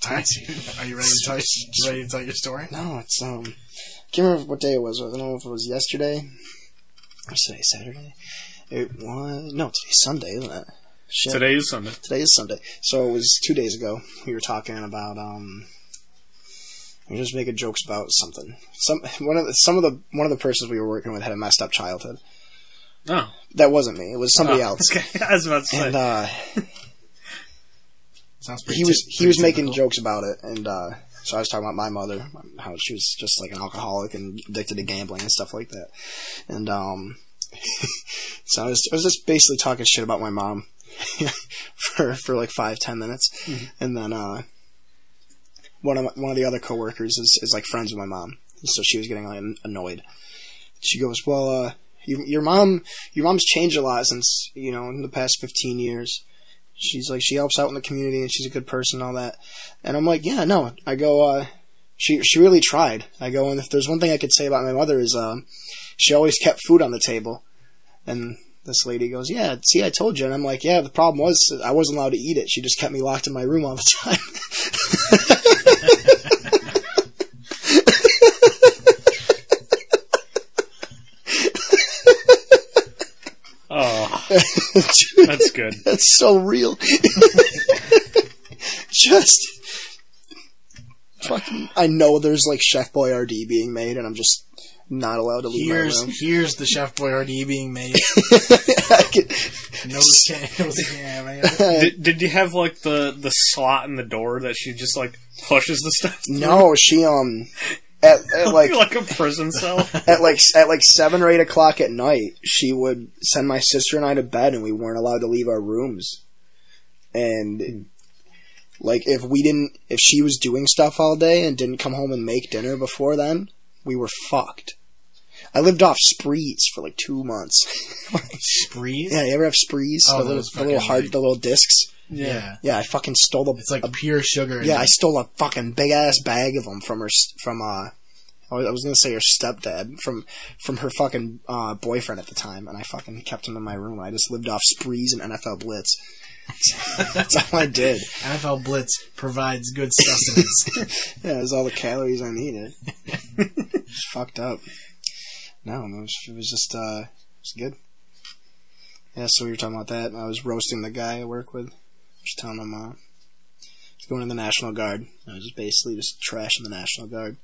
Tag team. Are you ready to tell, you ready to tell your story? No, it's um, I can't remember what day it was. I don't know if it was yesterday. Or today Saturday? It was no, today's Sunday, isn't it? Shit. Today is Sunday. Today is Sunday, so it was two days ago. We were talking about um, we were just making jokes about something. Some one of the, some of the one of the persons we were working with had a messed up childhood. No. That wasn't me. It was somebody Oh, else. Okay. I was about to say. And uh, Sounds pretty. he was typ- he was pretty making typical. jokes about it, and uh, so I was talking about my mother, how she was just like an alcoholic and addicted to gambling and stuff like that, and um, so I was I was just basically talking shit about my mom for for like five ten minutes, Mm-hmm. and then uh, one of my, one of the other coworkers is is like friends with my mom, so she was getting like annoyed. She goes, well, uh. Your, your mom, your mom's changed a lot since you know in the past fifteen years she's like she helps out in the community and she's a good person and all that and i'm like yeah no i go uh she she really tried i go and if there's one thing i could say about my mother is um she always kept food on the table and this lady goes yeah see i told you and i'm like yeah the problem was i wasn't allowed to eat it she just kept me locked in my room all the time Oh, Dude, that's good. that's so real just fucking i know there's like chef boyardee being made and i'm just not allowed to leave Here's my room here's the Chef Boyardee being made. I could- Nose can't, nose can't have any of it. Did, did you have like the the slot in the door that she just like pushes the stuff? through? no, she um at, at like like a prison cell. at like at like seven or eight o'clock at night, she would send my sister and I to bed, and we weren't allowed to leave our rooms. And like if we didn't, if she was doing stuff all day and didn't come home and make dinner before then, we were fucked. I lived off sprees for like two months. Sprees? yeah, you ever have sprees? Oh, the little, those the little fucking, hard, like- the little discs. Yeah. Yeah, I fucking stole a, It's like pure sugar. yeah, I stole a fucking big ass bag of them from her s- from uh. I was I was gonna say her stepdad from from her fucking uh, boyfriend at the time, and I fucking kept him in my room. I just lived off sprees and NFL Blitz. That's all I did. NFL Blitz provides good sustenance. Yeah, it was all the calories I needed. It's fucked up. No, it was, it was just uh, it was good. Yeah, so we were talking about that. and I was roasting the guy I work with. Just telling him uh, he's going in the National Guard. I was just basically just trashing the National Guard.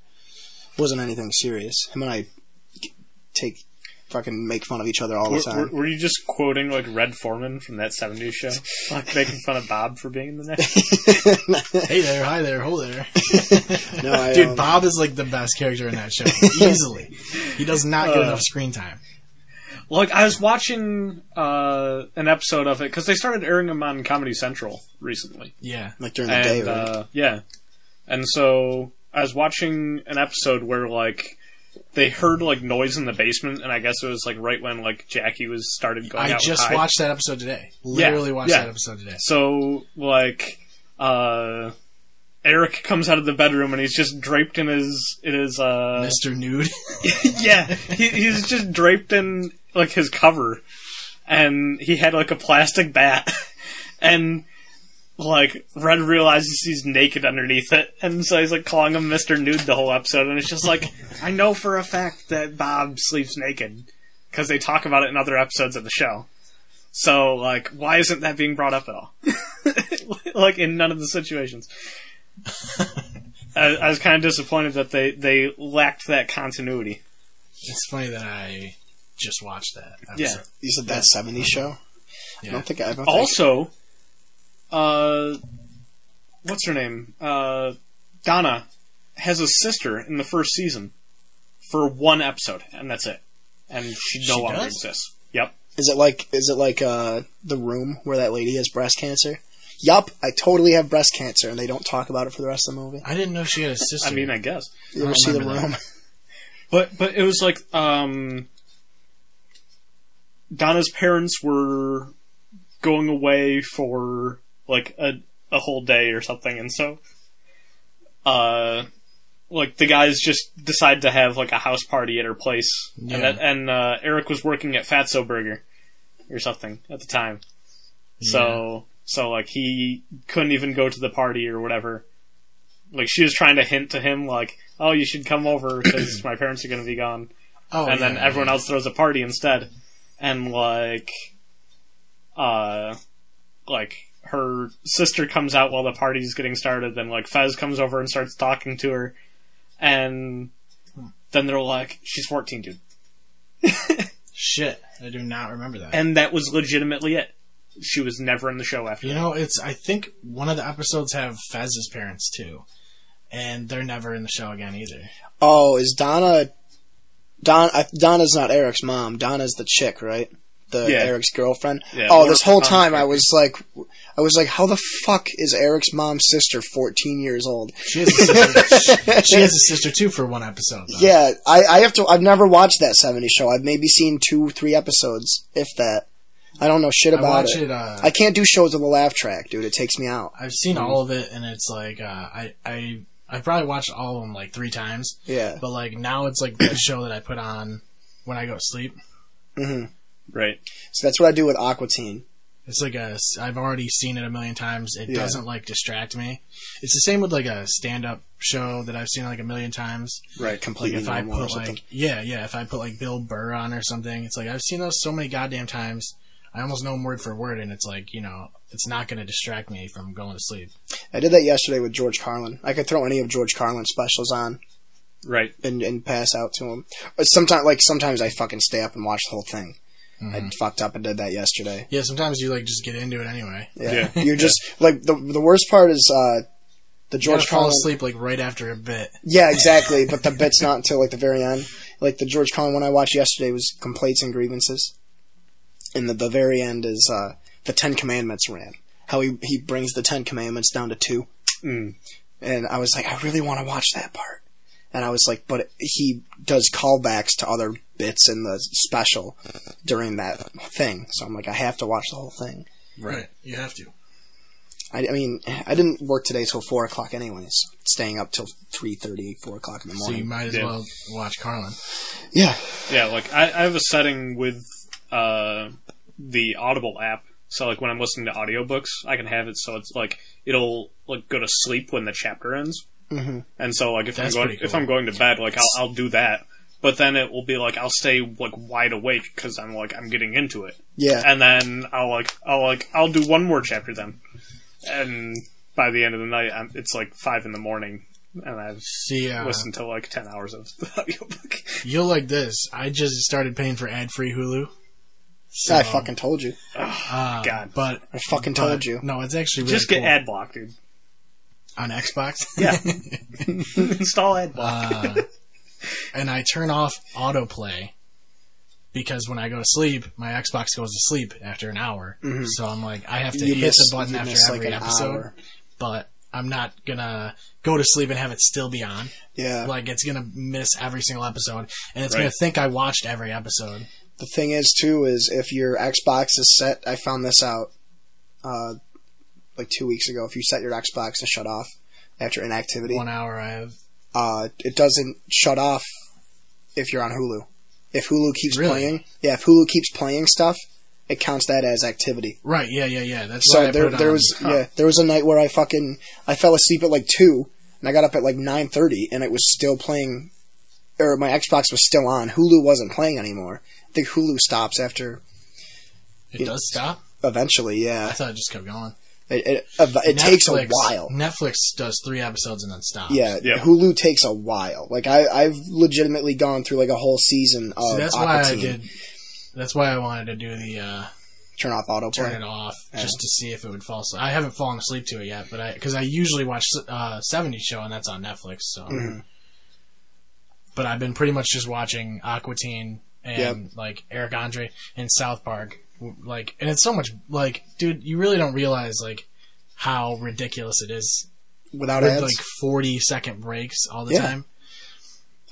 wasn't anything serious. Him and I g- take fucking make fun of each other all were, the time. were, were you just quoting like Red Foreman from that '70s show, like making fun of Bob for being in the next? hey there, hi there, ho there. no, I, Dude, um, Bob is like the best character in that show. Easily. He does not get Uh. enough screen time. Like I was watching uh, an episode of it because they started airing them on Comedy Central recently, Yeah. like during the and day, right? uh, yeah, and so I was watching an episode where like. They heard like noise in the basement, and I guess it was like right when like Jackie was started going I out just high. watched that episode today. Literally watched yeah. that episode today. So like uh Eric comes out of the bedroom and he's just draped in his in his uh Mr. Nude. yeah, he, he's just draped in like his cover and he had like a plastic bat and like Red realizes he's naked underneath it and so he's like calling him Mr. Nude the whole episode and it's just like I know for a fact that Bob sleeps naked cuz they talk about it in other episodes of the show. So like why isn't that being brought up at all? like in none of the situations. I, I was kind of disappointed that they they lacked that continuity. It's funny that I just watched that. Yeah. episode. you said that '70s show. I Yeah. don't think I. I don't think- Also, uh, what's her name? Uh, Donna has a sister in the first season for one episode, and that's it. And she no She longer does? exists. Yep. Is it like is it like uh the room where that lady has breast cancer? Yup, I totally have breast cancer, and they don't talk about it for the rest of the movie. I didn't know she had a sister. I mean, I guess. You I ever see the remember room? But but it was like um, Donna's parents were going away for like a a whole day or something, and so uh, like the guys just decided to have like a house party at her place, Yeah. and that, and uh, Eric was working at Fatso Burger or something at the time, so so like he couldn't even go to the party or whatever. like she was trying to hint to him like, "Oh, you should come over because my parents are going to be gone," Oh, and then yeah, everyone yeah. else throws a party instead, and like, uh, like her sister comes out while the party's getting started. Then like Fez comes over and starts talking to her, and then they're like, "She's fourteen, dude," Shit, I do not remember that. and that was legitimately it. She was never in the show after. You know, it's I think one of the episodes have Fez's parents too, and they're never in the show again either. Oh, is Donna? Don I, Donna's not Eric's mom. Donna's the chick, right? The Yeah. Eric's girlfriend. Yeah, oh, more this whole Donna's time I character. was like, I was like, how the fuck is Eric's mom's sister 14 years old? She has a sister, she has a sister too for one episode. Though. Yeah, I, I have to. I've never watched that 70 show. I've maybe seen two, three episodes, if that. I don't know shit I about watch it. it. uh, I can't do shows with a laugh track, dude. It takes me out. I've seen all of it, and it's like uh, I I I probably watched all of them like three times. Yeah. But like now it's like the show that I put on when I go to sleep. hmm Right. So that's what I do with Aqua Teen. It's like a s- I've already seen it a million times. It Yeah. doesn't like distract me. It's the same with like a stand up show that I've seen like a million times. Right. Like Completely if I normal or put something. like yeah yeah if I put like Bill Burr on or something, it's like I've seen those so many goddamn times. I almost know 'em word for word, and it's like you know it's not going to distract me from going to sleep. I did that yesterday with George Carlin. I could throw any of George Carlin's specials on. Right. and, and pass out to him. Sometimes, like sometimes I fucking stay up and watch the whole thing. Mm-hmm. I fucked up and did that yesterday. Yeah, sometimes you like just get into it anyway. Yeah, Yeah. you're just like the the worst part is uh, the George George fall Carlin. asleep like right after a bit. Yeah, exactly. but the bit's not until like the very end. Like the George Carlin one I watched yesterday was complaints and grievances, and the, the very end is uh, the Ten Commandments ran. How he he brings the Ten Commandments down to two. Mm. and I was like, I really want to watch that part. And I was like, but he does callbacks to other bits in the special during that thing. So I'm like, I have to watch the whole thing. Right, you have to. I, I mean, I didn't work today till four o'clock, anyways. Staying up till three thirty, four o'clock in the So you morning. might as Yeah. well watch Carlin. yeah, Yeah, like I, I have a setting with uh, the Audible app. So like when I'm listening to audiobooks, I can have it so it's like it'll like go to sleep when the chapter ends. Mhm. And so like if That's I'm going pretty cool. if I'm going to bed, like I'll I'll do that. But then it will be like I'll stay like wide awake because I'm like I'm getting into it. yeah. And then I'll like I'll like I'll do one more chapter then. And by the end of the night, I'm, it's like five in the morning, and I've See, uh, listened to like ten hours of the audiobook. you'll like this. I just started paying for ad-free Hulu. So, I fucking told you. uh, God. But I fucking um, but- told you. No, it's actually really Just get cool. ad block, dude. on Xbox. Yeah. Install AdBlock. uh, and I turn off autoplay because when I go to sleep, my Xbox goes to sleep after an hour. So I'm like, I have to Mm-hmm. You hit miss- the button you after miss, like, every an episode. hour. But I'm not gonna go to sleep and have it still be on. Yeah. Like it's gonna miss every single episode, and it's Right. gonna think I watched every episode. The thing is, too, is if your Xbox is set, I found this out uh, like two weeks ago. If you set your Xbox to shut off after inactivity, One hour I have. uh, it doesn't shut off if you're on Hulu. If Hulu keeps Really? playing, yeah, if Hulu keeps playing stuff, it counts that as activity. Right? Yeah, yeah, yeah. That's why I So put there, it there on. was yeah, there was a night where I fucking I fell asleep at like two, and I got up at like nine thirty, and it was still playing, or my Xbox was still on. Hulu wasn't playing anymore. I think Hulu stops after It does stop. eventually. I Yeah, thought it just kept going. it it, it, takes a while. Netflix does three episodes and then stops. Yeah, Yeah. Hulu takes a while. Like I, I've legitimately gone through like a whole season of. See, that's Aqua why I Teen. did. That's why I wanted to do the uh, turn off autoplay. turn it off just to see if it would fall asleep. I haven't fallen asleep to it yet, but I because I usually watch uh, 70 Show and that's on Netflix. So, Mm-hmm. but I've been pretty much just watching Aqua Teen and like Eric Andre and South Park. w- Like, and it's so much like, dude, you really don't realize like how ridiculous it is without with ads. like 40 second breaks all the Yeah. time.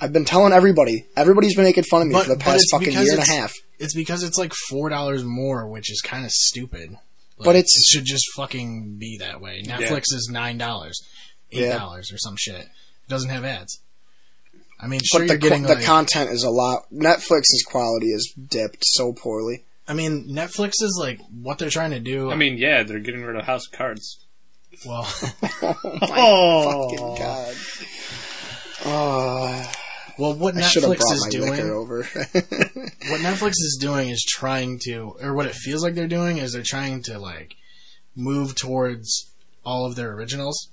I've been telling everybody. Everybody's been making fun of me But- for the but past it's fucking because year and a it's- half. It's because it's like four dollars more, which is kind of stupid. Like, But it's- it should just fucking be that way. Netflix is nine dollars, eight dollars or some shit. It doesn't have ads. I mean, sure but you're the, getting the like, content is a lot. Netflix's quality is dipped so poorly. I mean, Netflix is like what they're trying to do. I mean, yeah, they're getting rid of House of Cards. Well, Oh, Fucking god. Oh, well, what I should have Netflix brought is my doing, liquor over. what Netflix is doing is trying to, or what it feels like they're doing is they're trying to like move towards all of their originals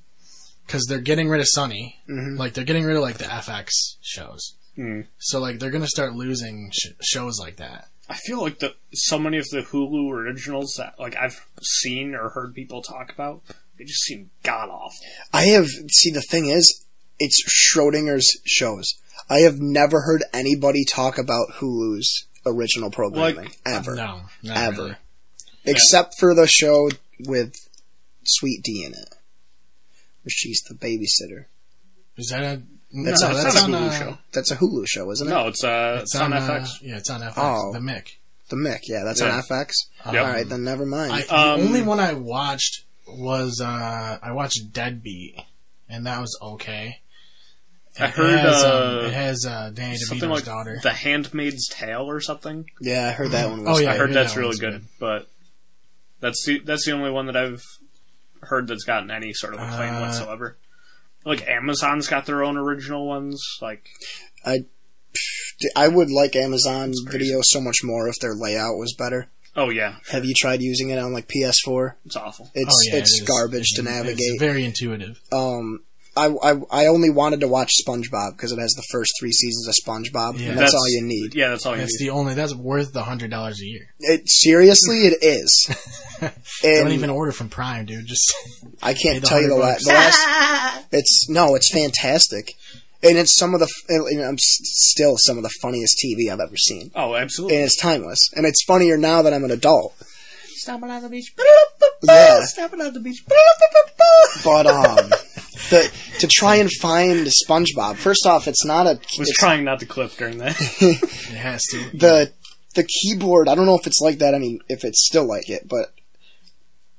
because they're getting rid of Sunny, Mhm. like they're getting rid of like the FX shows. Mm-hmm. Hmm. So like they're gonna start losing sh- shows like that. I feel like the so many of the Hulu originals that like I've seen or heard people talk about, they just seem god awful. I have see the thing is, it's Schrodinger's shows. I have never heard anybody talk about Hulu's original programming Like, ever, No, not ever, really. except for the show with Sweet D in it. where She's the babysitter. Is that a no? That's That's, not- that's on not a Hulu uh, show. That's a Hulu show, isn't it? No, it's uh, it's, on, uh, FX. yeah, it's on FX. Oh. The Mick. The Mick, yeah, that's Yeah. on FX. Um, Yep. All right, then never mind. I, Um, the only one I watched was uh, I watched Deadbeat, and that was okay. I heard, it has, uh, um, it has uh, Danny Something DeVito's like daughter. The Handmaid's Tale or something. yeah, I heard that one. Oh, Was yeah, I heard that that's really one's good, good. but that's the that's the only one that I've heard that's gotten any sort of acclaim Uh, whatsoever. Like Amazon's got their own original ones. Like I would like Amazon Video so much more if their layout was better. oh yeah, Have you tried using it on like PS4? it's awful. It's Oh, yeah, it's it is. garbage It's- to navigate. It's very intuitive. um, I, I I only wanted to watch SpongeBob because it has the first three seasons of SpongeBob, Yeah. and that's, all you need. Yeah, that's all you That's need. the only. That's worth the hundred dollars a year. It seriously, it is. and Don't even order from Prime, dude. Just I pay can't the tell you the, la- 100 the last. It's no, it's fantastic, and it's some of the f- and I'm s- still some of the funniest TV I've ever seen, oh, absolutely. and it's timeless, and it's funnier now that I'm an adult. Stomping on the beach. Yeah. Stomping on the beach. But um, the, to try and find SpongeBob, first off, it's not a Was it's trying not to clip during that. it has to. the the keyboard. I don't know if it's like that. I mean, if it's still like it, but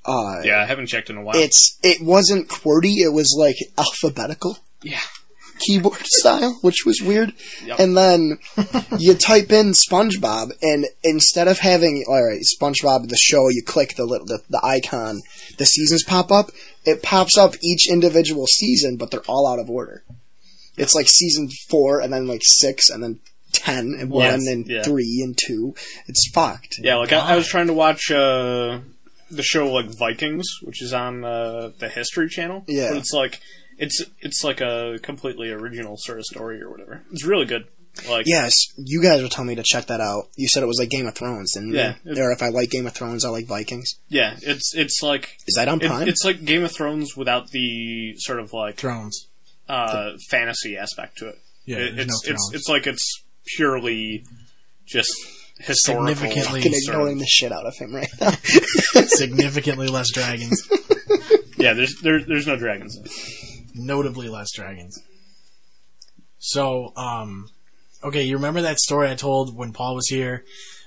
uh, yeah, I haven't checked in a while. it's it wasn't QWERTY. It was like alphabetical yeah. keyboard style, which was weird. Yep. And then you type in SpongeBob, and instead of having all right SpongeBob the show, you click the little the, the icon, the seasons pop up. It pops up each individual season, but they're all out of order. It's like season four, and then like six, and then ten, and Yes, one, and yeah. three, and two. It's fucked. Yeah, like I, I was trying to watch uh, the show like Vikings, which is on uh, the History Channel. Yeah. but it's like it's it's like a completely original sort of story or whatever. It's really good. Like Yes, you guys were telling me to check that out. You said it was like Game of Thrones, didn't Yeah. you? Or if I like Game of Thrones, I like Vikings. yeah, it's it's like Is that on it, Prime? it's like Game of Thrones without the sort of like Thrones. uh, fantasy aspect to it. Yeah, It- it's there's no it's Thrones. it's like it's purely just historical. Significantly- fucking sort of- ignoring the shit out of him right now. significantly less dragons. Yeah, there's there, there's no dragons. In it. Notably less dragons. So, um, okay, you remember that story I told when Paul was here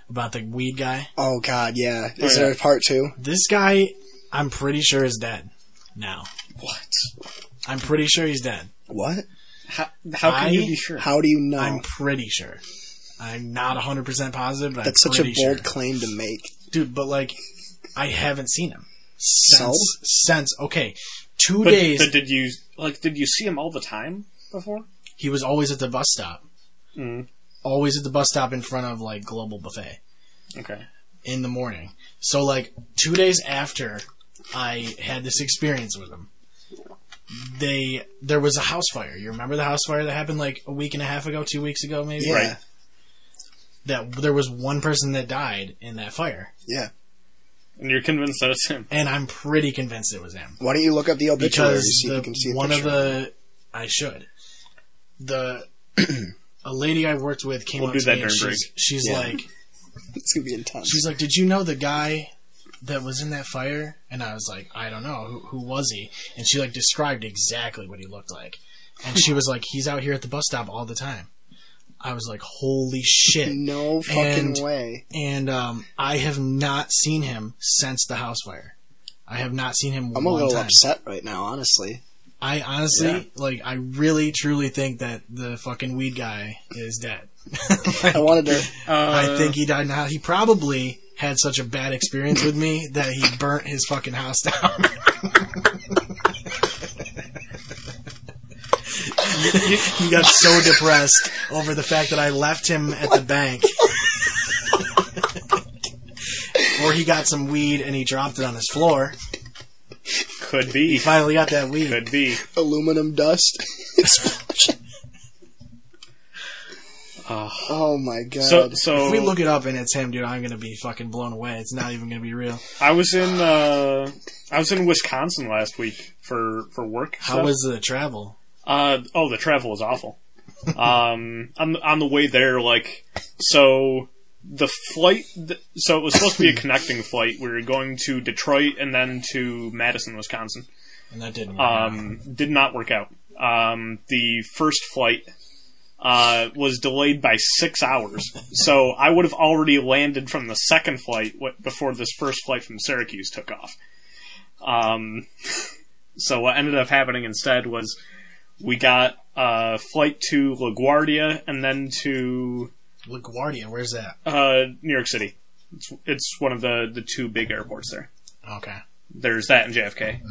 about the weed guy? oh god, yeah. Is yeah. there a part two? This guy, I'm pretty sure is dead now. What? I'm pretty sure he's dead. What? How, how can I- you be sure? How do you know? I'm pretty sure. I'm not 100% positive, but That's I'm such a pretty bold sure. claim to make. Dude, but like, I haven't seen him. So? Since, since, okay, two But, days, but did you like? Did you see him all the time before? he was always at the bus stop. Mm. Always at the bus stop in front of like Global Buffet. Okay. in the morning. So like two days after I had this experience with them, they there was a house fire. You remember the house fire that happened like a week and a half ago, two weeks ago maybe? Yeah. Right. That there was one person that died in that fire, Yeah. And you're convinced that it's him. and I'm pretty convinced it was him Why don't you look up the obituary because to see if the- you can see a one of picture? the I should the a lady I worked with came We'll up do to that me and during she's, she's Yeah. like it's gonna be intense. She's like, "Did you know the guy that was in that fire?" And I was like, "I don't know. Who, who was he?" And she like described exactly what he looked like. And she was like, "He's out here at the bus stop all the time." I was like, "Holy shit!" No fucking And- way. And um, I have not seen him since the house fire. I have not seen him I'm a one little time. upset right now, honestly. I honestly, Yeah. like, I really, truly think that the fucking weed guy is dead. I wanted to Uh, I think he died in the house. He probably had such a bad experience with me that he burnt his fucking house down. he got so depressed over the fact that I left him at the bank. or he got some weed and he dropped it on his floor. Could be. Finally got that weed. Could be. Uh, Aluminum dust explosion. Oh. Ah. Oh my god. So, so If we look it up and it's him, dude, I'm gonna be fucking blown away. It's not even gonna be real. I was in uh, I was in Wisconsin last week for for work. How stuff. was the travel? Uh, oh, the travel was awful. um, on the- on the way there, like so the flight. th- So it was supposed to be a connecting flight. We were going to Detroit and then to Madison, Wisconsin. And that didn't. work out. Um, did not work out. Um, the first flight. Uh, was delayed by six hours, so I would have already landed from the second flight w- before this first flight from Syracuse took off. Um, so what ended up happening instead was we got a flight to LaGuardia and then to LaGuardia, where's that? uh, New York City. It's, it's one of the, the two big airports there. Okay. There's that in JFK.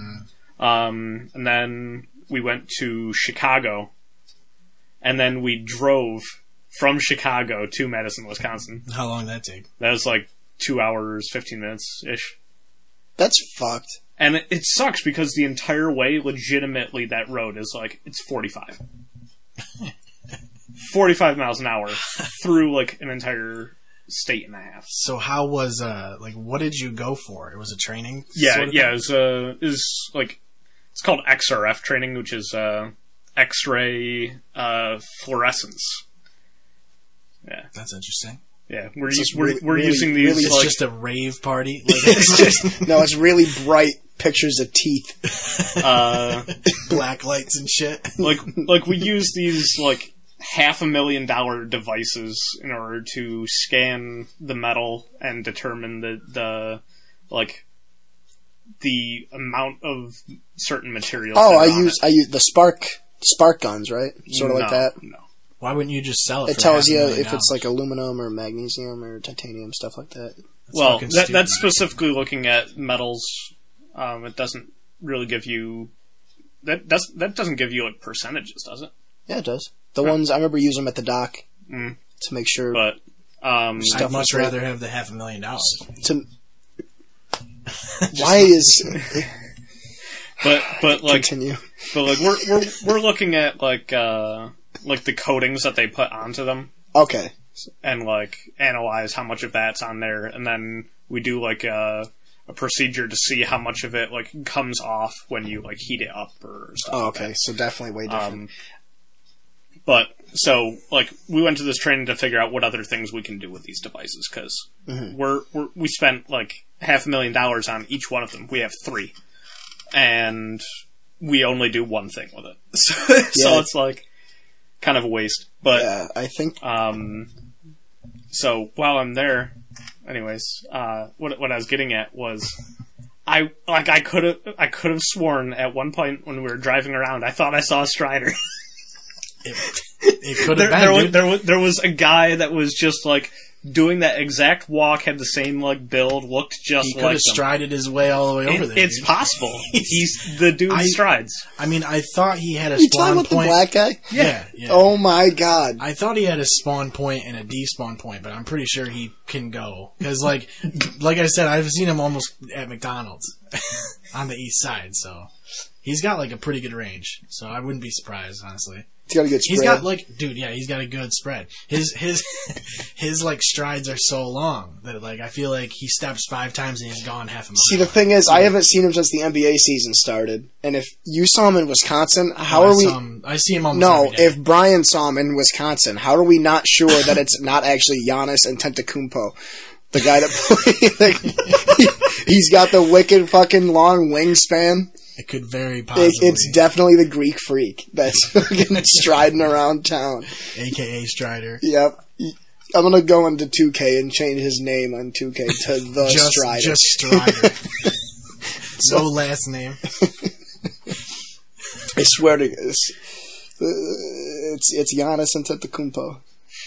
Um, and then we went to Chicago. And then we drove from Chicago to Madison, Wisconsin. How long did that take? That was like two hours, 15 minutes ish. That's fucked. And it, it sucks because the entire way, legitimately, that road is like it's forty five. forty five miles an hour through like an entire state and a half. So how was uh like what did you go for? It was a training. Yeah, sort of yeah, thing? is uh is like it's called XRF training, which is uh X ray uh fluorescence. That's interesting. Yeah. We're It's us- just we're, really- we're really- using these really It's like just a rave party. Like, it's just No, it's really bright pictures of teeth. uh black lights and shit. like like we use these like half a million dollar devices in order to scan the metal and determine the the like the amount of certain materials. Oh, that are I on use it. I use the spark spark guns, right? Sort of like No, that. No. Why wouldn't you just sell it? It for tells half a you million if it's like dollars? aluminum or magnesium or titanium stuff like that. well, fucking that, stupid. that's specifically looking at metals. Um, it doesn't really give you that. That's, that doesn't give you like percentages, does it? Yeah, it does. The ones I remember using them at the dock Mm. to make sure But um, Stuff I'd much like- rather have the half a million dollars. to. Why is but but like continue? but like we're we're we're looking at like uh like the coatings that they put onto them Okay, and like analyze how much of that's on there and then we do like a a procedure to see how much of it like comes off when you like heat it up or stuff. oh, okay, so definitely way different. Um but so like we went to this training to figure out what other things we can do with these devices because Mm-hmm. we're, we're we spent like half a million dollars on each one of them. We have three, and we only do one thing with it. So, so Yeah. it's like kind of a waste. But yeah, I think um, so while I'm there, anyways, uh, what what I was getting at was, I like I could have I could have sworn at one point when we were driving around, I thought I saw a Strider. It, it could there, have there, was, been. dude. there was there was a guy that was just like doing that exact walk, had the same like build, looked just he could like have them. strided his way all the way over It- there. it's dude. possible. He's the dude I- strides. I mean, I thought he had a you spawn talking about point. the black guy? yeah, yeah. Oh my god! I thought he had a spawn point and a despawn point, but I'm pretty sure he can go because, like, like I said, I've seen him almost at McDonald's on the east side, so he's got like a pretty good range. So I wouldn't be surprised, honestly. He's got a good spread. He's got like, dude, yeah, he's got a good spread. His his his like strides are so long that like I feel like he steps five times and he's gone half a mile. See, the thing is, I haven't seen him since the NBA season started, and if you saw him in Wisconsin, how Oh, I are we? saw him- I see him almost. No, every day. if Brian saw him in Wisconsin, how are we not sure that it's not actually Giannis and Tentacumpo? The guy that like, he, has got the wicked fucking long wingspan. it could very possibly, It, it's definitely the Greek freak that's fucking striding around town. aka Strider. Yep. I'm gonna go into 2K and change his name on 2K to the just Strider. just Strider. no last name. I swear to it's uh, it's, it's Giannis and Tentacumpo.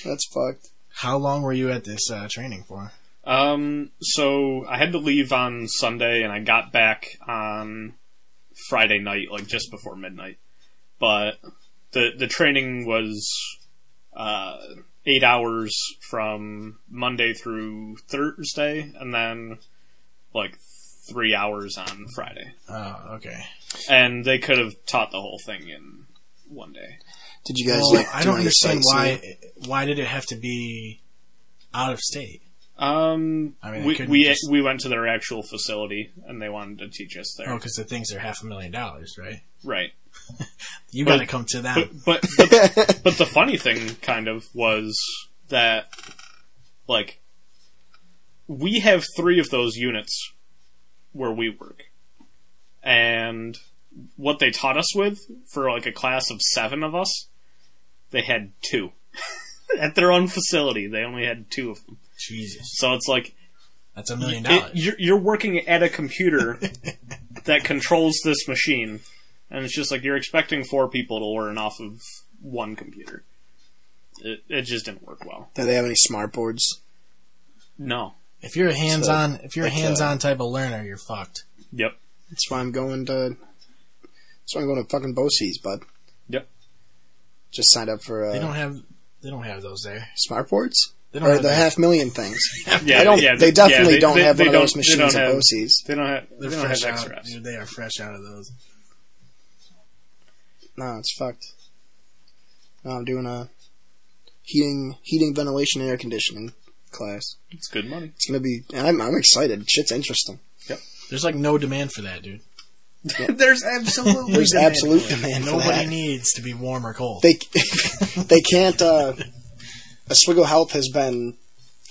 That's fucked. How long were you at this uh, training for? Um, so I had to leave on Sunday, and I got back on Friday night, like just before midnight. But the the training was uh, eight hours from Monday through Thursday, and then like three hours on Friday. Oh, okay. And they could have taught the whole thing in one day. Did you guys Well, like? I do don't any understand sites why. Why did it have to be out of state? Um, I mean, they we couldn't we, just- we went to their actual facility, and they wanted to teach us there. Oh, because the things are half a million dollars, right? Right. You Well, got to come to but them. but the, but the funny thing kind of was that like we have three of those units where we work and what they taught us with for like a class of seven of us they had two at their own facility they only had two of them Jesus, so it's like that's a million it- dollars. you're, you're working at a computer that controls this machine, and it's just like you're expecting four people to learn off of one computer. It, it just didn't work well. Do they have any smart boards? No. If you're a hands-on, if you're a like, uh, hands-on type of learner, you're fucked. Yep. That's why I'm going to. That's why I'm going to fucking BOCES, bud. Yep. Just signed up for They don't uh, have. They don't have those there. smart boards They don't or have the those. half million things. Yeah. I don't. yeah, they yeah, definitely don't have they one of those don't- they don't machines at have- BOCES. They don't have. They They're don't have fresh out. extras. Dude, they are fresh out of those. No, it's fucked. No, I'm doing a heating, heating, ventilation, and air conditioning class. It's good money. It's gonna be. I'm, I'm excited. Shit's interesting. There's like no demand for that, dude. There's absolutely There's demand. absolute demand for Nobody that. needs to be warm or cold. they they can't. Uh, Oswego Health has been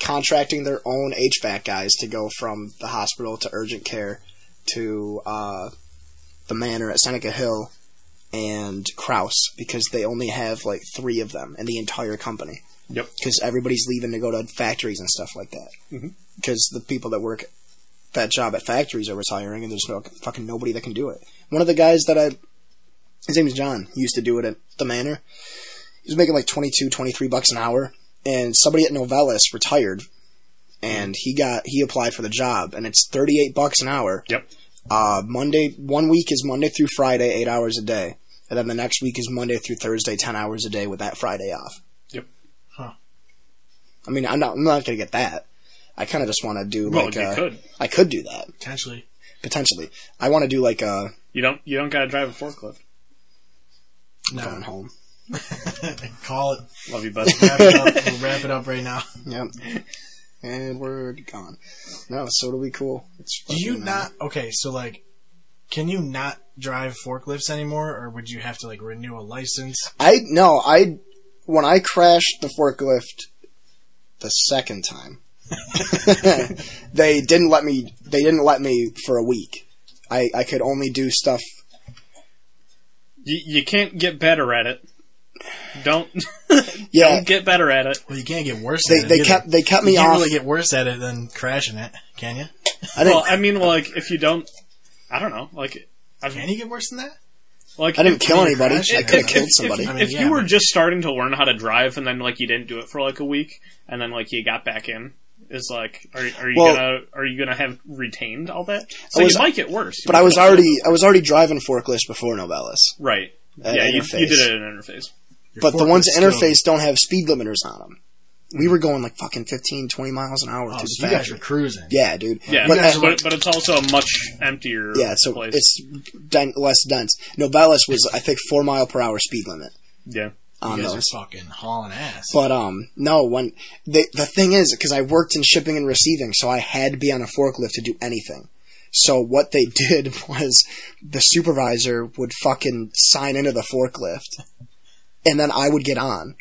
contracting their own HVAC guys to go from the hospital to urgent care to uh, the manor at Seneca Hill and Kraus because they only have like three of them in the entire company. Yep. Because everybody's leaving to go to factories and stuff like that. Mhm. Because the people that work that job at factories are retiring, and there's no fucking nobody that can do it. One of the guys that I, his name is John, he used to do it at the manor he was making like 22 23 bucks an hour and somebody at novellis retired and he got he applied for the job and it's 38 bucks an hour Yep. uh, monday one week is monday through friday eight hours a day and then the next week is monday through thursday 10 hours a day with that friday off Yep. Huh. i mean i'm not i'm not gonna get that i kind of just want to do Well, like you uh, could. i could do that Potentially, potentially i want to do like uh You don't. You don't gotta drive a forklift. going no. home Call it. Love you, bud. Wrap it up. We'll wrap it up right now. yep and we're gone no so it'll be cool it's Do you fucking, uh, not? Okay, so like, can you not drive forklifts anymore, or would you have to like renew a license? I no, I when I crashed the forklift the second time, they didn't let me. They didn't let me for a week. I I could only do stuff. you, you can't get better at it. Don't Yeah, don't get better at it. Well, you can't get worse. they at it they either. kept they kept You me can't off. really get worse at it than crashing it, can you? I didn't Well, I mean, like if you don't, I don't know, like, I've, Can you get worse than that? like I didn't if- kill you anybody. crash I it, could have if- killed if- somebody. If, I mean, if yeah, you were but- just starting to learn how to drive and then like you didn't do it for like a week and then like you got back in, is like, are, are you Well- gonna are you gonna have retained all that? I So was- you might get worse. but I was already I was already driving forklifts before Novellis. right. At yeah, you, interface. you did it at an interface. Your But the ones forklift's at still- interface don't have speed limiters on them. We were going like fucking 15, 20 miles an hour Oh, through so the you guys were factory. cruising. Yeah, dude. Yeah, But but, at- are but, it's also a much emptier. Yeah, so place. it's den- less dense. Novellis was, I think, four mile per hour speed limit yeah. on You guys those. are fucking hauling ass. But um, no, when the the thing is, because I worked in shipping and receiving, so I had to be on a forklift to do anything. So what they did was the supervisor would fucking sign into the forklift, and then I would get on,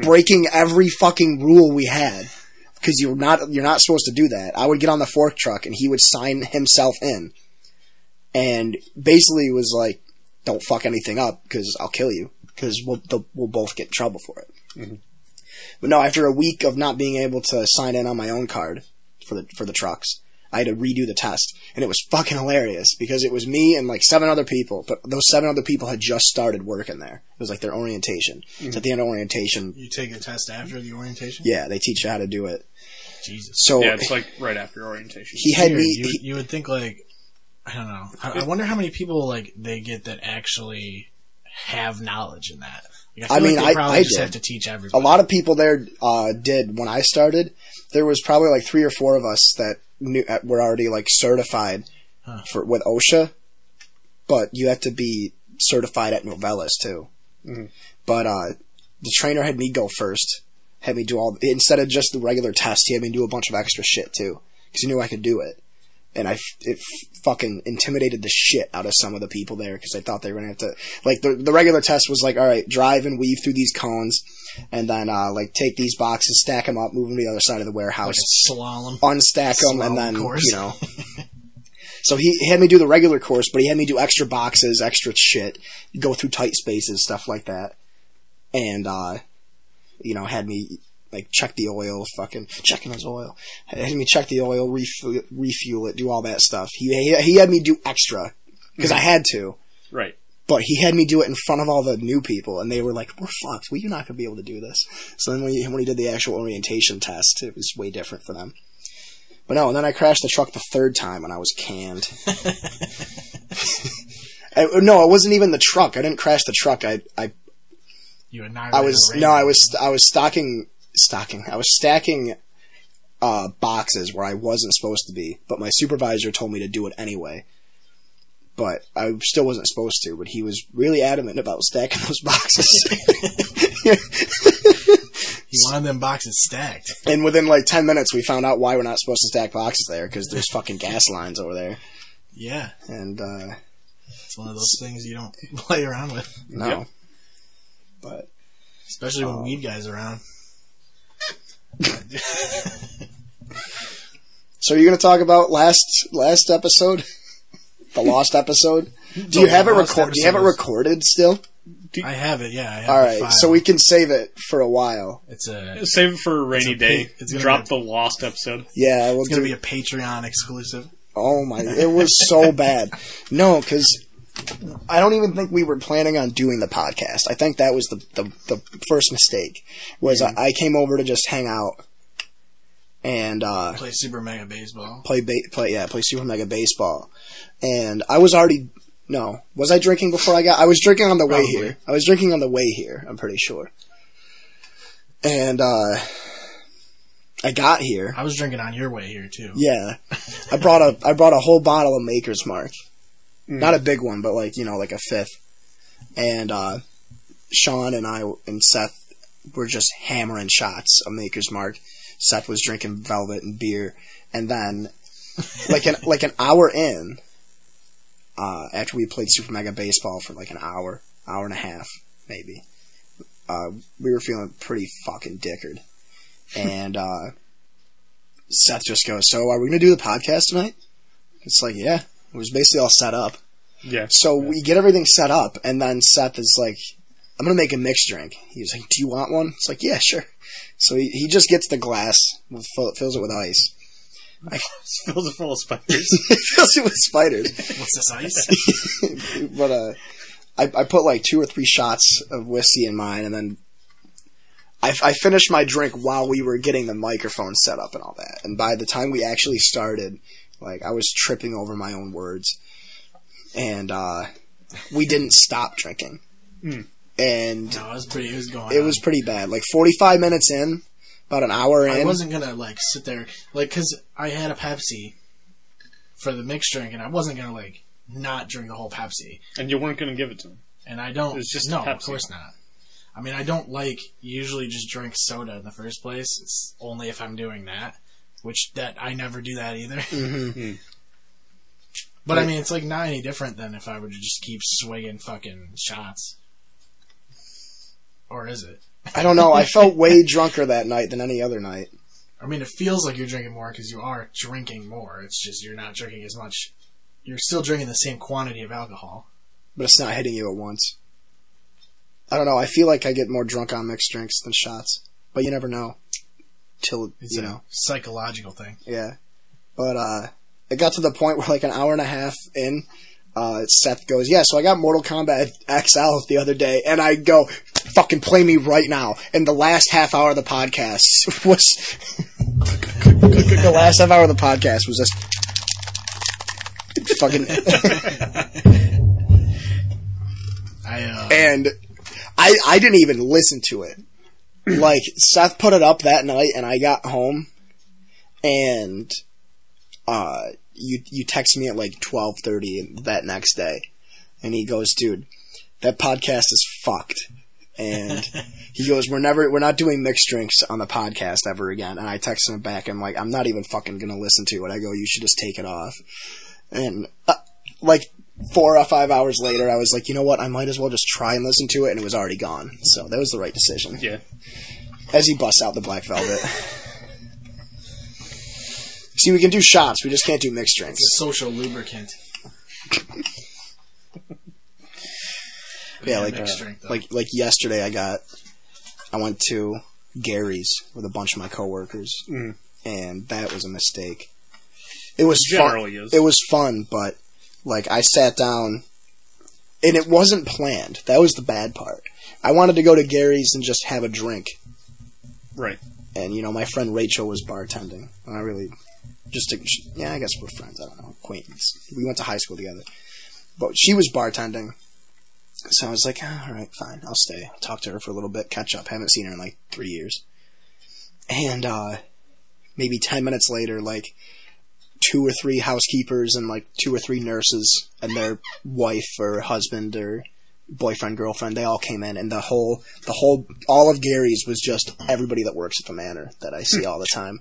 breaking every fucking rule we had. Because you're not you're not supposed to do that. I would get on the fork truck, and he would sign himself in, and basically was like, "Don't fuck anything up, because I'll kill you, because we'll the, we'll both get in trouble for it." But no, after a week of not being able to sign in on my own card for the for the trucks, I had to redo the test, and it was fucking hilarious because it was me and like seven other people, but those seven other people had just started working there. It was like their orientation. It's at the end of orientation, You take a test after the orientation. yeah, they teach you how to do it. Jesus. So Yeah, it's like right after orientation. Oh. he had Weird. me. you, he- you would think like, I don't know. I, I wonder how many people like they get that actually have knowledge in that. Like, I, I feel mean, like they I- probably I just did. have to teach a everybody. lot of people there uh, did when I started. There was probably like three or four of us that knew uh, were already like certified Huh. for with OSHA, but you have to be certified at Novellis too. But uh, the trainer had me go first, had me do all instead of just the regular test. He had me do a bunch of extra shit too because he knew I could do it, and I f- it f- fucking intimidated the shit out of some of the people there because they thought they were gonna have to like the the regular test was like all right drive and weave through these cones and then uh, like take these boxes stack them up move them to the other side of the warehouse slalom. unstack them Slalom and then course. you know so he he had me do the regular course but he had me do extra boxes extra shit go through tight spaces stuff like that and uh you know had me like check the oil fucking checking his oil had me check the oil refuel, refuel it do all that stuff he he, he had me do extra because i had to Right. but he had me do it in front of all the new people, and they were like, "We're fucked. We're not gonna be able to do this." So then when he, when he did the actual orientation test, it was way different for them. But no, and then I crashed the truck the third time, and I was canned. I- no, it wasn't even the truck. I didn't crash the truck. I I, You and I. I was no, I was I was stocking stocking. I was stacking uh, boxes where I wasn't supposed to be, but my supervisor told me to do it anyway but I still wasn't supposed to. But he was really adamant about stacking those boxes. He wanted them boxes stacked. and within like ten minutes, we found out why we're not supposed to stack boxes there because there's fucking gas lines over there. Yeah, And uh, it's one of those things you don't play around with, no, Yep. but especially Oh. when weed guys around. so you're gonna talk about last last episode, the lost episode. Do you The have it lost recorded? Do you have it episode is- recorded still? I have it. Yeah. I have All the right, file. so we can save it for a while. It's a. It's Save it for a rainy a day. pig- it's gonna Drop be- the lost episode. Yeah, we'll gonna do. be a Patreon exclusive. Oh my! It was so bad. No, because I don't even think we were planning on doing the podcast. I think that was the the, the first mistake. Was I, I came over to just hang out and uh, Play Super Mega Baseball. play ba- play yeah play Super Mega Baseball, and I was already no was I drinking before I got? I was drinking on the way Probably. here. I was drinking on the way here. I'm pretty sure. And uh, I got here. I was drinking on your way here too. Yeah, I brought a I brought a whole bottle of Maker's Mark, not a big one, but like you know, like a fifth. And uh, Sean and I and Seth were just hammering shots of Maker's Mark. Seth was drinking Velvet and beer, and then like an like an hour in, uh, after we played Super Mega Baseball for like an hour, hour and a half, maybe. Uh, we were feeling pretty fucking dickered, and uh, Seth just goes, "So are we gonna do the podcast tonight?" It's like, yeah, it was basically all set up. Yeah. So we get everything set up, and then Seth is like, "I'm gonna make a mixed drink." He's like, "Do you want one?" It's like, "Yeah, sure." So he, he just gets the glass, with, fill- fills it with ice, Fills it full of spiders. fills it with spiders, What's this ice? but uh, I, I put like two or three shots of whiskey in mine, and then I, I finished my drink while we were getting the microphone set up and all that. And by the time we actually started, like I was tripping over my own words, and uh, we didn't stop drinking, Hmm. and no, it was pretty. It was going. it on. was pretty bad. Like forty-five minutes in, about an hour I in, wasn't gonna like sit there like because I had a Pepsi for the mixed drink, and I wasn't gonna like not drink a whole Pepsi. and you weren't going to give it to him. And I don't. It was just a no, of Pepsi. course not. I mean, I don't like usually just drink soda in the first place. It's only if I'm doing that, which that I never do that either. Mm-hmm. But I mean, it's like not any different than if I were to just keep swigging fucking shots. Or is it? I don't know. I felt way drunker that night than any other night. I mean, it feels like you're drinking more because you are drinking more. It's just you're not drinking as much. You're still drinking the same quantity of alcohol. but it's not hitting you at once. I don't know. I feel like I get more drunk on mixed drinks than shots, but you never know. Till It's you a know, psychological thing. yeah. But uh, it got to the point where like an hour and a half in, uh, Seth goes, "Yeah, so I got Mortal Kombat XL the other day," and I go, "Fucking play me right now!" And the last half hour of the podcast was the last half hour of the podcast was just fucking. I uh, and I, I didn't even listen to it. Like Seth put it up that night, and I got home, and uh, you you text me at like twelve thirty that next day, and he goes, "Dude, that podcast is fucked." And he goes, "We're never we're not doing mixed drinks on the podcast ever again." And I text him back, I'm like, "I'm not even fucking gonna listen to it." I go, "You should just take it off." And uh, like four or five hours later, I was like, you know what? I might as well just try and listen to it, and it was already gone. So that was the right decision. Yeah. As he busts out the black velvet. See, we can do shots. We just can't do mixed drinks. Social lubricant. Yeah, like mixed uh, drink, though. like like yesterday, I got I went to Gary's with a bunch of my coworkers, and that was a mistake. It was fun- Generally is. It was fun, but like I sat down, and it wasn't planned. That was the bad part. I wanted to go to Gary's and just have a drink, Right. and you know my friend Rachel was bartending, and I really just to, yeah I guess we're friends I don't know acquaintance we went to high school together, but she was bartending, so I was like "Ah, all right fine I'll stay talk to her for a little bit catch up haven't seen her in like three years, and uh, maybe ten minutes later like two or three housekeepers and like two or three nurses and their wife or husband or boyfriend girlfriend they all came in and the whole the whole all of gary's was just everybody that works at the manor that i see all the time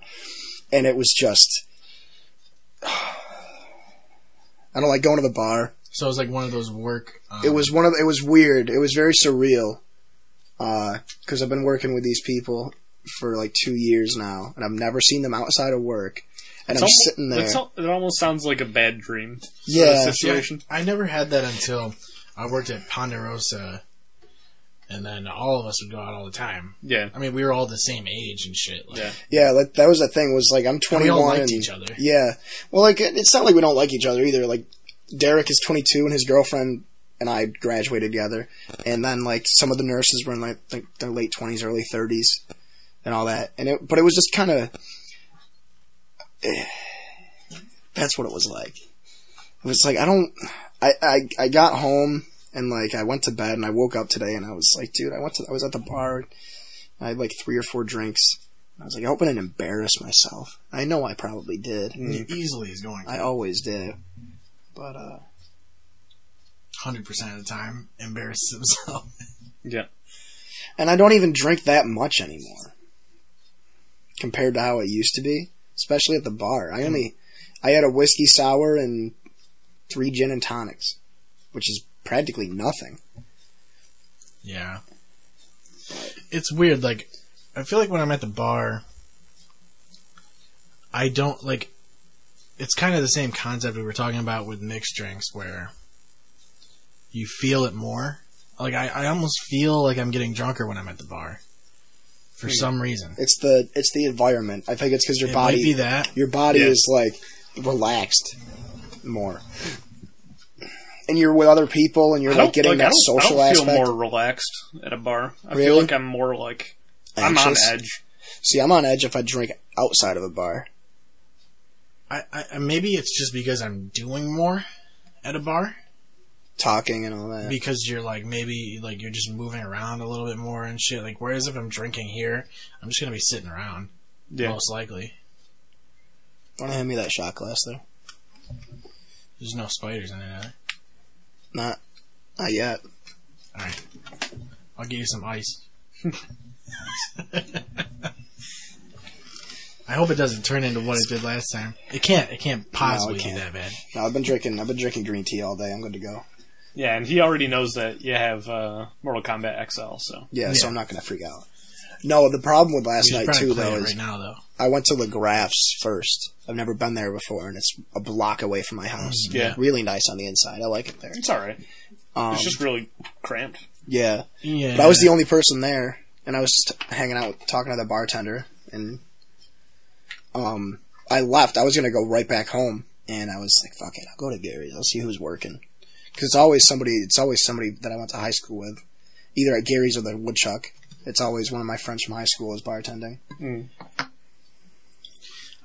and it was just i don't like going to the bar So it was like one of those work. Um, it was one of it was weird it was very surreal because i've been working with these people for like two years now and i've never seen them outside of work and i'm It's sitting almo- there it's al- it almost sounds like a bad dream. sort of yeah situation. I never had that until I worked at Ponderosa, and then all of us would go out all the time. Yeah. I mean, we were all the same age and shit. Like, Yeah. Yeah, like that was the thing. Was like I'm 21. we all liked and- each other. Yeah. Well, like it- it's not like we don't like each other either. Like Derek is 22 and his girlfriend and I graduated together, and then like some of the nurses were in like, like their late 20s, early 30s, and all that. And it, but it was just kind of. That's what it was like. It was like I don't. I, I I got home and like I went to bed and I woke up today and I was like, dude, I went to I was at the bar. and I had like three or four drinks. I was like, I hope I didn't embarrass myself. I know I probably did. He E-, easily is going I always do. But uh, hundred percent of the time embarrasses himself. Yeah. and I don't even drink that much anymore compared to how it used to be, especially at the bar. I only I had a whiskey sour and three gin and tonics, which is practically nothing. Yeah. It's weird. Like, I feel like when I'm at the bar, I don't like. It's kind of the same concept we were talking about with mixed drinks, where you feel it more. Like, I, I almost feel like I'm getting drunker when I'm at the bar, for some reason. It's the it's the environment. I think it's cuz your It might body be that. your body Yeah. is like relaxed more. And you're with other people and you're I don't, like getting like, I that don't, social I don't feel aspect. more relaxed at a bar. I feel Really? like I'm more like I'm on Anxious. edge. See, I'm on edge if I drink outside of a bar. I, I I- maybe it's just because I'm doing more at a bar talking and all that. because you're like maybe like you're just moving around a little bit more and shit. Like, whereas if I'm drinking here, I'm just gonna be sitting around. Yeah. Most likely. Want to hand me that shot glass there? There's no spiders in it. are there? Not, not yet. Alright. I'll give you some ice. I hope it doesn't turn into what it did last time. It can't. It can't possibly can't. be that bad. No, I've been drinking. I've been drinking green tea all day. I'm good to go. Yeah, and he already knows that you have uh, Mortal Kombat XL, so Yeah, Yeah. so I'm not gonna freak out. No, the problem with last You should night probably too play though it is right now though. I went to LeGraff's first. I've never been there before, and it's a block away from my house. Mm, Yeah. really nice on the inside. I like it there. it's all right. Um, It's just really cramped. yeah, Yeah. but I was the only person there, and I was just hanging out, talking to the bartender, and um, I left. I was gonna go right back home, and I was like, "Fuck it, I'll go to Gary's. I'll see who's working," because it's always somebody. It's always somebody that I went to high school with, either at Gary's or the Woodchuck. It's always one of my friends from high school is bartending.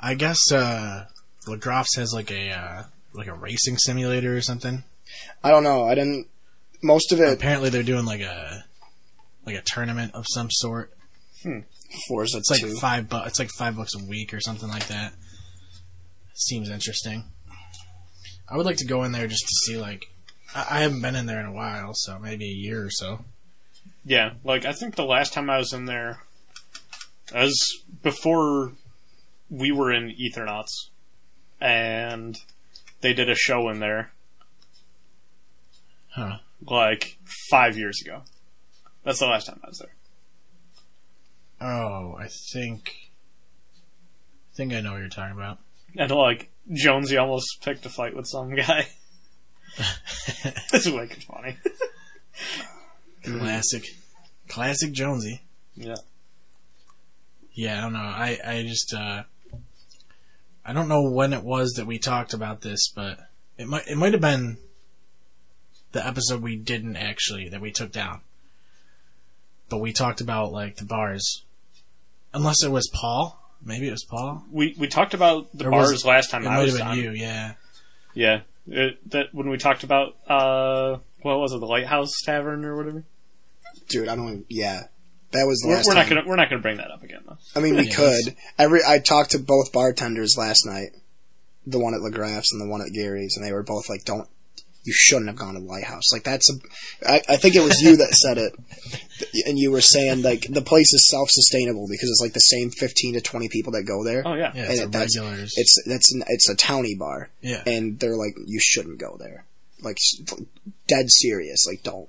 I guess uh, LaGroff's has like a uh, like a racing simulator or something. I don't know. I didn't. Most of it. Apparently, they're doing like a like a tournament of some sort. Forza It's like two. five bu- It's like five bucks a week or something like that. Seems interesting. I would like to go in there just to see like. I I haven't been in there in a while, so maybe a year or so. Yeah, like I think the last time I was in there, that was before we were in Ethernauts, and they did a show in there Huh. like five years ago. That's the last time I was there. Oh, I think. I think I know what you're talking about. And like Jonesy almost picked a fight with some guy. That's wicked funny. Classic. Classic Jonesy. Yeah. Yeah, I don't know. I, I just uh I don't know when it was that we talked about this, but it might it might have been the episode we didn't actually that we took down. But we talked about like the bars. Unless it was Paul. Maybe it was Paul. We we talked about the There was- bars last It time I might was have been on. you, yeah. Yeah. It, that when we talked about uh what was it, the Lighthouse Tavern or whatever? Dude, I don't. even- Yeah, that was the We're, last we're time. not gonna we're not gonna bring that up again though. I mean, we Yeah, could. Every I talked to both bartenders last night, the one at LeGraff's and the one at Gary's, and they were both like, "Don't, you shouldn't have gone to the Lighthouse." Like that's a, I, I think it was you that said it, and you were saying like the place is self-sustainable because it's like the same fifteen to twenty people that go there. Oh yeah. Yeah, it's And the that's- regulars. It's that's an, it's a townie bar, yeah. and they're like, "You shouldn't go there." Like s- dead serious. Like don't.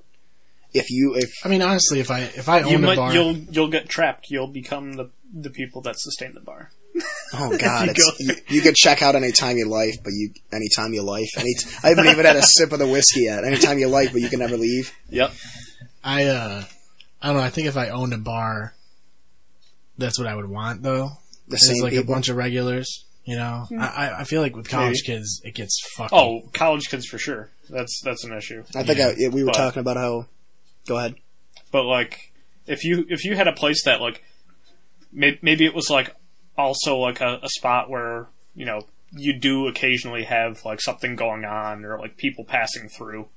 If you if I mean honestly if I if I You owned a might bar you'll you'll get trapped. You'll become the the people that sustain the bar. Oh God, you it's, go you, you could check out anytime you like, but you anytime you like, any I haven't even had a sip of the whiskey yet. Anytime you like, but you can never leave. Yep. I uh I don't know, I think if I owned a bar that's what I would want though. The It's same like a people. bunch of regulars. You know, I I- I feel like with college kids, it gets fucking. Oh, college kids for sure. That's that's an issue. I think I, yeah, we were But- talking about how. Go ahead. But like, if you if you had a place that like, may, maybe it was like also like a, a spot where you know you do occasionally have like something going on or like people passing through.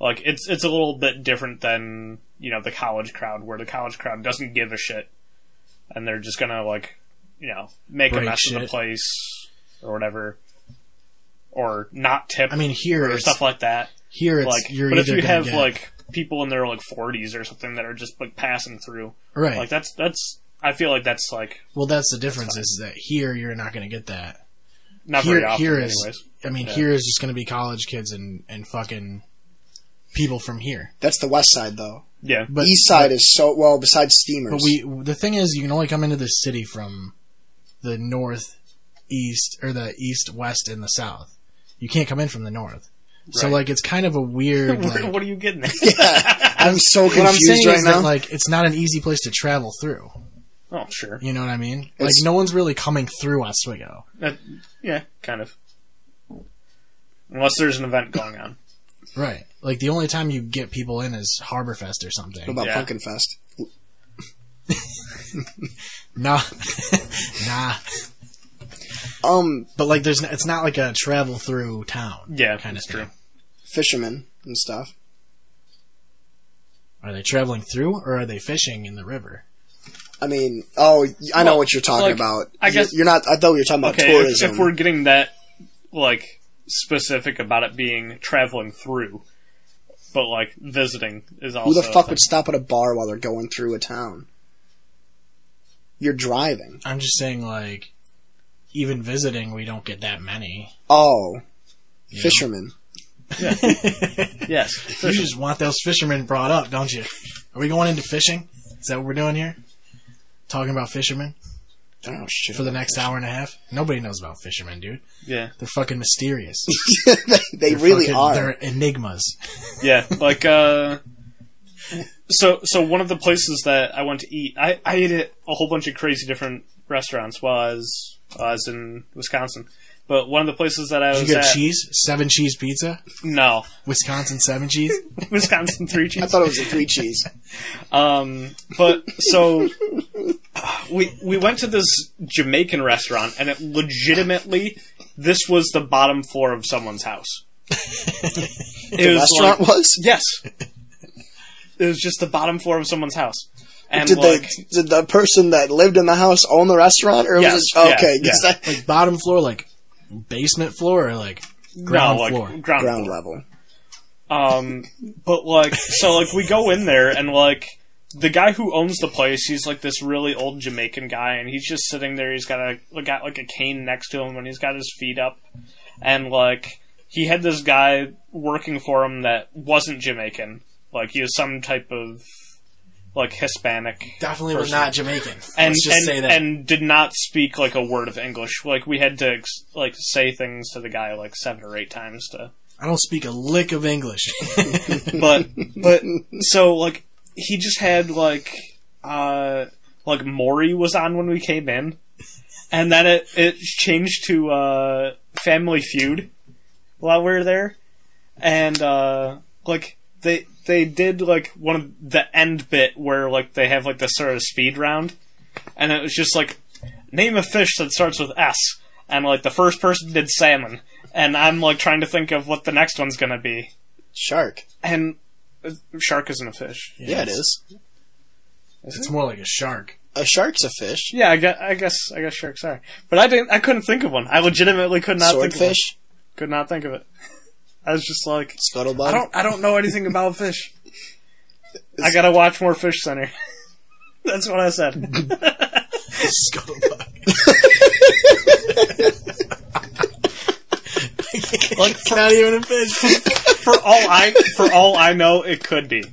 Like it's it's a little bit different than you know the college crowd where the college crowd doesn't give a shit, and they're just gonna like you know make Break a mess of the shit. place or whatever, or not tip I mean, here or it's, stuff like that here it's like you're but if either you gonna have get- like people in their like 40s or something that are just like passing through right. like that's that's i feel like that's like well, that's the difference is that here you're not going to get that. not Here, very often here anyways is I mean, Yeah. here is just going to be college kids and and fucking people from here. That's the west side, though. yeah But East side is so well. Besides steamers, but we the thing is you can only come into this city from the north east or the east west and the south. You can't come in from the north. So Right. like it's kind of a weird. What- like, what are you getting at I'm so what I'm confused saying right is now. that like it's not an easy place to travel through. oh sure You know what I mean? like It's- no one's really coming through Oswego. That- yeah kind of unless there's an event going on Right. Like the only time you get people in is Harborfest or what something. about yeah. Pumpkin Fest? Nah. nah. Um, But like there's n- it's not like a travel through town. yeah Kind of that's true thing. fishermen and stuff. Are they traveling through or are they fishing in the river? I mean, oh, I know Well, what you're talking like, about. I guess- you're, you're not. I thought you were talking about okay if, tourism. if we're getting that like specific about it being traveling through but like visiting is also Who the a fuck thing. would stop at a bar while they're going through a town? You're driving. I'm just saying like even visiting we don't get that many. Oh, fishermen. yes You just want those fishermen brought up, don't you? Are we going into fishing? Is that what we're doing here? Talking about fishermen Oh shit! for the next hour and a half? Nobody knows about fishermen, dude. yeah They're fucking mysterious. they really Fucking- are. They're enigmas. yeah, like uh so so one of the places that I went to eat, I, I ate at a whole bunch of crazy different restaurants while I was, while I was in Wisconsin. But one of the places that I Did you was get at, cheese? Seven cheese pizza? no, Wisconsin seven cheese? Wisconsin three I cheese. thought it was a three cheese. Um, but so we we went to this Jamaican restaurant, and it legitimately this was the bottom floor of someone's house. It The was restaurant like- was. yes, it was just the bottom floor of someone's house. And Did like, the did the person that lived in the house own the restaurant, or Yes, was it okay? yeah, 'cause yeah. that- Like bottom floor, like basement floor, or like ground no, like, floor. ground ground level. Um, but like, so like we go in there and like the guy who owns the place, he's like this really old Jamaican guy, and he's just sitting there. He's got a got like a cane next to him, and he's got his feet up, and like he had this guy working for him that wasn't Jamaican. Like he was some type of like Hispanic Definitely was person. not Jamaican. and Let's just and, say that. and did not speak like a word of English. Like we had to ex- like say things to the guy like seven or eight times to I don't speak a lick of English. but but so like he just had like uh like Maury was on when we came in, and then it it changed to uh Family Feud while we were there, and uh like they they did like one of the end bit where like they have like the sort of speed round, and it was just like name a fish that starts with S, and like the first person did salmon. And I'm like trying to think of what the next one's gonna be. Shark. And uh, shark isn't a fish. Yeah, it is. It's more like a shark. A shark's a fish. Yeah, I guess I guess, I guess sharks are. But I didn't. I couldn't think of one. I legitimately could not think of Swordfish. one. Could not think of it. I was just like, Scuttlebutt. I don't. I don't know anything about fish. I gotta watch more Fish Center. That's what I said. Scuttlebutt. like it's not even a fish. For all I for all I know, it could be.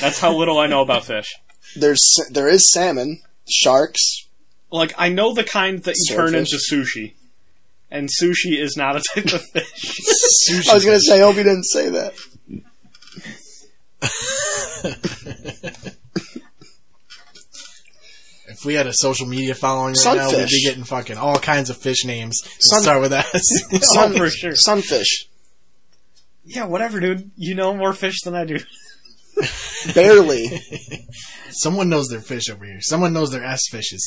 That's how little I know about fish. There's there is salmon, sharks. Like I know the kind that you turn into Swordfish. sushi, and sushi is not a type of fish. I was gonna say, I hope you didn't say that. If we had a social media following right now, we'd be Sunfish. getting fucking all kinds of fish names. Sun- Sun- start with us. Oh, for sure. Sunfish. Yeah, whatever, dude. You know more fish than I do. Barely. Someone knows their fish over here. Someone knows their S fishes.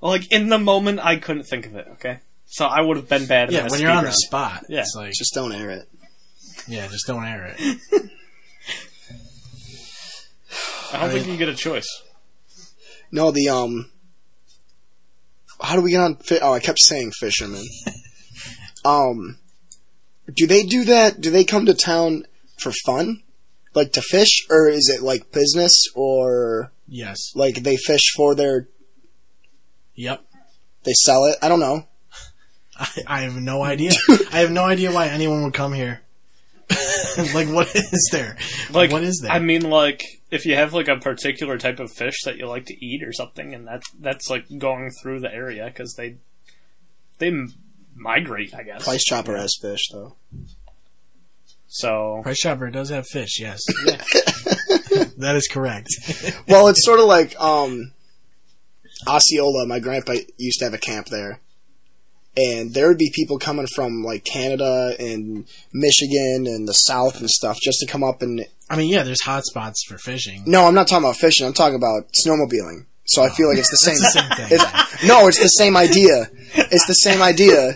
Like in the moment, I couldn't think of it. Okay, so I would have been bad. yeah, at a when you're on the speed spot, Yeah. it's like Just don't air it. yeah, just don't air it. round. I don't think you get a choice. No, the um. How do we get on? Fi- oh, I kept saying fishermen. um, do they do that? Do they come to town for fun, like to fish, or is it like business, or Yes. like they fish for their Yep. they sell it? I don't know. I, I have no idea. I have no idea why anyone would come here. like, what is there? Like what is there? I mean, like if you have like a particular type of fish that you like to eat or something, and that that's like going through the area because they they m- migrate, I guess. Price chopper has fish though. So Price Chopper does have fish. Yes. that is correct. Well, it's sort of like um, Osceola. My grandpa used to have a camp there, and there would be people coming from like Canada and Michigan and the South and stuff just to come up and. I mean, yeah, there's hot spots for fishing. No, I'm not talking about fishing. I'm talking about snowmobiling. So I feel like it's the same. It's the same thing. it's, no, it's the same idea. It's the same idea.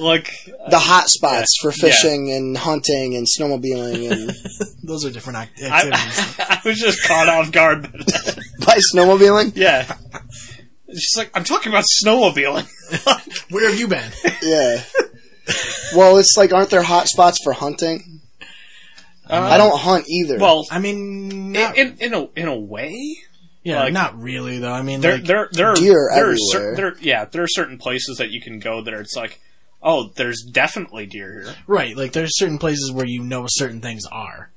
like The hot spots for Yeah. fishing and hunting and snowmobiling and Those are different act- I, activities. I was just caught off guard. by that. by snowmobiling. yeah, it's just like I'm talking about snowmobiling. Where have you been? Yeah. Well, it's like, aren't there hot spots for hunting? Uh, I don't hunt either. Well, I mean, in, not, in in a in a way, yeah, like- not really though. I mean, there, like, there, there, are- deer there are everywhere. certain, there, yeah, there are certain places that you can go that are, it's like, oh, there's definitely deer here. right? Like, there's certain places where you know certain things are,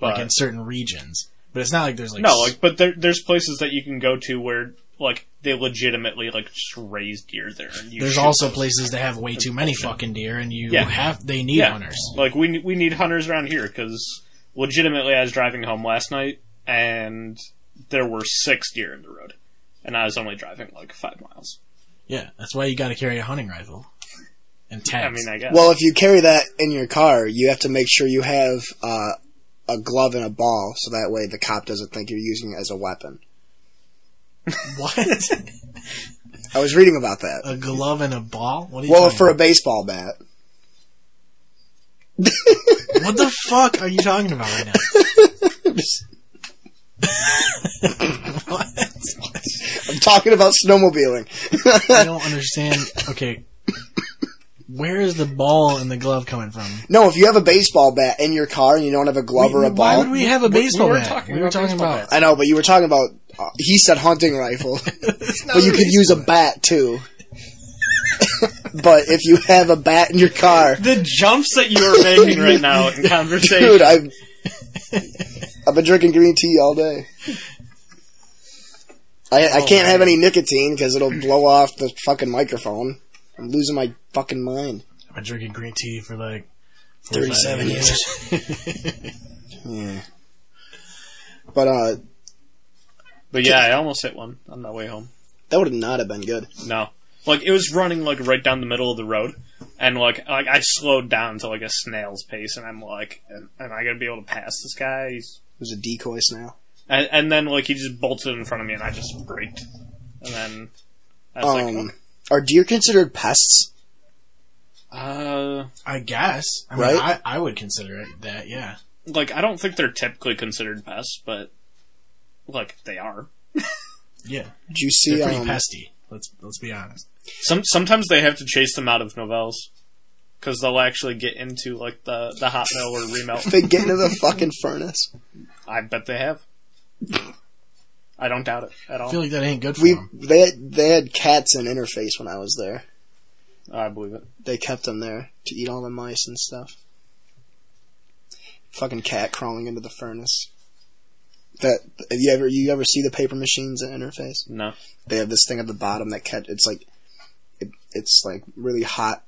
But, like in certain regions. But it's not like there's like no, like, but there, there's places that you can go to where, like, they legitimately like just raise deer there. And you There's shoot also them. places that have way too many fucking deer, and you Yeah. have they need yeah, hunters. like we ne- we need hunters around here because legitimately, I was driving home last night and there were six deer in the road, and I was only driving like five miles. Yeah, that's why you got to carry a hunting rifle and I tags. mean, I guess. Well, if you carry that in your car, you have to make sure you have uh, a glove and a ball, so that way the cop doesn't think you're using it as a weapon. what? I was reading about that. a glove and a ball? What are Uh, you? Well, talking for a about? baseball bat. What the fuck are you talking about right now? What? I'm talking about snowmobiling. I don't understand. Okay. Where is the ball and the glove coming from? No, if you have a baseball bat in your car and you don't have a glove or a Why ball, would we have a baseball we were bat? talking we were about talking baseball about. I know, but you were talking about. Uh, he said hunting rifle, but you could use a bat too. but if you have a bat in your car, The jumps that you are making right now in conversation. dude, I've I've been drinking green tea all day. I I can't have any nicotine because it'll blow off the fucking microphone. I'm losing my fucking mind. I've been drinking green tea for like 37 years. Yeah. But uh, But yeah, I almost hit one on my way home. that would not have been good. No. Like it was running like right down the middle of the road, and like like I slowed down to like a snail's pace, and I'm like, am am I gonna be able to pass this guy? He's It was a decoy snail. and, and then like he just bolted in front of me, and I just braked, and then I was Um, like, are deer considered pests? uh, I guess. I mean, Right? I, I would consider it that. Yeah. like I don't think they're typically considered pests, but like they are. Yeah. Did you They're see? pretty um, pesty. Let's let's be honest. Some sometimes they have to chase them out of novels because they'll actually get into like the the hot mill or remelt. they get into the fucking furnace. I bet they have. I don't doubt it at all. I feel like that ain't good for We them. they had, they had cats in interface when I was there. I believe it. They kept them there to eat all the mice and stuff. Fucking cat crawling into the furnace. That have you ever you ever see the paper machines in interface? No. They have this thing at the bottom that catch. It's like it, it's like really hot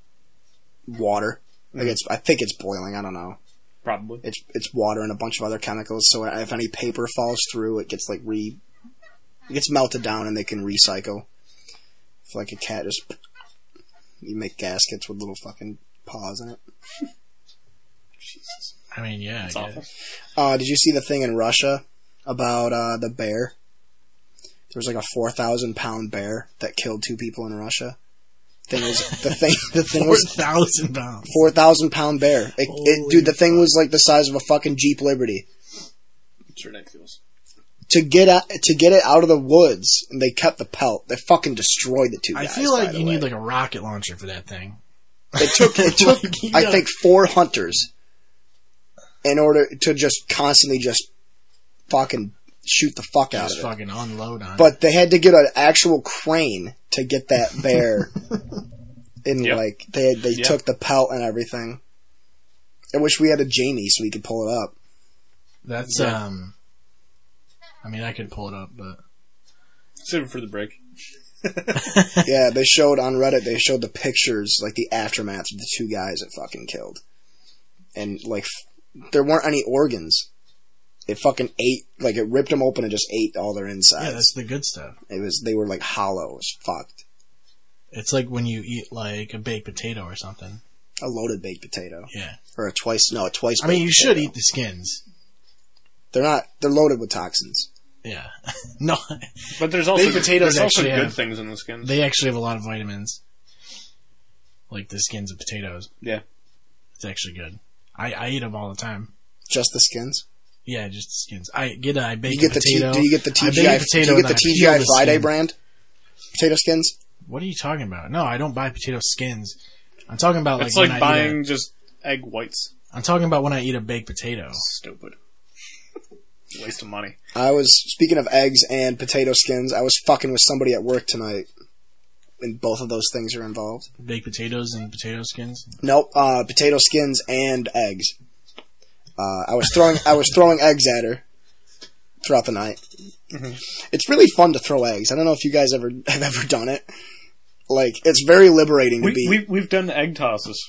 water. Like Mm. it's I think it's boiling. I don't know. Probably. it's it's water and a bunch of other chemicals. So if any paper falls through, it gets like re, it gets melted down and they can recycle. If like a cat just, you make gaskets with little fucking paws in it. I mean, yeah. It's I guess. awful. Uh, did you see the thing in Russia about uh, the bear? There was like a four thousand pound bear that killed two people in Russia. Thing was the thing the thing Four was thousand pounds. four thousand pound bear. It, it, Holy dude, the thing was like the size of a fucking Jeep Liberty. It's ridiculous. to get out, to get it out of the woods, and they kept the pelt. They fucking destroyed the two I guys. feel by like the you way. need like a rocket launcher for that thing. it took it took Like, you I gotta- think four hunters in order to just constantly just fucking shoot the fuck out of Just it. fucking unload on. it. But they had to get an actual crane to get that bear. and Yep. like they they Yep. took the pelt and everything. I wish we had a Jamie so we could pull it up. that's Yeah. um. I mean, I could pull it up, but Save it for the break. Yeah, they showed on Reddit. They showed the pictures, like the aftermath of the two guys it fucking killed, and like f- there weren't any organs. It fucking ate, like it ripped them open and just ate all their yeah, insides. that's the good stuff. it was they were like hollow as fucked. It's like when you eat like a baked potato or something. A loaded baked potato Yeah. or a twice no a twice. I mean, baked you should potato. eat the skins. They're not. They're loaded with toxins. Yeah. no, But there's also Baked potatoes there's also actually good have- things in the skin. they actually have a lot of vitamins. Like the skins of potatoes. yeah. It's actually good. I, I eat them all the time. Just the skins. Yeah, just the skins. I get a I bake You get a the T, potato. do you get the I bake a TGI? potato do you and get I the peel TGI Friday skin. brand potato skins? What are you talking about? No, I don't buy potato skins. I'm talking about like it's when like I eat buying just egg whites. A, I'm talking about when I eat a baked potato. Stupid. Waste of money. I was speaking of eggs and potato skins. I was fucking with somebody at work tonight, and both of those things are involved. Baked potatoes and potato skins. Nope, uh, potato skins and eggs. Uh, I was throwing I was throwing eggs at her throughout the night. Mm-hmm. It's really fun to throw eggs. I don't know if you guys ever have ever done it. Like it's very liberating to We, be we, we've done egg tosses.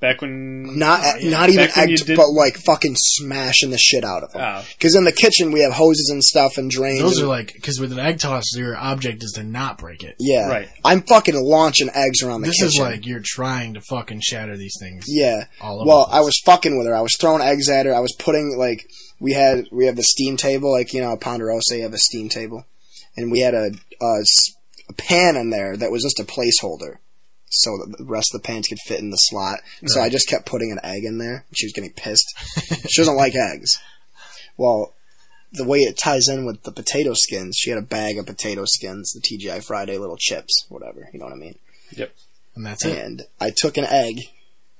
Back when. not not even oh, Back when you egg, did- but like fucking smashing the shit out of them. Ah. Because in the kitchen we have hoses and stuff and drains. Those and- are like because with an egg toss, your object is to not break it. yeah. Right. I'm fucking launching eggs around the This kitchen. is like you're trying to fucking shatter these things. Yeah. All over well, the place. I was fucking with her. I was throwing eggs at her. I was putting like we had we have the steam table, like you know, Ponderosa. You have a steam table, and we had a a, s- a pan in there that was just a placeholder. so that the rest of the pants could fit in the slot. So I just kept putting an egg in there. She was getting pissed. she doesn't like eggs. Well, the way it ties in with the potato skins, she had a bag of potato skins, the TGI Friday little chips, whatever. You know what I mean? Yep. and that's it. And I took an egg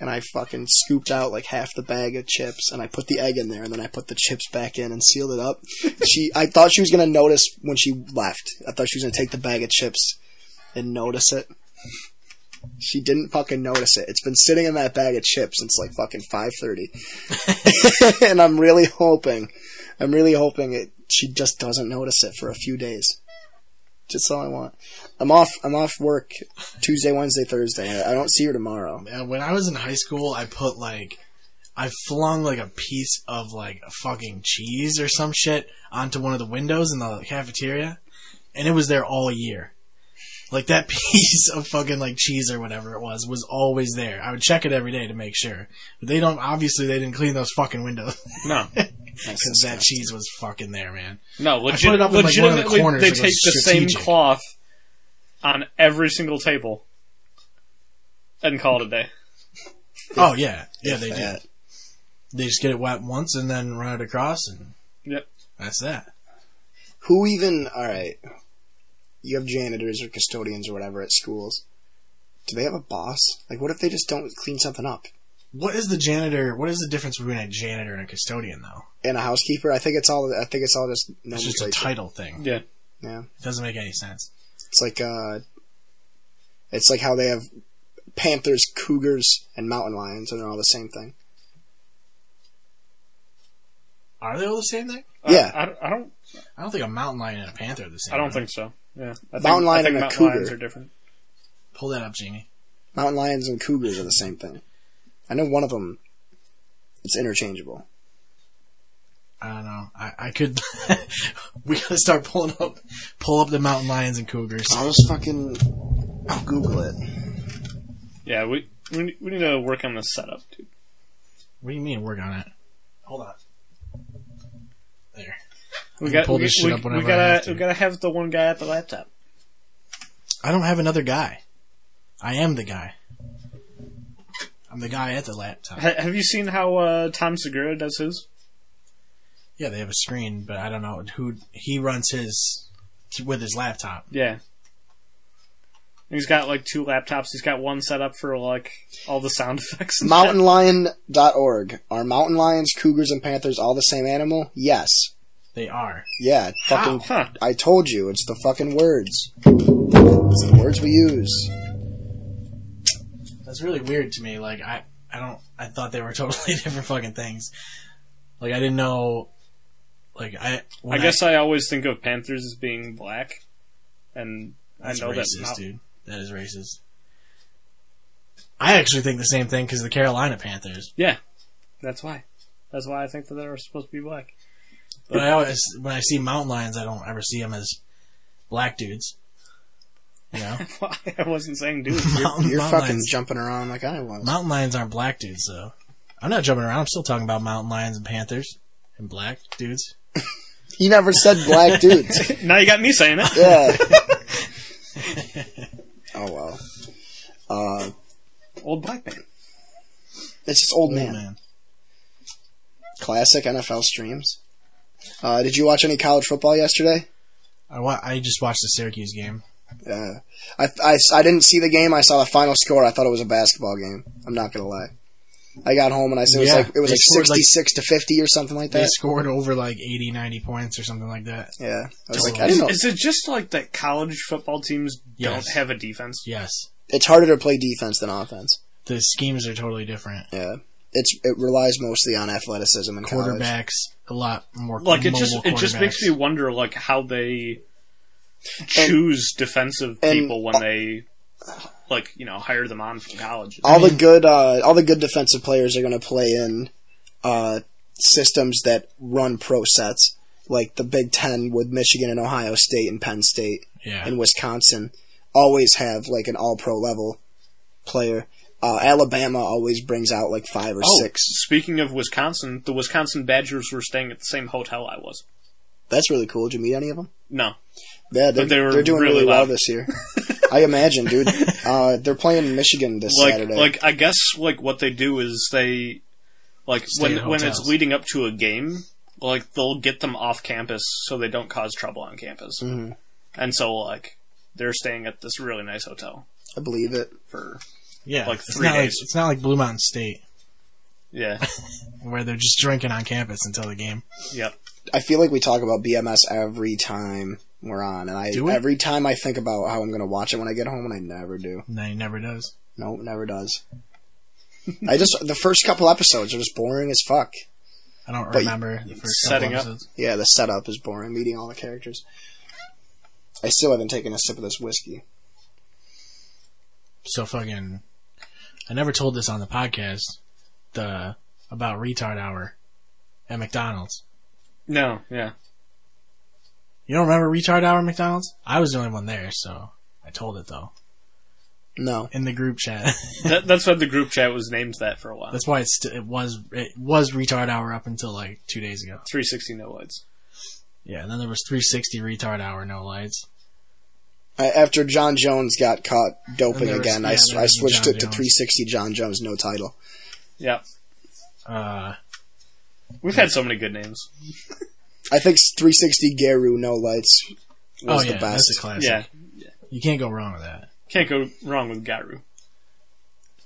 and I fucking scooped out like half the bag of chips and I put the egg in there and then I put the chips back in and sealed it up. she I thought she was gonna notice when she left. I thought she was gonna take the bag of chips and notice it. She didn't fucking notice it. It's been sitting in that bag of chips since like fucking five thirty. and I'm really hoping I'm really hoping it she just doesn't notice it for a few days. Just all I want. I'm off. I'm off work Tuesday, Wednesday, Thursday. I I don't see her tomorrow. Uh, when I was in high school, I put like I flung like a piece of like fucking cheese or some shit onto one of the windows in the cafeteria, and it was there all year. Like that piece of fucking like cheese or whatever it was was always there. I would check it every day to make sure. But they don't obviously they didn't clean those fucking windows No. because that cheese was fucking there, man. No, legit- put it up in, like, one of the legitimately, corners, they like, take the same strategic. cloth on every single table and call it a day. Oh yeah, yeah they That- did. They just get it wet once and then run it across and Yep. that's that. Who even? All right. You have janitors or custodians or whatever at schools. Do they have a boss? Like, what if they just don't clean something up? What is the janitor? What is the difference between a janitor and a custodian though? And a housekeeper. I think it's all. I think it's all just It's just a nomenclature. title thing. Yeah. yeah. It doesn't make any sense. It's like uh, it's like how they have panthers, cougars, and mountain lions, and they're all the same thing. Are they all the same thing? I- Yeah. I, don't- I don't. I don't think a mountain lion and a panther are the same. I don't right? think so. Yeah. I think, Mountain lion I think and a mountain cougar. lions are different. Pull that up, Jamie. Mountain lions and cougars are the same thing. I know one of them. It's interchangeable. I don't know. I, I could. we gotta start pulling up, pull up the mountain lions and cougars. I'll just fucking I'll Google it. Yeah, we, we we need to work on this setup, dude. What do you mean work on it? Hold on. There. We can got pull we, this shit we, up we whenever I have gotta to. we gotta have the one guy at the laptop. I don't have another guy. I am the guy. I'm the guy at the laptop. Ha- have you seen how uh, Tom Segura does his? Yeah, they have a screen, but I don't know who he runs his with his laptop. Yeah. He's got like two laptops. He's got one set up for like all the sound effects. and shit. Mountainlion.org. Are mountain lions, cougars, and panthers all the same animal? Yes. They are. Yeah. Fucking. Huh. I told you. It's the fucking words. It's the words we use. That's really weird to me. Like I, I don't. I thought they were totally different fucking things. Like I didn't know. Like I. I when guess I always think of panthers as being black, and I that's know racist, that's not. dude. That is racist. I actually think the same thing because the Carolina Panthers. That's why. That's why I think that they're supposed to be black. But I always, when I see mountain lions, I don't ever see them as black dudes. You know, Why? I wasn't saying dude. mountain, You're mountain fucking lions. jumping around like I was. Mountain lions aren't black dudes, though. I'm not jumping around. I'm still talking about mountain lions and panthers and black dudes. He never said black dudes. now you got me saying it. Yeah. oh well. Uh, Old black man. it's just old, Oh, man. Classic NFL streams. Uh, did you watch any college football yesterday? I, wa- I just watched the Syracuse game. Uh, I, I, I didn't see the game. I saw the final score. I thought it was a basketball game. I'm not gonna lie. I got home and I said it was Yeah, like it was they like scored, like- 66 to 50 or something like they that. scored over like 80 90 points or something like that yeah, I was like, Totally. I don't know. Is it just like that college football teams Yes. don't have a defense? yes It's harder to play defense than offense. the schemes are totally different Yeah, it's it relies mostly on athleticism and College. quarterbacks a lot more Like it mobile just it just makes quarterbacks. me wonder like how they choose defensive and- uh, people when they like you know hire them on from college. All the good uh, all the good defensive players are gonna play in uh, systems that run pro sets, like the Big Ten with Michigan and Ohio State and Penn State. yeah and Wisconsin always have like an all pro level player. Uh, Alabama always brings out like five or Oh, six. Speaking of Wisconsin, the Wisconsin Badgers were staying at the same hotel I was. That's really cool. Did you meet any of them? No, Yeah, they're, they were they're doing really really well loud. this year. I imagine, dude. Uh, they're playing Michigan this like Saturday. like I guess like what they do is they like Stay when in when it's hotels. leading up to a game, like they'll get them off campus so they don't cause trouble on campus. Mm-hmm. Mhm. And so like they're staying at this really nice hotel I believe it. for Yeah, Like it's three not days. Like, it's not like Blue Mountain State yeah, where they're just drinking on campus until the game. yep. I feel like we talk about BMS every time we're on, and I Do we? every time I think about how I'm gonna watch it when I get home, and I never do. No, he never does. Nope, never does. I just the first couple episodes are just boring as fuck. I don't you- remember the first setting couple up. episodes. Yeah, the setup is boring. Meeting all the characters. I still haven't taken a sip of this whiskey. So fucking. I never told this on the podcast. The about retard hour at McDonald's. No, yeah. You don't remember retard hour at McDonald's? I was the only one there, so I told it though No, in the group chat. That, that's why the group chat was named that for a while. That's why it's st- it was it was retard hour up until like two days ago. 360 no lights. Yeah, and then there was 360 retard hour, no lights. I, after John Jones got caught doping And there was- again, I yeah, s there I I, was switched John it to Jones. 360 John Jones, no title. Yeah, Uh, we've had so many good names. I think s- 360 Garu, no lights oh was yeah, the that's a best. classic. Yeah, you can't go wrong with that. can't go wrong with Garu.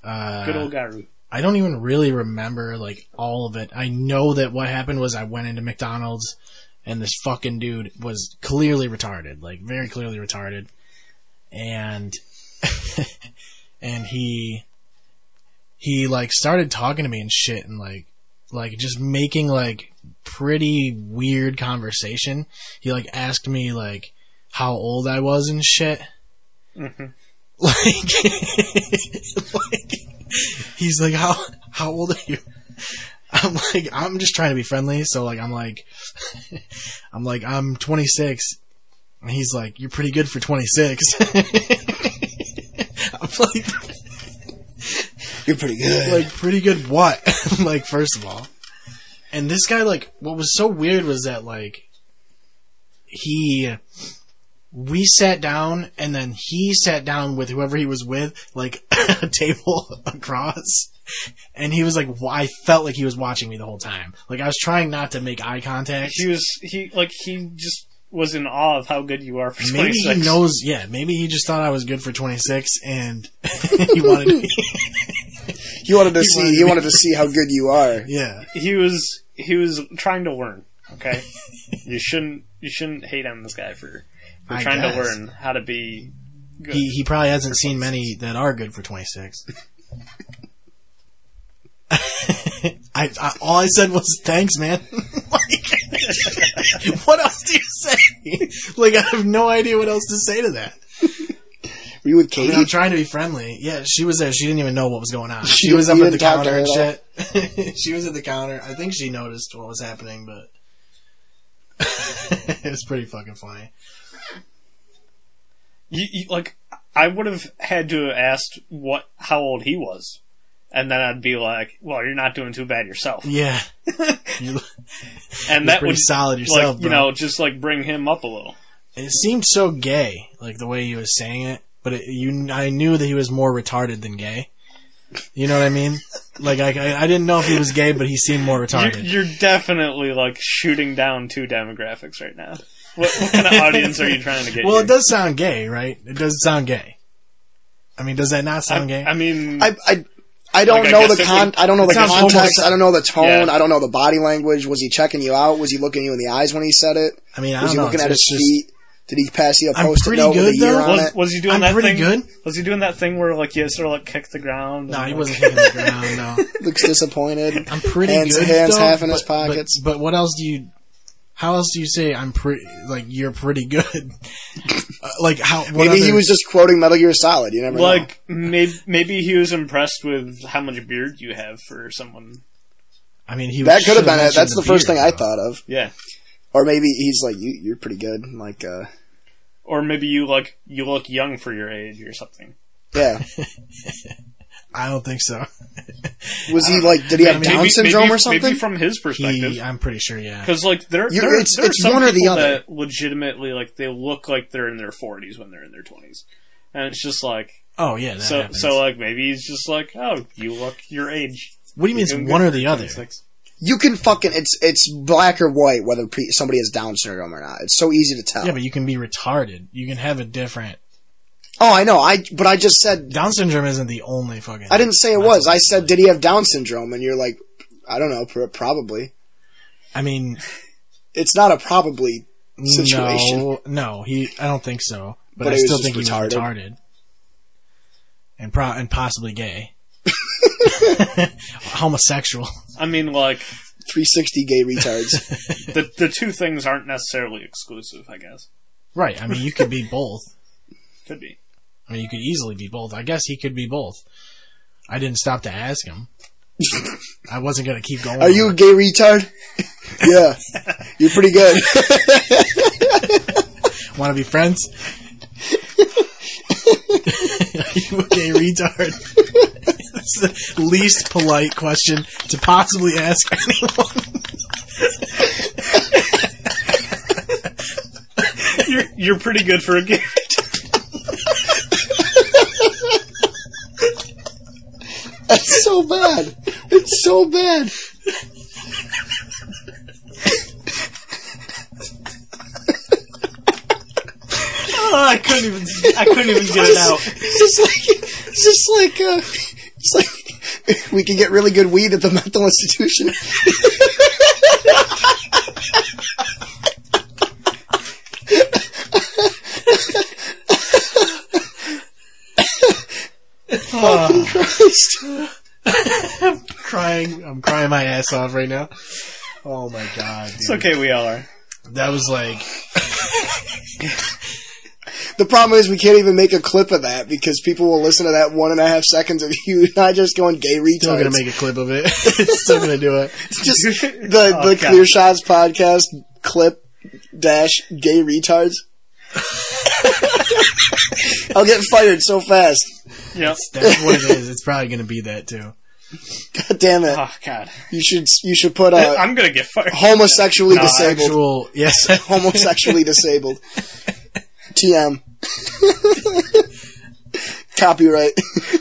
Uh, Good old Garu. I don't even really remember like all of it. I know that what happened was I went into McDonald's and this fucking dude was clearly retarded, like very clearly retarded. And and he he like started talking to me and shit and like like just making like pretty weird conversation. He like asked me like how old I was and shit. Like, like he's like, how how old are you? I'm like, I'm just trying to be friendly. So like, I'm like, I'm like, I'm 26. And he's like, you're pretty good for 26. I'm like, You're pretty good. like pretty good what? like first of all. And this guy like what was so weird was that like he we sat down and then he sat down with whoever he was with like a table across and he was like wa- I felt like he was watching me the whole time. Like I was trying not to make eye contact. He was he like he just was in awe of how good you are for Maybe 26. he knows. Yeah, maybe he just thought I was good for 26, and he wanted. To, He wanted to wanted see. to He be- wanted to see how good you are. yeah, he was he was trying to learn. Okay, you shouldn't you shouldn't hate on this guy for, for I trying guess. to learn how to be good. he he probably hasn't seen many that are good for 26. I, I all I said was thanks, man. like, what else do you say? Like I have no idea what else to say to that. Were you with I Katie? mean, I'm trying to be friendly. Yeah, she was there. She didn't even know what was going on. She, She- was up you at the didn't talk to counter and her at shit. she was at the counter. I think she noticed what was happening, but it was pretty fucking funny. You- you- like I would have had to have asked what how old he was, and then I'd be like, well, you're not doing too bad yourself, Yeah, you, and that that pretty would solid like yourself, you bro. know just like bring him up a little. it seemed so gay, like the way he was saying it. But it, you, I knew that he was more retarded than gay. You know what I mean? Like I, I, I didn't know if he was gay, but he seemed more retarded. You're, you're definitely like shooting down two demographics right now. What, what kind of audience are you trying to get? well, here? it does sound gay, right? It does sound gay. I mean, does that not I, sound gay? I mean, I, I, I don't Like, I know guess the it con. would- I don't know it the sounds context. homo- I don't know the tone. Yeah. I don't know the body language. Was he checking you out? Was he looking you in the eyes when he said it? I mean, I Was he don't know. looking It's at his just- feet? Did he pass you a I'm post-it pretty note with a good, year though. on was it? was he doing I'm that pretty thing? good. Was he doing that thing where like you sort of like kick the ground? No, and, he like- wasn't hitting the ground. No, Looks disappointed. I'm pretty hands, good. Hands though, half in his but- but- pockets. But, what else do you? How else do you say I'm pretty? Like you're pretty good. Uh, like how? What Maybe he other- was just quoting Metal Gear Solid. You never know. Like maybe maybe he was impressed with how much beard you have for someone. I mean, he That was- could have should've been it. mentioned That's the, first beard, thing I though. thought of. Yeah, Or maybe he's like, you, "You're pretty good." Like, uh, or maybe you like you look young for your age or something. yeah. I don't think so. Was he like? Did he have Maybe- Down maybe, syndrome maybe, or something? Maybe from his He, perspective, I'm pretty sure. Yeah. because like there, You- there, it's- there are it's some one or the people other. that legitimately like they look like they're in their forties when they're in their twenties, and it's just like Oh yeah, that so happens. uh, so like maybe he's just like oh you look your age. what do you mean? Doing It's one good. or the other. It's like- You can fucking it's it's black or white whether pe- somebody has Down syndrome or not. It's so easy to tell. Yeah, but you can be retarded. You can have a different. oh, I know. I but I just said Down syndrome isn't the only fucking. I didn't say it mental was. I said, disorder. did he have Down syndrome? And you're like, I don't know, pr- probably. I mean, It's not a probably, Situation. No, no, he. I don't think so. But, But I he was still just think he's retarded. retarded, and pro- and possibly gay, homosexual. I mean, like 360 gay retards. the the two things aren't necessarily exclusive. I guess Right. I mean, you could be both. could be. I mean, you could easily be both. I guess he could be both. I didn't stop to ask him. I wasn't gonna keep going. Are you a gay retard? yeah. You're pretty good. Want to be friends? Are you a gay retard? That's the least polite question to possibly ask anyone. You're you're pretty good for a game. That's so bad. It's so bad. Oh, I couldn't even I couldn't even get it out. It's just like, it's just like, uh, it's like, we can get really good weed at the mental institution. Oh, Christ. crying. I'm crying my ass off right now. Oh my god, dude. it's okay, we all are. That was like, The problem is we can't even make a clip of that because people will listen to that one and a half seconds of you not just going gay retards. still gonna make a clip of it. still gonna do it. It's just the, Oh, the God. Clear Shots podcast clip dash gay retards. I'll get fired so fast. Yep. That's what it is. It's probably gonna be that too. God damn it! Oh God, You should you should put uh, I'm gonna get fired. homosexually No, disabled. Actual, yes. homosexually disabled. TM. Copyright.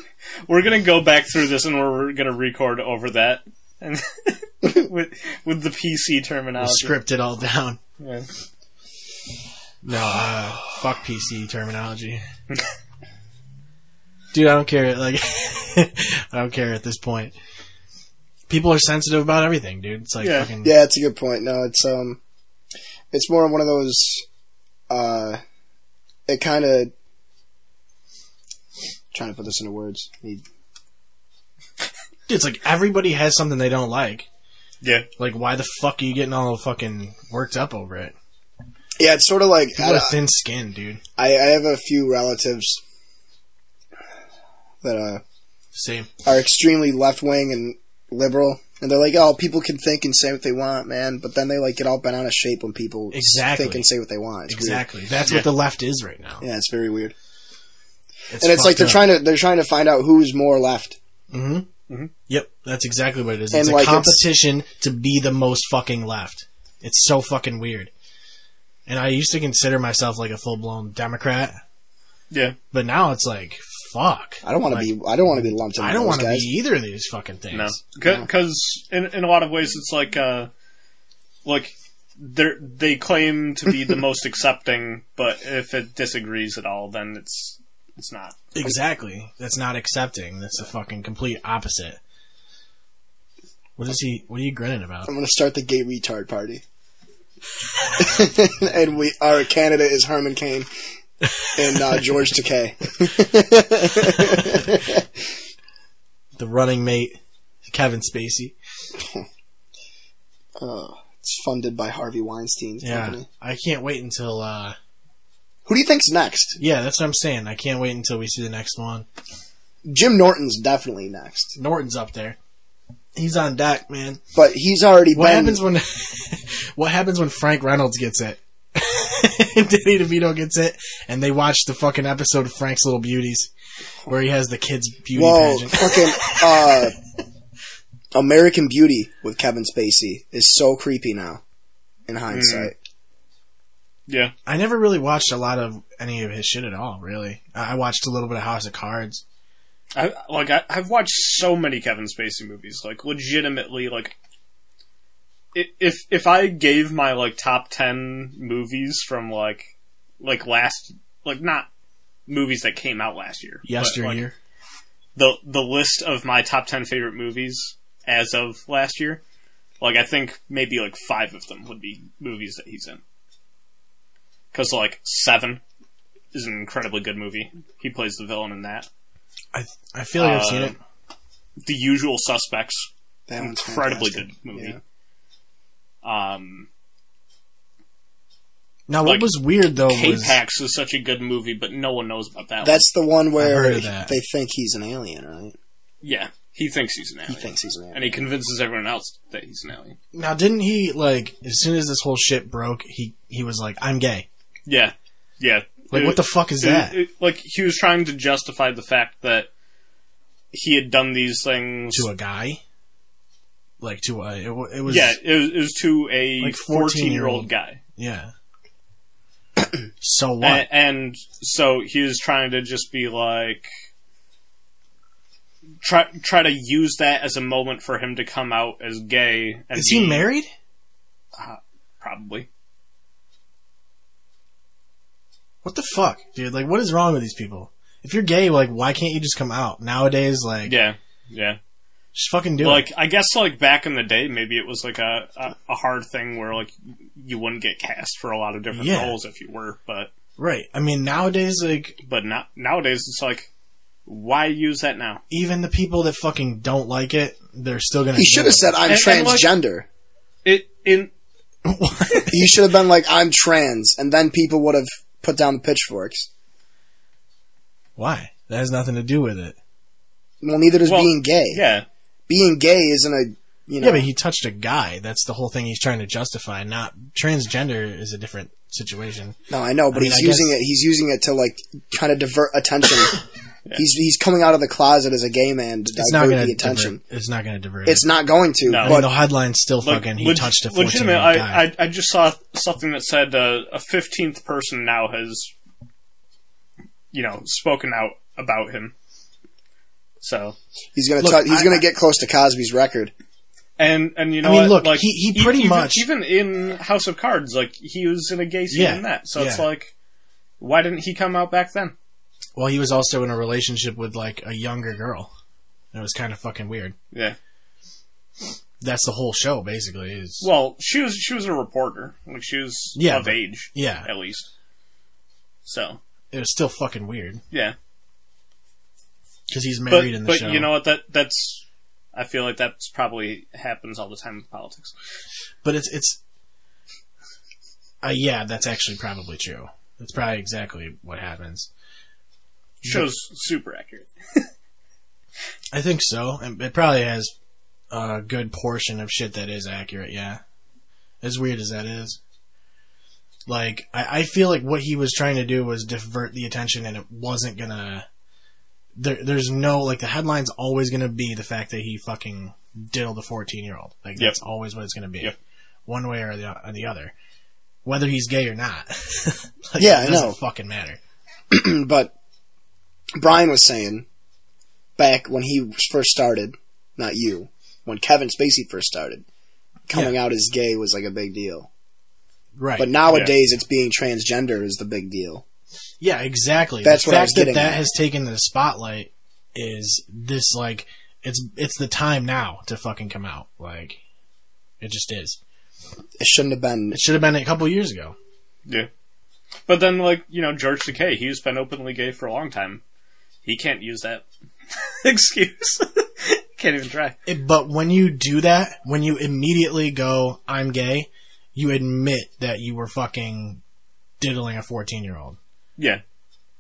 We're gonna go back through this and we're gonna record over that and with with the PC terminology. Script it all down. Yeah. No, uh, fuck PC terminology. Dude, I don't care. Like, I don't care at this point. People are sensitive about everything, dude. It's like Yeah. fucking. Yeah, it's a good point. No, it's um, it's more one of those. Uh, it kind of trying to put this into words. Need- Dude, it's like everybody has something they don't like. Yeah. Like, why the fuck are you getting all fucking worked up over it? Yeah, it's sort of like I, People are thin skinned, dude. I, I have a few relatives that uh, Same. are extremely left wing and liberal. And they're like, oh, people can think and say what they want, man. But then they like get all bent out of shape when people s- Exactly. think and say what they want. It's exactly. Exactly. That's what the left is right now. Weird. Yeah, it's very weird. and it's like fucked they're up. trying to they're trying to find out who's more left. hmm Yep, that's exactly what it is. Mm-hmm. And, It's a like, it's- competition to be the most fucking left. It's so fucking weird. And I used to consider myself like a full blown Democrat, Yeah. but now it's like, fuck. I don't want to Like, be I don't want to be lumped in. I with don't those want to guys. be either of these fucking things. No. Because in in a lot of ways it's like uh like they they claim to be the most accepting, but if it disagrees at all, then it's it's not. Exactly. That's not accepting. That's the fucking complete opposite. What is he? What are you grinning about? I'm gonna start the gay retard party. and we our candidate is Herman Cain and uh, George Takei. The running mate, Kevin Spacey. Uh, it's funded by Harvey Weinstein's Yeah, company. I can't wait until. uh Who do you think's next? Yeah, that's what I'm saying. I can't wait until we see the next one. Jim Norton's definitely next, Norton's up there. He's on deck, man. but he's already What been. happens when What happens when Frank Reynolds gets it? Danny DeVito gets it, and they watch the fucking episode of Frank's Little Beauties, where he has the kids' beauty Whoa, pageant. fucking uh, American Mm. Beauty with Kevin Spacey is so creepy now. In hindsight, Yeah. I never really watched a lot of any of his shit at all, really. I I watched a little bit of House of Cards. I like I, I've watched so many Kevin Spacey movies, like legitimately, like i- if if I gave my like top ten movies from like like last like not movies that came out last year, but, like, Yesteryear. the the list of my top ten favorite movies as of last year, like I think maybe like five of them would be movies that he's in. Because like Seven is an incredibly good movie. He plays the villain in that. I I feel like I've seen Uh, it. The Usual Suspects That one's incredibly fantastic. good movie. Yeah. Um, Now, what like, was weird though was K-Pax is such a good movie, but no one knows about that. That's the one heard where of that. they think he's an alien, right? one. yeah, he thinks he's an He alien, thinks he's an alien. and he convinces everyone else that he's an alien. now didn't he like as soon as this whole shit broke, he he was like, "I'm gay." Yeah, yeah. Like, It- what the fuck is it- that? it- like he was trying to justify the fact that he had done these things. to a guy, like to a it, wa- it was yeah, it was, it was to a Like, 14-year-old 14-year-old guy. yeah. so what? A- and so he was trying to just be like try try to use that as a moment for him to come out as gay and is he be- married? probably What the fuck, dude? Like, what is wrong with these people? If you're gay, like, why can't you just come out nowadays? Like, yeah yeah just fucking do like it. i guess like back in the day maybe it was like a, a, a hard thing where like you wouldn't get cast for a lot of different Yeah. roles if you were but Right? I mean, nowadays, like, but not nowadays it's like why use that now even the people that fucking don't like it, they're still gonna. He do should have it. said, "I'm And- and like- transgender." it in he should have been like, "I'm trans," and then people would have put down the pitchforks. why. That has nothing to do with it. Well, neither does Well, being gay. yeah Being gay isn't a you know. Yeah, but he touched a guy. That's the whole thing he's trying to justify. Not transgender is a different situation. no, I know, but I mean, he's I using guess- it. He's using it to like kind of divert attention. He's he's coming out of the closet as a gay man to It's not divert gonna the attention. divert- It's not gonna divert. It's not going to. No. I mean, But the headline's still Like, fucking. He leg- touched a fourteen legitimate. year old guy. I, I I just saw something that said uh, a fifteenth person now has, you know, spoken out about him. So he's gonna Look, tou- he's I- gonna get close to Cosby's record. and and you know, I mean, what? look, like he- he e- pretty even, much- even in House of Cards, like he was in a gay scene Yeah, in that. So it's yeah. like, why didn't he come out back then? well, he was also in a relationship with like a younger girl. It was kind of fucking weird. Yeah. That's the whole show, basically. Is Well, she was she was a reporter. Like she was Yeah, of but- age yeah, at least. So it was still fucking weird yeah. because he's but, married in the but show. you know what that that's i feel like that's probably happens all the time with politics but it's it's. Uh, yeah, that's actually probably true. That's probably exactly what happens. show's super accurate I think so. And It probably has a good portion of shit that is accurate, yeah. As weird as that is. Like, I, I feel like what he was trying to do was divert the attention and it wasn't gonna. There, there's no, like, the headline's always gonna be the fact that he fucking diddled a 14 year old. Like, that's always what it's gonna be. Yep. One way or the, or the other. Whether he's gay or not. Like, Yeah, I it doesn't know. fucking matter. but Brian was saying back when he first started, not you, when Kevin Spacey first started, coming out as gay was like a big deal. Right. But nowadays, it's being transgender is the big deal. Yeah, exactly. That's the what I fact was that getting that at. has taken the spotlight is this like it's it's the time now to fucking come out. Like it just is. It shouldn't have been. It should have been a couple years ago. yeah but then like you know george takei he's been openly gay for a long time he can't use that excuse can't even try It, but when you do that, when you immediately go, "I'm gay," you admit that you were fucking diddling a 14 year old yeah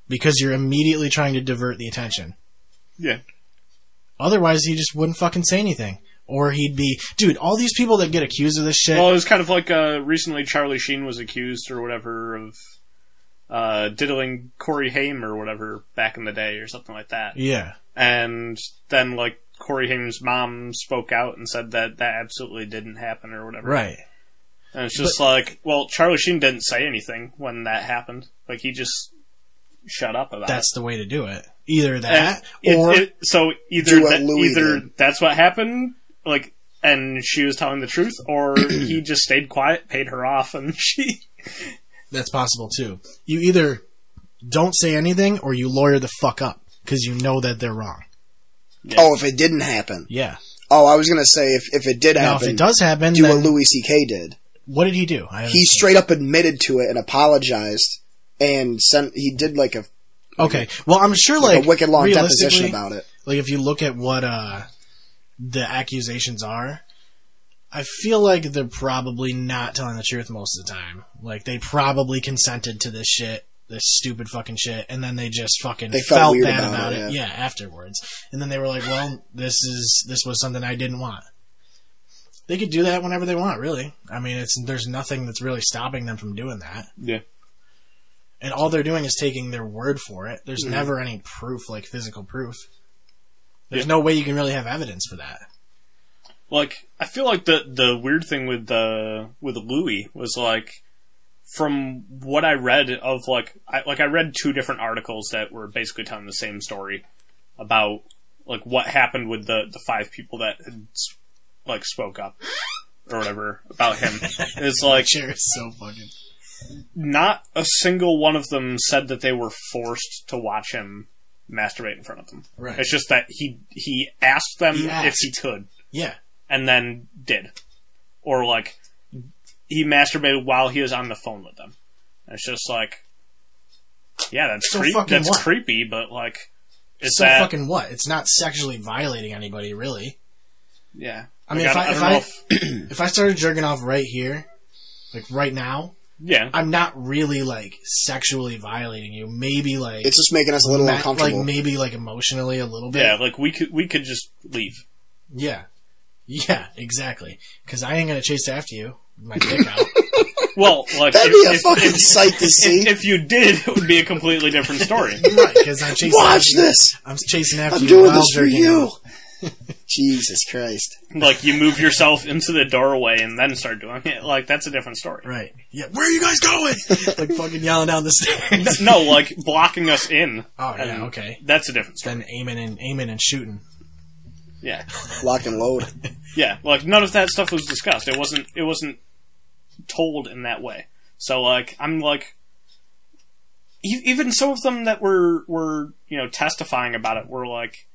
because you're immediately trying to divert the attention. yeah Otherwise, he just wouldn't fucking say anything, or he'd be, dude. All these people that get accused of this shit. well it was kind of like uh recently charlie sheen was accused or whatever of uh diddling corey haim or whatever back in the day or something like that yeah. and then like Corey Haim's mom spoke out and said that that absolutely didn't happen or whatever. Right. And it's just like, well, Charlie Sheen didn't say anything when that happened. Like he just shut up about That's the way to do it. Either it. And that it- or it- so either Do what that- Louis either did. that's what happened, like, and she was telling the truth, or he just stayed quiet, paid her off, and she. that's possible too. You either don't say anything or you lawyer the fuck up because you know that they're wrong. Oh, if it didn't happen. Yeah. Oh, I was gonna say if, if it did Now, if happen, it does happen, do what then Louis C.K. did. what did he do? I haven't He seen- straight up admitted to it and apologized, and sent. He did like a, okay. Well, I'm sure like like, a wicked long deposition realistically, about it. like if you look at what uh the accusations are i feel like they're probably not telling the truth most of the time like they probably consented to this shit this stupid fucking shit and then they just fucking They felt felt, weird bad about about, it, it, Yeah. afterwards and then they were like well this is this was something i didn't want they could do that whenever they want really i mean it's there's nothing that's really stopping them from doing that Yeah. and all they're doing is taking their word for it. There's never any proof, like physical proof. There's no way you can really have evidence for that. like I feel like the the weird thing with the with Louis was like from what I read of like I like I read two different articles that were basically telling the same story about like what happened with the the five people that had, s- like spoke up or whatever about him. And it's like Chair is so fucking. not a single one of them said that they were forced to watch him masturbate in front of them. Right. It's just that he he asked them He if he asked. could Yeah. and then did, or like he masturbated while he was on the phone with them. And it's just like, yeah, that's So creep- fucking that's what? creepy, but like, is so that fucking what? It's not sexually violating anybody, really. yeah? I mean, Like, if I, don't if know I, if I started jerking off right here, like right now, yeah, I'm not really like sexually violating you. Maybe like It's just making us a little ma- uncomfortable. like maybe like emotionally a little bit. yeah, like we could we could just leave. Yeah. Yeah. Exactly. Because I ain't gonna chase after you. with My dick out. Well, like That'd if, be a if- fucking if- sight to see. if you did, it would be a completely different story. Right, because I'm chasing. Watch after you. this. I'm chasing after I'm you. doing while this for jerking you. off. Jesus Christ! like you move yourself into the doorway and then start doing it. Like that's a different story. Right. Yeah. Where are you guys going? like fucking yelling down the stairs. No, like blocking us in. Oh yeah. And Okay. That's a different story. Then aiming and aiming and shooting. Yeah. Lock and load. Yeah, like none of that stuff was discussed. It wasn't it wasn't told in that way. So like I'm like e- even some of them that were were you know testifying about it were like,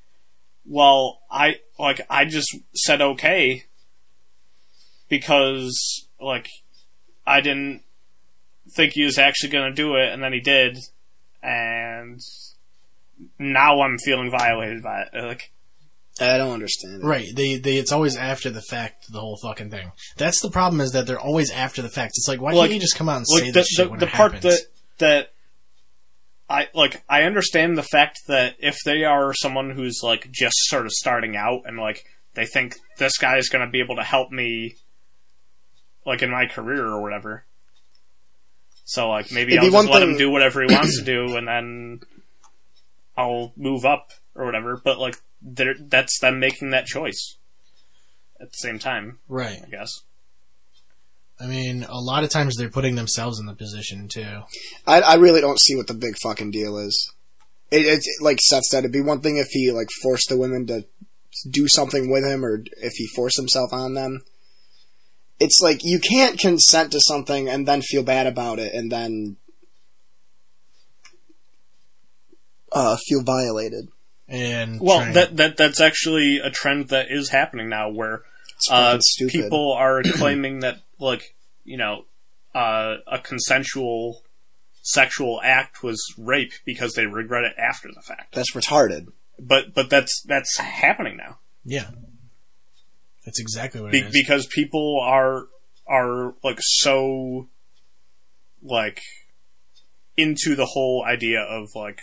well I like I just said okay because like I didn't think he was actually going to do it and then he did and now I'm feeling violated by it. Like I don't understand. It. Right. They they. It's always after the fact. The whole fucking thing. That's the problem. Is that they're always after the fact. It's like why Like- can't you just come out and say like the, this the, shit when the it part happens? that that I like I understand the fact that if they are someone who's like just sort of starting out and like they think this guy is going to be able to help me like in my career or whatever. So like maybe It'd be I'll one just let thing- him do whatever he wants to do and then I'll move up or whatever, but like they're- that's them making that choice at the same time, Right. I guess. I mean, a lot of times they're putting themselves in the position too. I, I really don't see what the big fucking deal is. It, it, like Seth said, it'd be one thing if he like forced the women to do something with him, or if he forced himself on them. It's like you can't consent to something and then feel bad about it, and then uh, feel violated. And Well, trying- that that that's actually a trend that is happening now, where It's uh, fucking stupid. people are claiming that, like, you know, uh, a consensual sexual act was rape because they regret it after the fact. That's retarded. But but that's that's happening now yeah. That's exactly what Be- it is. because people are are like so like into the whole idea of like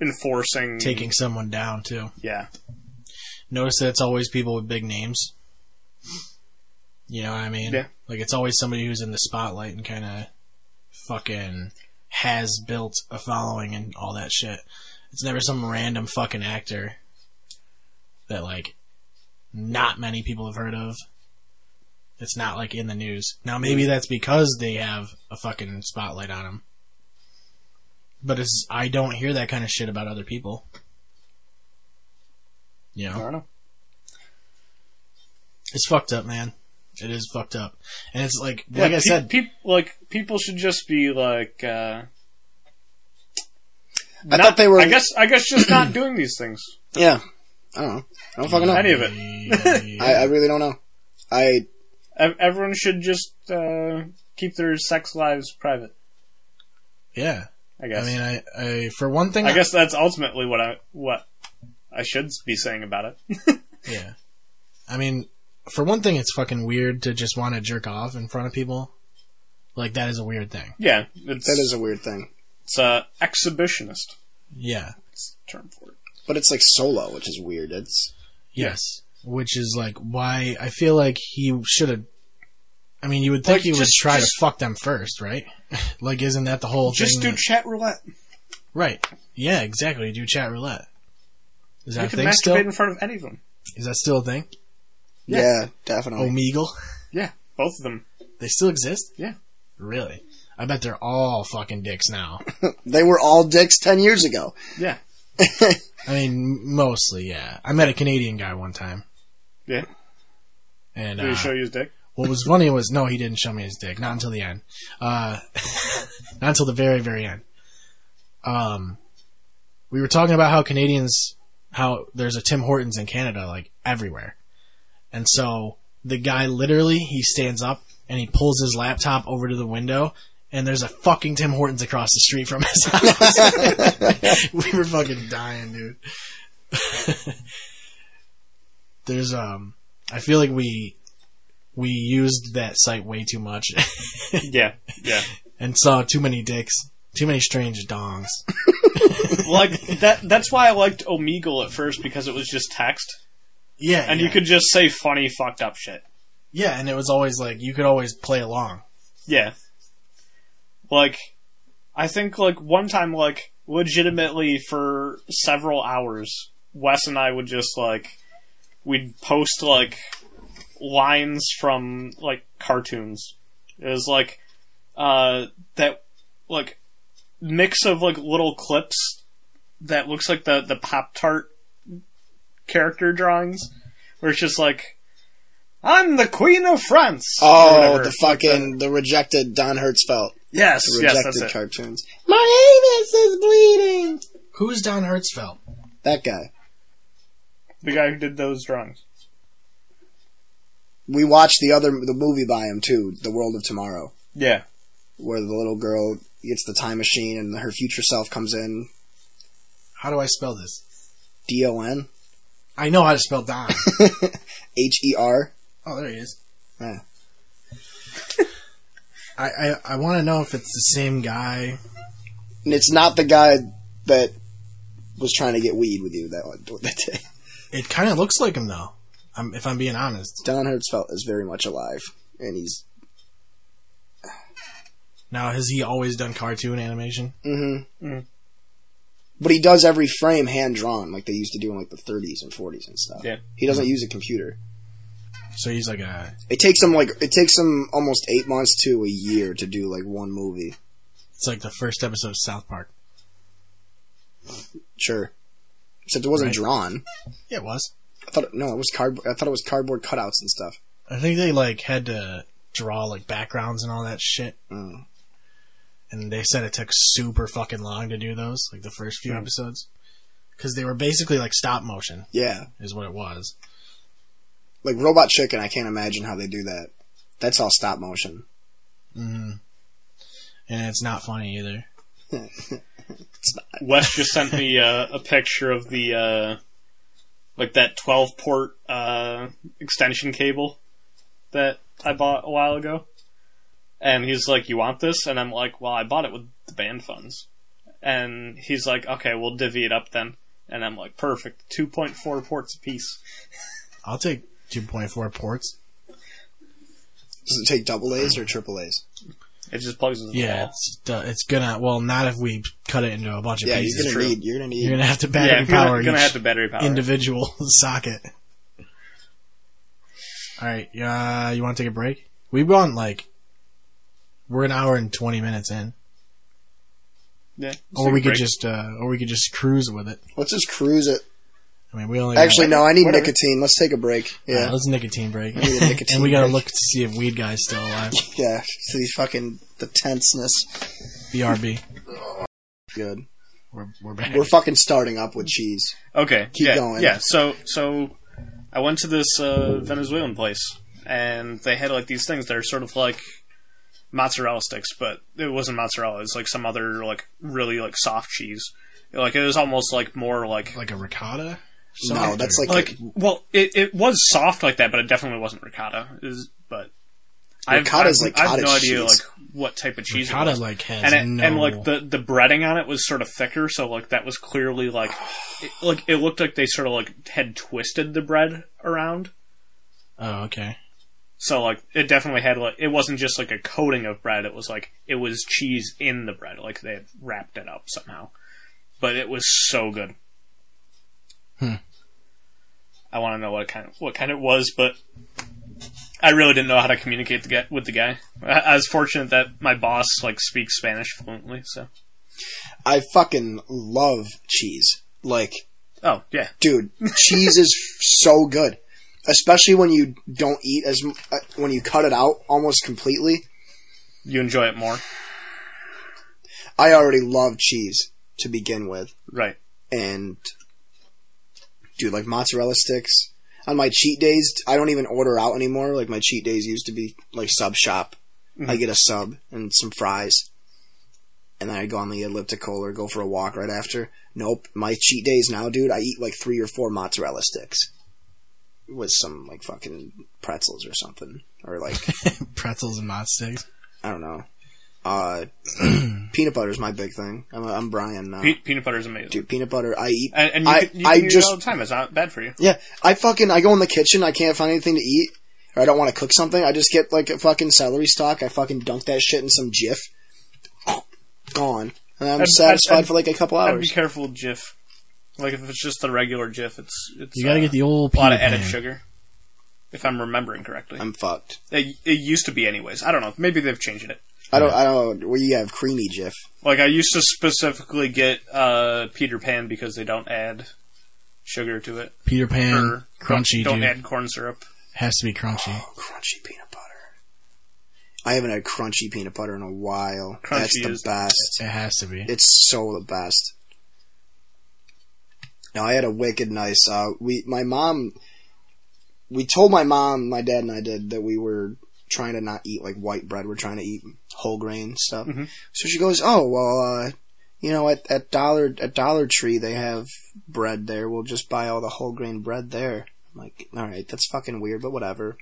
enforcing Taking someone down too. yeah Notice that it's always people with big names. You know what I mean? Yeah. Like it's always somebody who's in the spotlight and kind of fucking has built a following and all that shit. It's never some random fucking actor that like not many people have heard of. It's not like in the news. Now maybe that's because they have a fucking spotlight on him. But it's I don't hear that kind of shit about other people. You know. I don't know. It's fucked up, man. It is fucked up. And it's like, Yeah, like I pe- said, peop- like people should just be like. Uh, I thought they were- I guess. I guess just not doing these things. Yeah, I don't know. I don't fucking know. Any of it. I, I really don't know. I Ev- Everyone should just uh, keep their sex lives private. yeah. I I guess. I, mean, I, I, for one thing, guess that's ultimately what I what I should be saying about it. yeah. I mean, for one thing, it's fucking weird to just want to jerk off in front of people. Like, that is a weird thing. Yeah, it's that is a weird thing, it's uh, exhibitionist. Yeah. It's the term for it. but it's like solo, which is weird. It's Yes. Which is like why I feel like he should have. I mean, you would think Like, he would just- try just- to fuck them first, right? like, isn't that the whole Just thing? do chat roulette. right. Yeah, exactly. Do chat roulette. Is You that a can thing masturbate still? in front of any of them. Is that still a thing? yeah, Yeah. definitely. Omegle. Yeah, both of them. They still exist? Yeah. Really? I bet they're all fucking dicks now. They were all dicks ten years ago. Yeah, I mean, mostly, yeah. I met a Canadian guy one time, yeah. and Did uh, he show you his dick? what was funny was no, he didn't show me his dick. Not until the end. Uh, not until the very, very end. Um, we were talking about how Canadians, how there's a Tim Hortons in Canada, like everywhere, and so the guy literally he stands up and he pulls his laptop over to the window. And there's a fucking Tim Hortons across the street from his house. we were fucking dying, dude. there's um, I feel like we we used that site way too much Yeah, yeah. and saw too many dicks, too many strange dongs. like that. That's why I liked Omegle at first because it was just text, Yeah, and yeah. you could just say funny, fucked up shit. yeah, and it was always like you could always play along. Yeah. Like, I think like one time, like legitimately for several hours, Wes and I would just like we'd post like lines from like cartoons. It was like uh that like mix of like little clips that looks like the the Pop Tart character drawings, where it's just like. I'm the Queen of France. or Oh, whatever. the fucking the rejected Don Hertzfeldt, Yes, the yes, rejected that's it. cartoons. My anus is bleeding. Who's Don Hertzfeld? That guy. The guy who did those drawings. We watched the other the movie by him too, The World of Tomorrow, Yeah. where the little girl gets the time machine and her future self comes in. How do I spell this? D O N I know how to spell Don. H E R. oh, there he is. Yeah. I I, I want to know if it's the same guy. And it's not the guy that was trying to get weed with you that one that day. It kind of looks like him though. I'm, if I'm being honest. Don Hertzfeldt is very much alive, and he's Now, has he always done cartoon animation? Mm-hmm. Mm. But he does every frame hand drawn, like they used to do in like the 30s and 40s and stuff. Yeah. He doesn't use a computer. So he's like a. It takes him like it takes him almost eight months to a year to do like one movie. It's like the first episode of South Park. Sure. Except it wasn't Right. drawn. Yeah, it was. I thought it, no, it was cardboard. I thought it was cardboard cutouts and stuff. I think they like had to draw like backgrounds and all that shit. Mm. And they said it took super fucking long to do those, like the first few episodes. 'Cause episodes, because they were basically like stop motion, Yeah, is what it was. like Robot Chicken. I can't imagine how they do that. That's all stop motion. Mm. And it's not funny either. Wes just sent me uh, a picture of the uh, like that 12 port uh, extension cable that I bought a while ago. And he's like, "You want this?" And I'm like, "Well, I bought it with the band funds." And he's like, "Okay, we'll divvy it up then." And I'm like, "Perfect. 2.4 ports apiece." I'll take 2.4 ports. Does it take double A's or triple A's? It just plugs into the Yeah, wall. it's, uh, it's gonna. Well, not if we cut it into a bunch of Yeah, pieces. you're gonna true. need. You're gonna need. You're gonna have to Yeah, battery you're power gonna, gonna each have to battery power. it. individual socket. All right, uh, you want to take a break? We've gone like we're an hour and twenty minutes in, Yeah. let's or take we a could break. just uh, or we could just cruise with it. Let's just cruise it. I mean, we only got- Actually, no. I need Whatever. nicotine. Let's take a break. All Yeah, right, let's nicotine break, need a nicotine and we gotta break. look to see if Weed Guy's still alive. yeah. See the fucking the tenseness. BRB. Good. We're, we're back. We're fucking starting up with cheese. Okay. Keep yeah, going. Yeah. So so I went to this uh, Venezuelan place and they had like these things that are sort of like mozzarella sticks, but it wasn't mozzarella. It's like some other like really like soft cheese. Like it was almost like more like like a ricotta. no, that's like, like well it, it was soft like that, but it definitely wasn't ricotta. Is but I've, I've, Ricotta's like I have no cottage idea cheese. like what type of cheese it ricotta. was. Like has and it, no and like the the breading on it was sort of thicker, so like that was clearly like it, like it looked like they sort of like had twisted the bread around. oh okay. So like it definitely had like it wasn't just like a coating of bread. It was like it was cheese in the bread. Like they had wrapped it up somehow. But it was so good. Hmm. I want to know what kind of what kind it was, but I really didn't know how to communicate the guy, with the guy. I, I was fortunate that my boss like speaks Spanish fluently. So I fucking love cheese. Like, oh yeah, dude, cheese is so good, especially when you don't eat as m- uh, when you cut it out almost completely. you enjoy it more. I already love cheese to begin with, Right. and dude, like mozzarella sticks. On my cheat days, I don't even order out anymore. Like my cheat days used to be like sub shop. I get a sub and some fries, and then I go on the elliptical or go for a walk right after. Nope, my cheat days now, dude. I eat like three or four mozzarella sticks with some like fucking pretzels or something, or like Pretzels and mod sticks. I don't know. Uh, peanut butter is my big thing. I'm, I'm Brian now. Pe- peanut butter is amazing. Dude, peanut butter. I eat. And, and you I, can, you can I eat just it all the time. It's not bad for you. yeah. I fucking I go in the kitchen. I can't find anything to eat, or I don't want to cook something. I just get like a fucking celery stalk. I fucking dunk that shit in some Jif. Gone, and I'm I'd- satisfied I'd- I'd- for like a couple I'd be hours. careful with Jif. Like if it's just the regular Jif, it's it's You gotta uh, get the old a lot of Peter added Pan. sugar. If I'm remembering correctly, I'm fucked. it, it used to be anyways. I don't know. Maybe they've changed it. I don't. I don't. Well, you have creamy Jif. Like I used to specifically get uh, Peter Pan because they don't add sugar to it. Peter Pan, Or Mm, crunchy Don't, don't dude. add corn syrup. Has to be crunchy. Oh, crunchy peanut butter. I haven't had crunchy peanut butter in a while. Crunchy That's the is- best. It has to be. It's so the best. No, I had a wicked nice. Uh, we, my mom, we told my mom, my dad and I did that we were trying to not eat like white bread. We're trying to eat whole grain stuff. Mhm. So she goes, "Oh well, uh, you know, at, at Dollar at Dollar Tree they have bread there. We'll just buy all the whole grain bread there." I'm like, "All right, that's fucking weird, but whatever."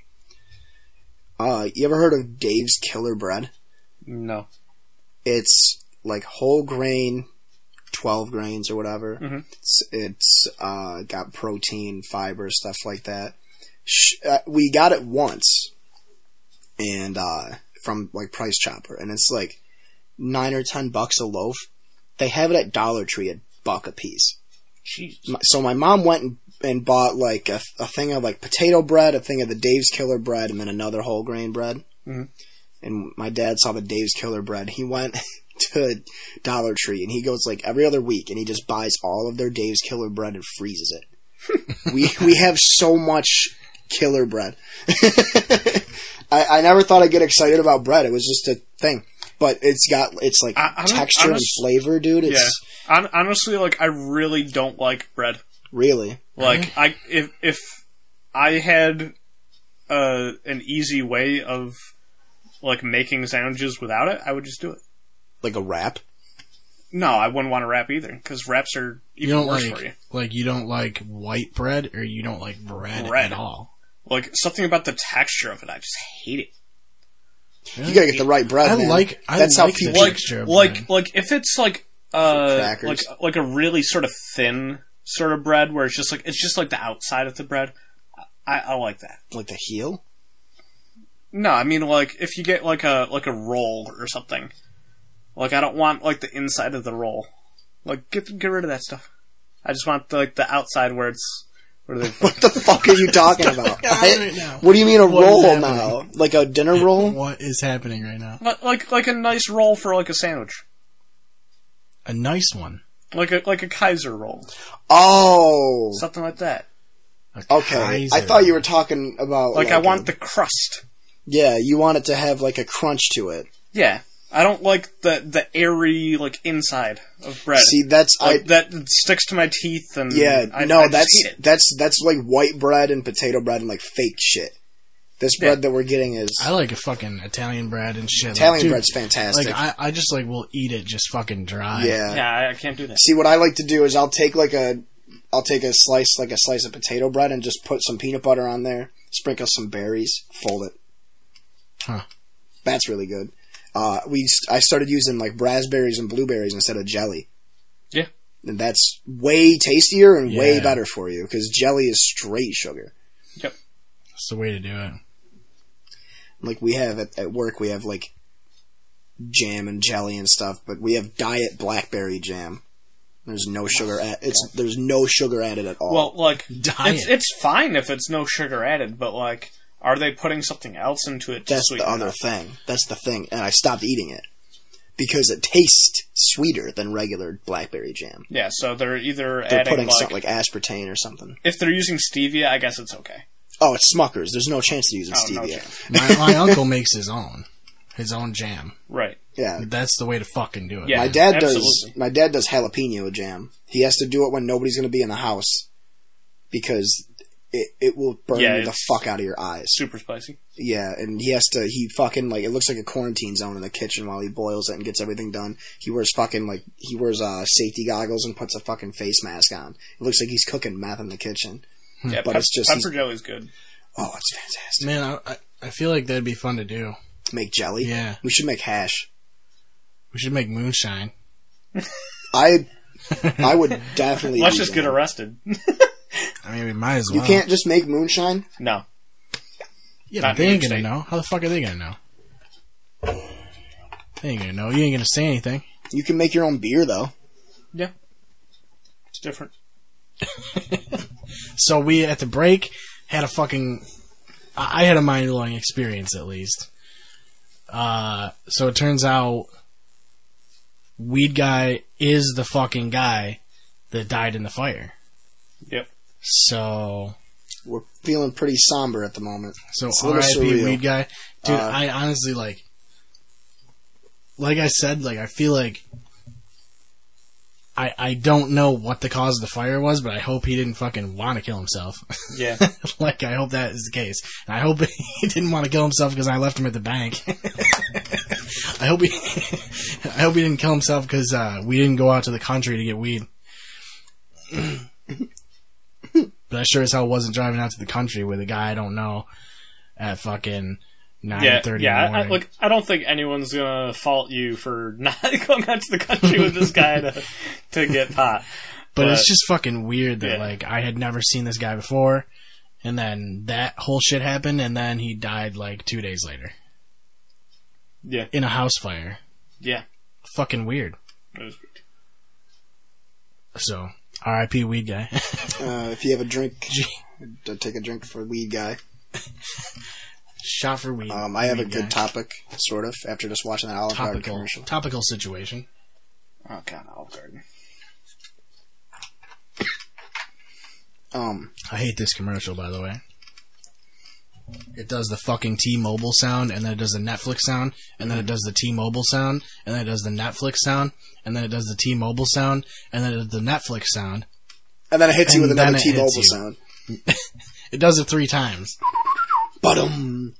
Uh, you ever heard of Dave's Killer Bread? No. it's like whole grain, twelve grains or whatever. Mhm. It's, it's uh, got protein, fiber, stuff like that. Sh- uh, we got it once, and uh, from like Price Chopper, and it's like nine or ten bucks a loaf. They have it at Dollar Tree at buck a piece. Jeez. My- so my mom went and, and bought like a, a thing of like potato bread, a thing of the Dave's Killer bread, and then another whole grain bread. Mhm. And my dad saw the Dave's Killer bread. He went to Dollar Tree and he goes like every other week and he just buys all of their Dave's Killer bread and freezes it. we we have so much killer bread. I, I never thought I'd get excited about bread. It was just a thing. But it's got it's like I- I'm- texture I'm and just- flavor, dude. It's Yeah. Hon- honestly, like I really don't like bread. really Like I if if I had uh, an easy way of like making sandwiches without it, I would just do it. like a wrap. No, I wouldn't want to wrap either because wraps are You even don't worse like for you. like you don't like white bread or you don't like bread, Bread. at all. Like something about the texture of it, I just hate it. You gotta get the right bread. I Oh, man. like- I That's like how the people. Like texture of like bread. like if it's like uh Crackers. like like a really sort of thin sort of bread where it's just like it's just like the outside of the bread. I, I like that. like the heel. No, I mean like if you get like a like a roll or something. Like I don't want like the inside of the roll. Like get get rid of that stuff. I just want the, like the outside where it's What are they? What the fuck are you talking about? happening right now? what do you mean a What is roll happening? now? Like a dinner roll? What is happening right now? Like- Like like a nice roll for like a sandwich, A nice one. like a like a Kaiser roll, Oh, something like that. A okay. I Kaiser. thought you were talking about Like, I want a- the crust. yeah. You want it to have like a crunch to it. Yeah, I don't like the the airy like inside of bread. See, that's like mm, I. that sticks to my teeth and Yeah, I, no, I just that's hate it. that's that's like white bread and potato bread and like fake shit. This Yeah. bread that we're getting is I like a fucking Italian bread and shit. Like, Italian dude, bread's fantastic. Like I, I just like will eat it just fucking dry. yeah. yeah, I, I can't do that. See, what I like to do is I'll take like a, I'll take a slice like a slice of potato bread and just put some peanut butter on there, sprinkle some berries, fold it. Huh. That's really good. Uh, we st- I started using like raspberries and blueberries instead of jelly. Yeah. And that's way tastier and way Yeah. better for you because jelly is straight sugar. That's the way to do it. Like we have at, at work, we have like jam and jelly and stuff, but we have diet blackberry jam. There's no sugar. At, it's there's no sugar added at all. Well, like Diet. it's it's fine if it's no sugar added, but like, are they putting something else into it? To That's the sweeten it other up? thing. That's the thing. And I stopped eating it because it tastes sweeter than regular blackberry jam. Yeah, so they're either They're adding putting like, something like aspartame or something. if they're using stevia, I guess it's okay. Oh, it's Smuckers. There's no chance of using Oh, no stevia. chance. my, my uncle makes his own, his own jam. Right. yeah. That's the way to fucking do it. Yeah. My man. dad does. absolutely. My dad does jalapeno jam. He has to do it when nobody's going to be in the house because it it will burn Yeah, the it's- fuck out of your eyes. Super spicy. Yeah, and he has to. He fucking like it looks like a quarantine zone in the kitchen while he boils it and gets everything done. He wears fucking like he wears uh safety goggles and puts a fucking face mask on. It looks like he's cooking meth in the kitchen. Hmm. Yeah, But pep- it's just- pepper jelly's good. Oh, it's fantastic. Man, I, I, I feel like that'd be fun to do. Make jelly. Yeah. we should make hash. We should make moonshine. I I would definitely. Let's do just get that. arrested. I mean, we might as You well. can't just make moonshine. no. Yeah, not but they ain't moonshine. gonna know. How the fuck are they gonna know? They ain't gonna know. You ain't gonna say anything. You can make your own beer though. Yeah. It's different. So we at the break had a fucking. I I had a mind blowing experience at least. Uh, so it turns out, weed guy is the fucking guy that died in the fire. Yep. So We're feeling pretty somber at the moment. so It's a little R.I.P. surreal. Weed guy, dude. Uh, I honestly like, like I said, like I feel like. I, I don't know what the cause of the fire was, but I hope he didn't fucking want to kill himself. Yeah. like I hope that is the case. And I hope he didn't want to kill himself because I left him at the bank. I hope he, I hope he didn't kill himself because uh, we didn't go out to the country to get weed. but I sure as hell wasn't driving out to the country with a guy I don't know at fucking nine yeah. thirty Yeah. in I, the I, morning. look, I don't think anyone's gonna fault you for not going out to the country with this guy to to get pot. but but- it's just fucking weird Yeah. that like I had never seen this guy before, and then that whole shit happened, and then he died like two days later Yeah. in a house fire. Yeah. Fucking weird. It was weird. So, R.I.P. Weed Guy. Uh, if you have a drink, d- take a drink for weed guy. Shot for weed. Um, I have a Weed good guy. topic, sort of, after just watching that Olive Garden topical commercial. topical situation. Oh god, Olive Garden. Um, I hate this commercial, by the way. It does the fucking T-Mobile sound, and then it does the Netflix sound, and then it does the T-Mobile sound, and then it does the Netflix sound, and then it does the T-Mobile sound, and then it does the Netflix sound. And then it hits you with And another then it hits T-Mobile sound. you. It does it three times. Bottom,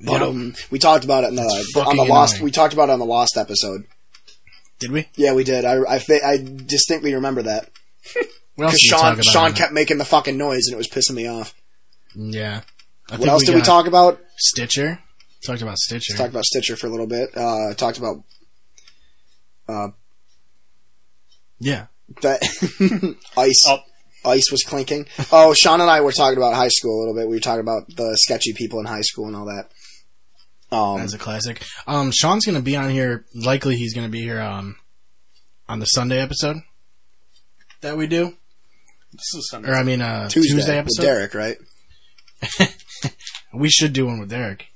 bottom. We talked about it in the, It's on the fucking lost. annoying. We talked about it on the lost episode. Did we? Yeah, we did. I I, fa- I distinctly remember that What else because did we talk Sean about Sean on kept making the fucking noise and it was pissing me off. that? Yeah. I What else did we got talk about? Stitcher. Talked about Stitcher. Talked about Stitcher for a little bit. Uh, talked about uh yeah. that ice. Oh. Ice was clinking. Oh, Sean and I were talking about high school a little bit. We were talking about the sketchy people in high school and all that. Um, That's a classic. Um, Sean's gonna be on here. Likely, he's gonna be here um, on the Sunday episode that we do. This is Sunday. or I mean, uh, Tuesday, Tuesday, with episode. Derek, right? We should do one with Derek.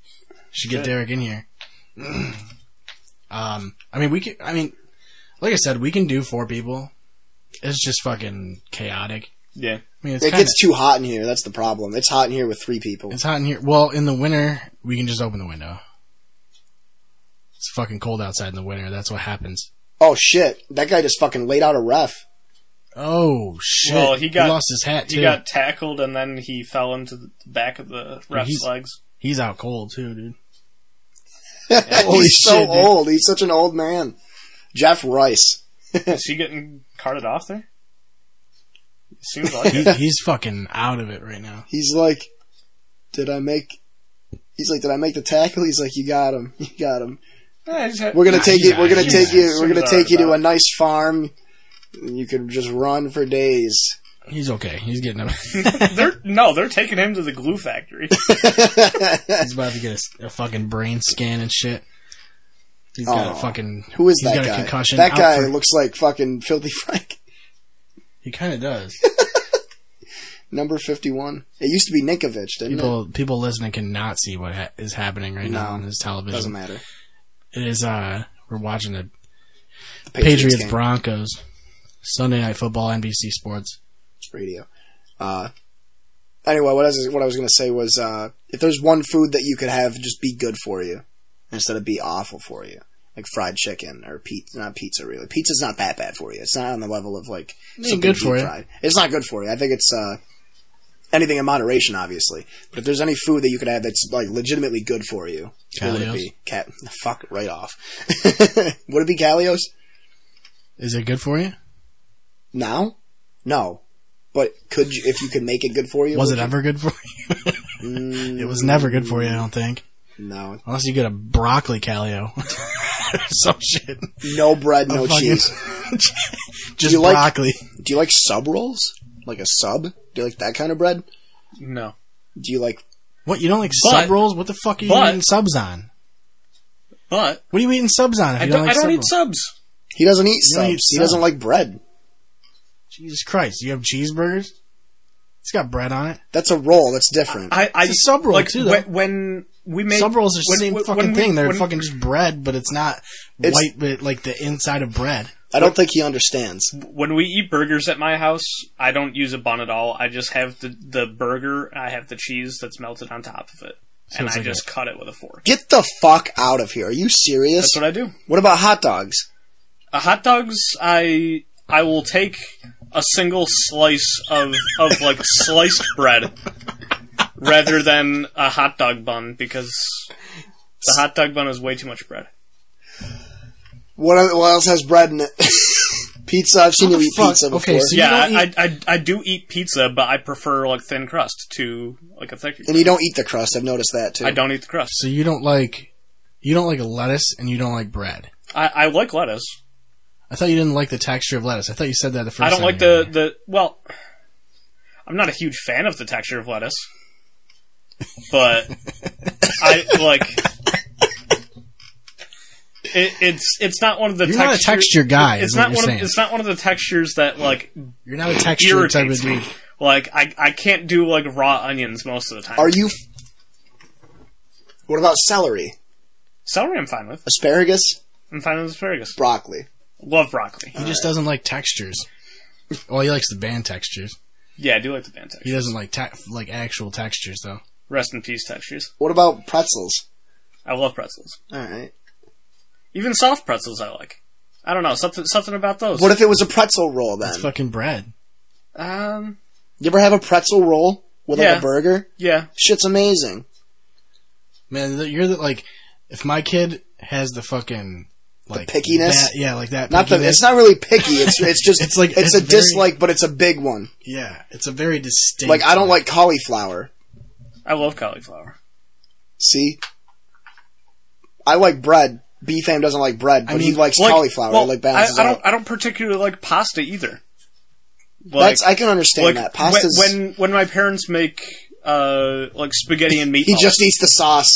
Should get Should. Derek in here. um, I mean, we can. I mean, like I said, we can do four people. It's just fucking chaotic. Yeah. I mean, it's it kind of gets too hot in here. That's the problem. It's hot in here with three people. it's hot in here. Well, in the winter, we can just open the window. It's fucking cold outside in the winter. That's what happens. Oh shit! That guy just fucking laid out a ref. Oh shit! Well, he got- lost his hat too. He got tackled and then he fell into the back of the ref's He's- legs. He's out cold too, dude. Holy He's so shit, dude. old. He's such an old man. Jeff Rice. Is he getting carted off there? Seems like He, it. he's fucking out of it right now. He's like, did I make? He's like, did I make the tackle? He's like, you got him. You got him. Yeah, Eh, he's had- We're gonna Nah, take he's you. We're gonna out. take He's you. We're gonna out take you to about a it. nice farm. And you can just run for days. He's okay. He's getting up. they're no, they're taking him to the glue factory. He's about to get a s- a, fucking brain scan and shit. He's got Oh. a fucking. Who is he's that got guy? A concussion. that Out guy for- looks like fucking Filthy Frank, he kind of does. number fifty-one. It used to be Ninkovich, didn't it? People, people listening cannot see what ha- is happening right now No. on this television. Doesn't matter. It is. Uh, we're watching the The Patriots, game. Broncos Sunday Night Football, NBC Sports. radio. Uh, anyway, what I was what I was gonna say was uh, if there's one food that you could have just be good for you instead of be awful for you, like fried chicken or pizza, not pizza really. Pizza's not that bad for you. It's not on the level of like ain't something good for deep you. fried. It's not good for you. I think it's uh, anything in moderation, obviously. But if there's any food that you could have that's like legitimately good for you, what would it Calios? be? Cat, fuck right off. would it be Calios? Is it good for you? Now? No. But could you, if you could make it good for you? Was would it you? ever good for you? it was never good for you, I don't think. No, Unless you get a broccoli calio. Some shit. No bread, no A fucking- cheese. Just You like- broccoli. Do you like sub rolls? Like a sub? Do you like that kind of bread? No, Do you like What, you don't like But- sub rolls? What the fuck are you but- eating subs on? but What are you eating subs on if I you don't, don't like I don't sub eat rolls? subs. he doesn't eat You don't subs. eat He sub. doesn't like bread. Jesus Christ, you have cheeseburgers? It's got bread on it. That's a roll, that's different. I, I It's a sub roll, like, too, though. When, when we make sub rolls are the when- same when- fucking when we- thing. They're when- fucking just bread, but it's not It's- white, but like the inside of bread. I don't think he understands. when we eat burgers at my house, I don't use a bun at all. I just have the the burger. I have the cheese that's melted on top of it, and it's I like just cut it with a fork. Get the fuck out of here. Are you serious? That's what I do. What about hot dogs? Uh, hot dogs, I I will take a single slice of of like sliced bread rather than a hot dog bun because the hot dog bun is way too much bread. What, el- what else has bread in it? pizza. I've seen What you the eat fuck? pizza before. Okay, so You yeah, don't I, I, I I do eat pizza, but I prefer like thin crust to like a thicker. and you don't eat the crust. I've noticed that too. I don't eat the crust. So you don't like, you don't like lettuce and you don't like bread. I, I like lettuce. I thought you didn't like the texture of lettuce. I thought you said that the first. I don't time like you were the, the well. I'm not a huge fan of the texture of lettuce, but I like. It, it's it's not one of the You're not a texture- texture guy, It's is not what you're one. saying. Of, it's not one of the textures that like here. You're not a texture type of irritates me. dude. Like I I can't do like raw onions most of the time. Are you. What about celery? celery? I'm fine with. Asparagus? I'm fine with asparagus. Broccoli. Love broccoli. He just doesn't like textures. Well, he likes the band textures. Yeah, I do like the band texture. He doesn't like ta- like actual textures though. Rest in peace textures. What about pretzels? I love pretzels. Alright. Even soft pretzels I like. I don't know something something about those. What if it was a pretzel roll then? It's fucking bread. um. You ever have a pretzel roll with like Yeah. a burger? Yeah. Shit's amazing. Man, th- you're the, like, if my kid has the fucking like pickiness? that- yeah, like that. Not the, pickiness, it's not really picky. It's it's just It's like- it's, it's a very- dislike, but it's a big one. yeah, it's a very distinct. Like I don't like cauliflower. I love cauliflower. See, I like bread. B fam doesn't like bread, but he mean, likes cauliflower. well, like balances I, I don't. out. I don't particularly like pasta either. Like, That's I can understand like that. when, Pasta's when when my parents make uh like spaghetti and meatballs. he just eats the sauce.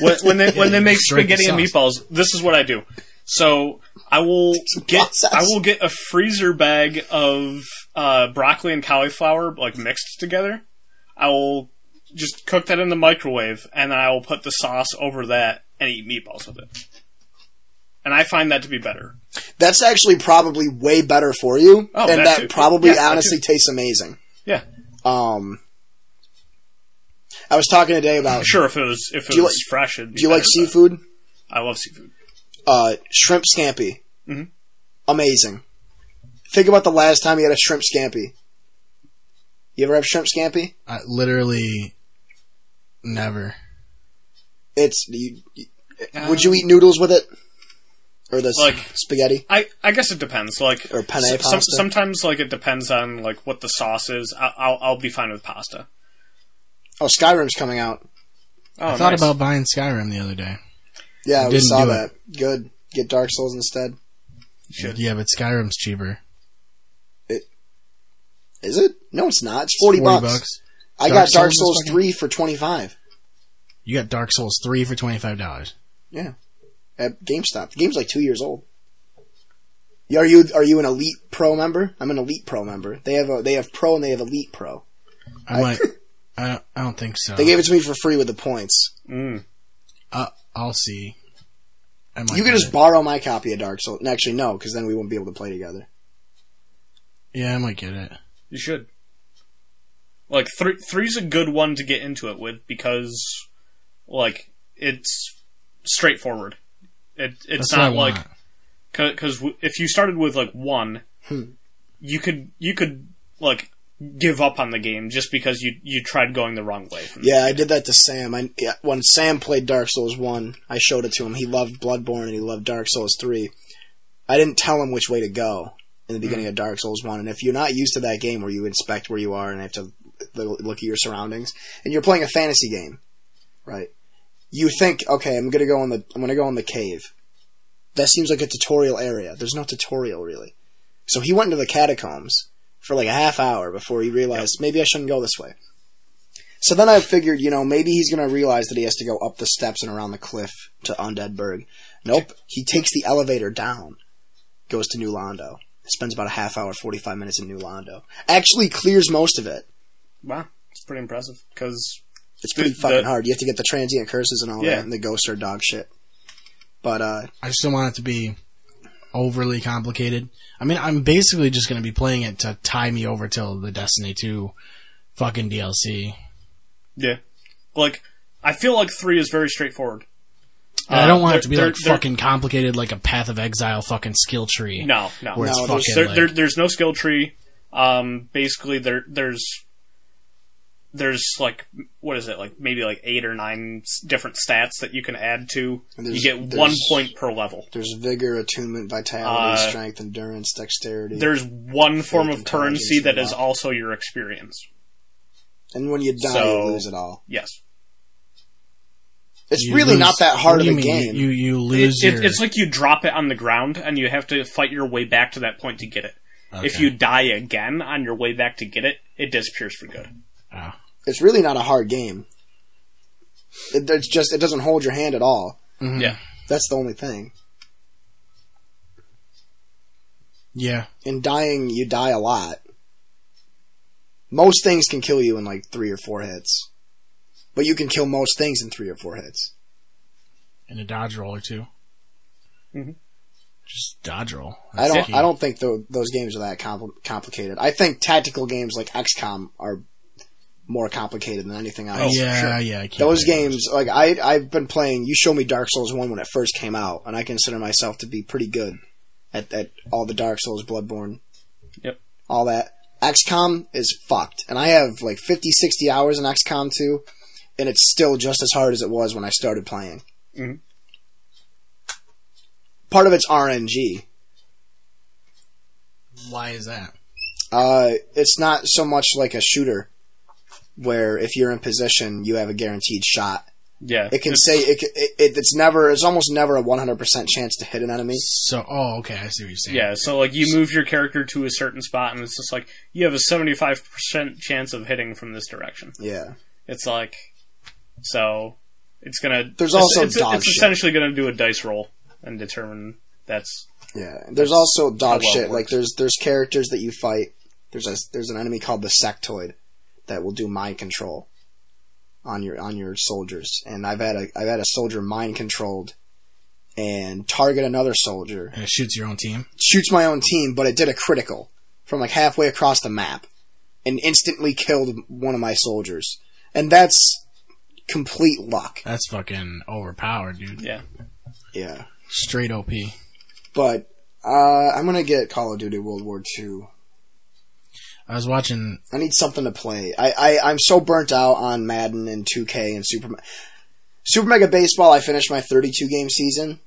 when, when they when they make Straight to spaghetti and meatballs. This is what I do. So I will get process. I will get a freezer bag of uh, broccoli and cauliflower like mixed together. I will just cook that in the microwave, and then I will put the sauce over that and eat meatballs with it. And I find that to be better. That's actually probably way better for you, Oh, and that that too. probably Yeah, that honestly tastes amazing. Yeah, Um, I was talking today about. sure. If it was if it Do you was like- fresh, it'd be Do you like better, but seafood? I love seafood. Uh, shrimp scampi, Mhm. amazing. Think about the last time you had a shrimp scampi. You ever have shrimp scampi? I literally never. It's you, you- would you eat noodles with it, or this Um, Like- spaghetti? I, I guess it depends. Like Or penne s- pasta. sometimes like it depends on like what the sauce is. I, I'll I'll be fine with pasta. Oh, Skyrim's coming out. Oh, I thought nice. about buying Skyrim the other day. Yeah, we Didn't saw do that. Good. Get Dark Souls instead. should. Yeah, but Skyrim's cheaper. Is it? No, it's not. It's forty, bucks. I got Dark Dark Souls is Souls fucking- three for twenty five You got Dark Souls three for twenty five dollars. at GameStop. The game's like two years old. Yeah, Are you are you an Elite Pro member? I'm an Elite Pro member. They have a, they have Pro and they have Elite Pro. I'm like, I don't, I don't think so. They gave it to me for free with the points. Mm. uh, I'll see. I might you could get just it. borrow my copy of Dark Souls. Actually, no, because then we wouldn't be able to play together. yeah, I might get it. You should. Like three three's a good one to get into it with because like it's straightforward. It it's That's not what I like want. because if you started with like one, Hmm. you could you could like give up on the game just because you you tried going the wrong way. From Yeah, I did that to Sam. I yeah, when Sam played Dark Souls one, I showed it to him. He loved Bloodborne and he loved Dark Souls three. I didn't tell him which way to go in the beginning of Dark Souls one. And if you're not used to that game where you inspect where you are and have to lo- look at your surroundings, and you're playing a fantasy game, right? You think, okay, I'm gonna go in the I'm gonna go in the cave. That seems like a tutorial area. There's no tutorial really. So he went into the catacombs for like a half hour before he realized maybe I shouldn't go this way. So then I figured, you know, maybe he's going to realize that he has to go up the steps and around the cliff to Undeadburg. Nope. He takes the elevator down, goes to New Londo, spends about a half hour, 45 minutes in New Londo. Actually clears most of it. wow, it's pretty impressive because It's pretty The- fucking the- hard. You have to get the transient curses and all Yeah. that, and the ghosts are dog shit. But, uh, I just don't want it to be overly complicated. I mean, I'm basically just going to be playing it to tie me over till the Destiny 2 fucking DLC. Yeah. Like, I feel like three is very straightforward. And Uh, I don't want they're- it to be they're- like they're- fucking complicated, like a Path of Exile fucking skill tree. No, no. Where it's No, fucking There, like, there, there's no skill tree. Um, basically, there, there's, there's like, what is it? Like maybe like eight or nine s- different stats that you can add to. And there's- You get there's- one point per level. there's vigor, attunement, vitality, Uh, strength, endurance, dexterity. There's one form of intelligence currency and that is luck. also your experience. and when you die, so- you lose it all. Yes. It's you really lose- not that hard what of do a you mean? game. You, you, you It, lose it- your... it's like you drop it on the ground and you have to fight your way back to that point to get it. If Okay. you die again on your way back to get it, it disappears for good. Oh. it's really not a hard game. It, it's just it doesn't hold your hand at all. Mhm. Yeah. That's the only thing. Yeah. In dying, you die a lot. Most things can kill you in like three or four hits, but you can kill most things in three or four hits. And a dodge roll or 2 Mhm. Just dodge roll. Mm-hmm. I That's don't. key. I don't think tho- those games are that compl- complicated. I think tactical games like XCOM are more complicated than anything else. Oh, yeah, yeah. I can't Those play games, like I, I've been playing. You showed me Dark Souls one when it first came out, and I consider myself to be pretty good at, at all the Dark Souls, Bloodborne, Yep. all that. XCOM is fucked, and I have like 50, 60 hours in XCOM two, and it's still just as hard as it was when I started playing. Mhm. Part of it's RNG. Why is that? Uh, it's not so much like a shooter, where if you're in position, you have a guaranteed shot. Yeah. It can It's- say it, it, it. It's never. It's almost never a one hundred percent chance to hit an enemy. So, oh, okay, I see what you're saying. Yeah, so like you move your character to a certain spot, and it's just like you have a seventy-five percent chance of hitting from this direction. Yeah, It's like, so it's gonna. There's it's- also it's, dodge it's shit. essentially gonna do a dice roll and determine that's yeah. There's also dog well it shit. Like works. there's there's characters that you fight There's a there's an enemy called the Sectoid that will do mind control on your on your soldiers. And I've had a I've had a soldier mind controlled and target another soldier. And it shoots your own team. Shoots my own team, but it did a critical from like halfway across the map and instantly killed one of my soldiers. And that's complete luck. That's fucking overpowered, dude. Yeah. Yeah. Straight OP. But uh, I'm gonna get Call of Duty World War II. I was watching. I need something to play. I, I I'm so burnt out on Madden and 2K and Super Me- Super Mega Baseball. I finished my 32 game season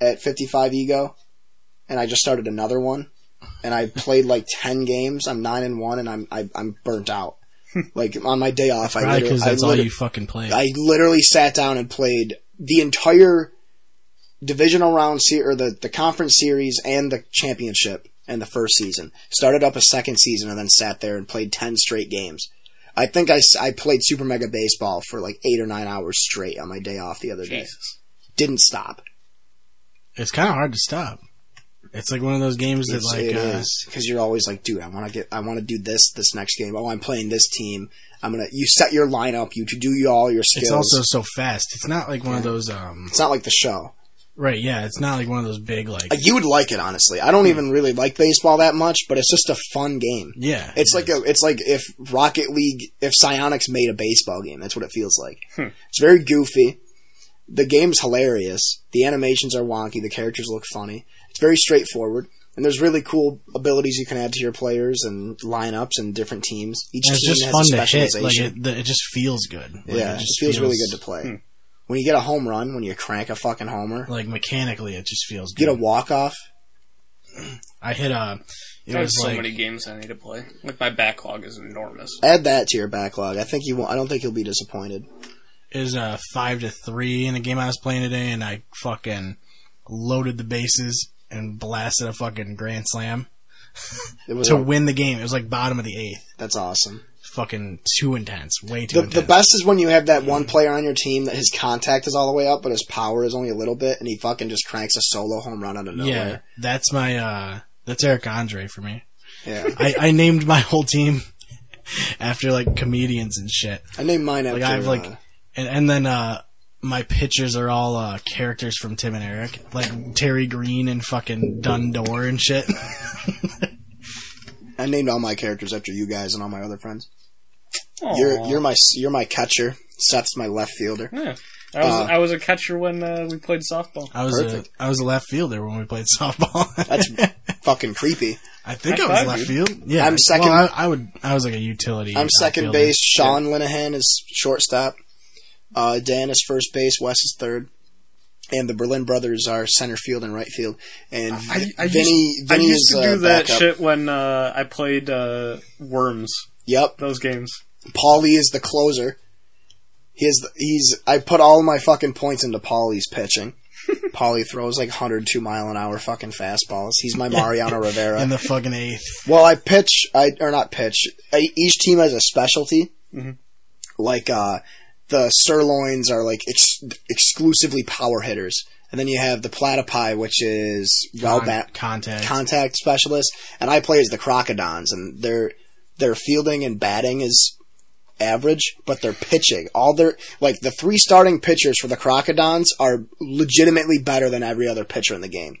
at 55 ego, and I just started another one. And I played like 10 games. I'm nine and one, and I'm I, I'm burnt out. like on my day off, I Probably literally, because that's I all liter- you fucking play. I literally sat down and played the entire divisional round se- or the, the conference series and the championship in the first season. Started up a second season and then sat there and played 10 straight games. I think I, s- I played Super Mega Baseball for like eight or nine hours straight on my day off the other day. Jesus. Didn't stop. it's kind of hard to stop. It's like one of those games that, It's, like, it uh, because you're always like, dude, I want to get, I want to do this this next game. Oh, I'm playing this team. I'm gonna. You set your lineup. You do you all your skills. it's also so fast. It's not like one of those, um, it's not like the show. right? Yeah, it's not like one of those big, like, Uh, You would like it, honestly. I don't Hmm. even really like baseball that much, but it's just a fun game. yeah. It's like a, it's like if Rocket League, if Psionics made a baseball game. That's what it feels like. Hmm. It's very goofy. The game's hilarious. The animations are wonky. The characters look funny. It's very straightforward. And there's really cool abilities you can add to your players and lineups and different teams. Each And it's team just has fun a to hit. specialization. Like it, the, it just feels good. Like, yeah, it, just feels, really good to play. When you get a home run, when you crank a fucking homer, Like mechanically, it just feels get good. a walk off. I hit a. It I have was so like many games I need to play. Like my backlog is enormous. Add that to your backlog. I think you. Won't, I don't think you'll be disappointed. it was a uh, five to three in the game I was playing today, and I fucking loaded the bases and blasted a fucking grand slam It was to a- win the game. It was like bottom of the eighth. that's awesome. Fucking too intense. Way too The, intense. the best is when you have that one player on your team that his contact is all the way up, but his power is only a little bit, and he fucking just cranks a solo home run out of yeah, nowhere. that's my. uh That's Eric Andre for me. Yeah, I, I named my whole team after like comedians and shit. I named mine after. Like I have like, uh, and and then uh, my pictures are all uh, characters from Tim and Eric, like Terry Green and fucking Dundor and shit. I named all my characters after you guys and all my other friends. Aw. You're you're my you're my catcher. Seth's my left fielder. Yeah. I was Uh, I was a catcher when uh, we played softball. I was a, Perfect. I was a left fielder when we played softball. That's fucking creepy. I think high I was five, left dude. field. Yeah, I'm second- Well, I, I would I was like a utility. I'm second outfielder. base. Sean Linehan is shortstop. Uh, Dan is first base. Wes is third. And the Berlin brothers are center field and right field. And I, I Vinny, used, Vinny I used is to do uh, that backup. shit when uh, I played uh, Worms. Yep, Those games. Paulie is the closer. He is. The, he's. I put all my fucking points into Paulie's pitching. Paulie throws like 102 mile an hour fucking fastballs. He's my Mariano Rivera. in the fucking eighth. Well, I pitch. I or not pitch. I, each team has a specialty. Mhm. Like uh, the sirloins are like ex- exclusively power hitters, and then you have the platypi, which is well bat contact. contact specialist, and I play as the crocodons, and their their fielding and batting is average, but they're pitching all their like the three starting pitchers for the crocodons are legitimately better than every other pitcher in the game.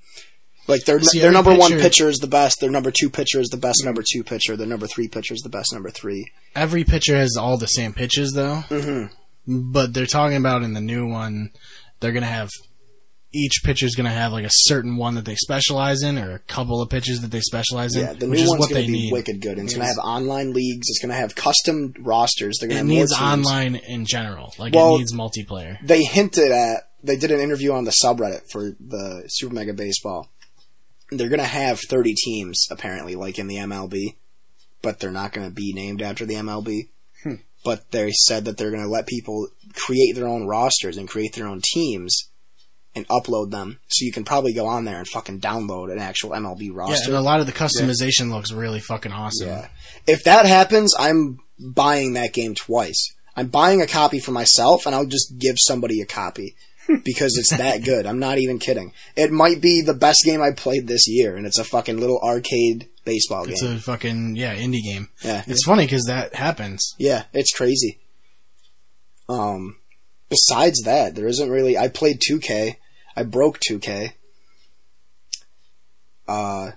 Like their See, their every number one pitcher- pitcher is the best, their number two pitcher is the best number two pitcher, their number three pitcher is the best number three. Every pitcher has all the same pitches though. Mm-hmm. But they're talking about in the new one, they're gonna have each pitcher's gonna have like a certain one that they specialize in, or a couple of pitches that they specialize in, Yeah, the which new is one's what going they to be need. wicked good. And it's going to have online leagues. It's going to have custom rosters. They're going It to have more teams. needs online in general. Like Well- it needs multiplayer. they hinted at they did an interview on the subreddit for the Super Mega Baseball. They're gonna have thirty teams apparently, like in the MLB, but they're not gonna be named after the MLB. But they said that they're gonna let people create their own rosters and create their own teams and upload them. So you can probably go on there and fucking download an actual MLB Yeah, roster. and a lot of the customization looks really fucking awesome. Yeah. If that happens, I'm buying that game twice. I'm buying a copy for myself, and I'll just give somebody a copy because it's that good. I'm not even kidding. It might be the best game I played this year, and it's a fucking little arcade. baseball It's game. a fucking yeah indie game. yeah, It's funny because that happens. Yeah, it's crazy. Um, besides that, there isn't really. I played 2K. I broke 2K. Uh,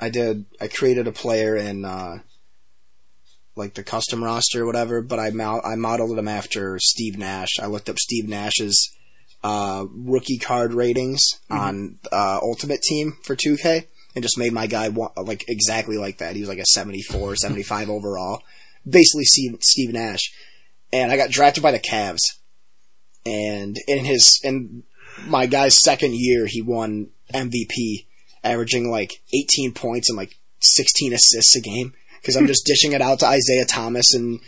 I did. I created a player in uh, like the custom roster or whatever, but I mo- I modeled him after Steve Nash. I looked up Steve Nash's uh, rookie card ratings on uh, Ultimate Team for 2K and just made my guy wa- like exactly like that. He was like a 74, 75 overall basically Steve, Steve Nash, and I got drafted by the Cavs. And in his in my guy's second year, he won MVP, averaging like 18 points and like 16 assists a game. Because I'm just dishing it out to Isaiah Thomas and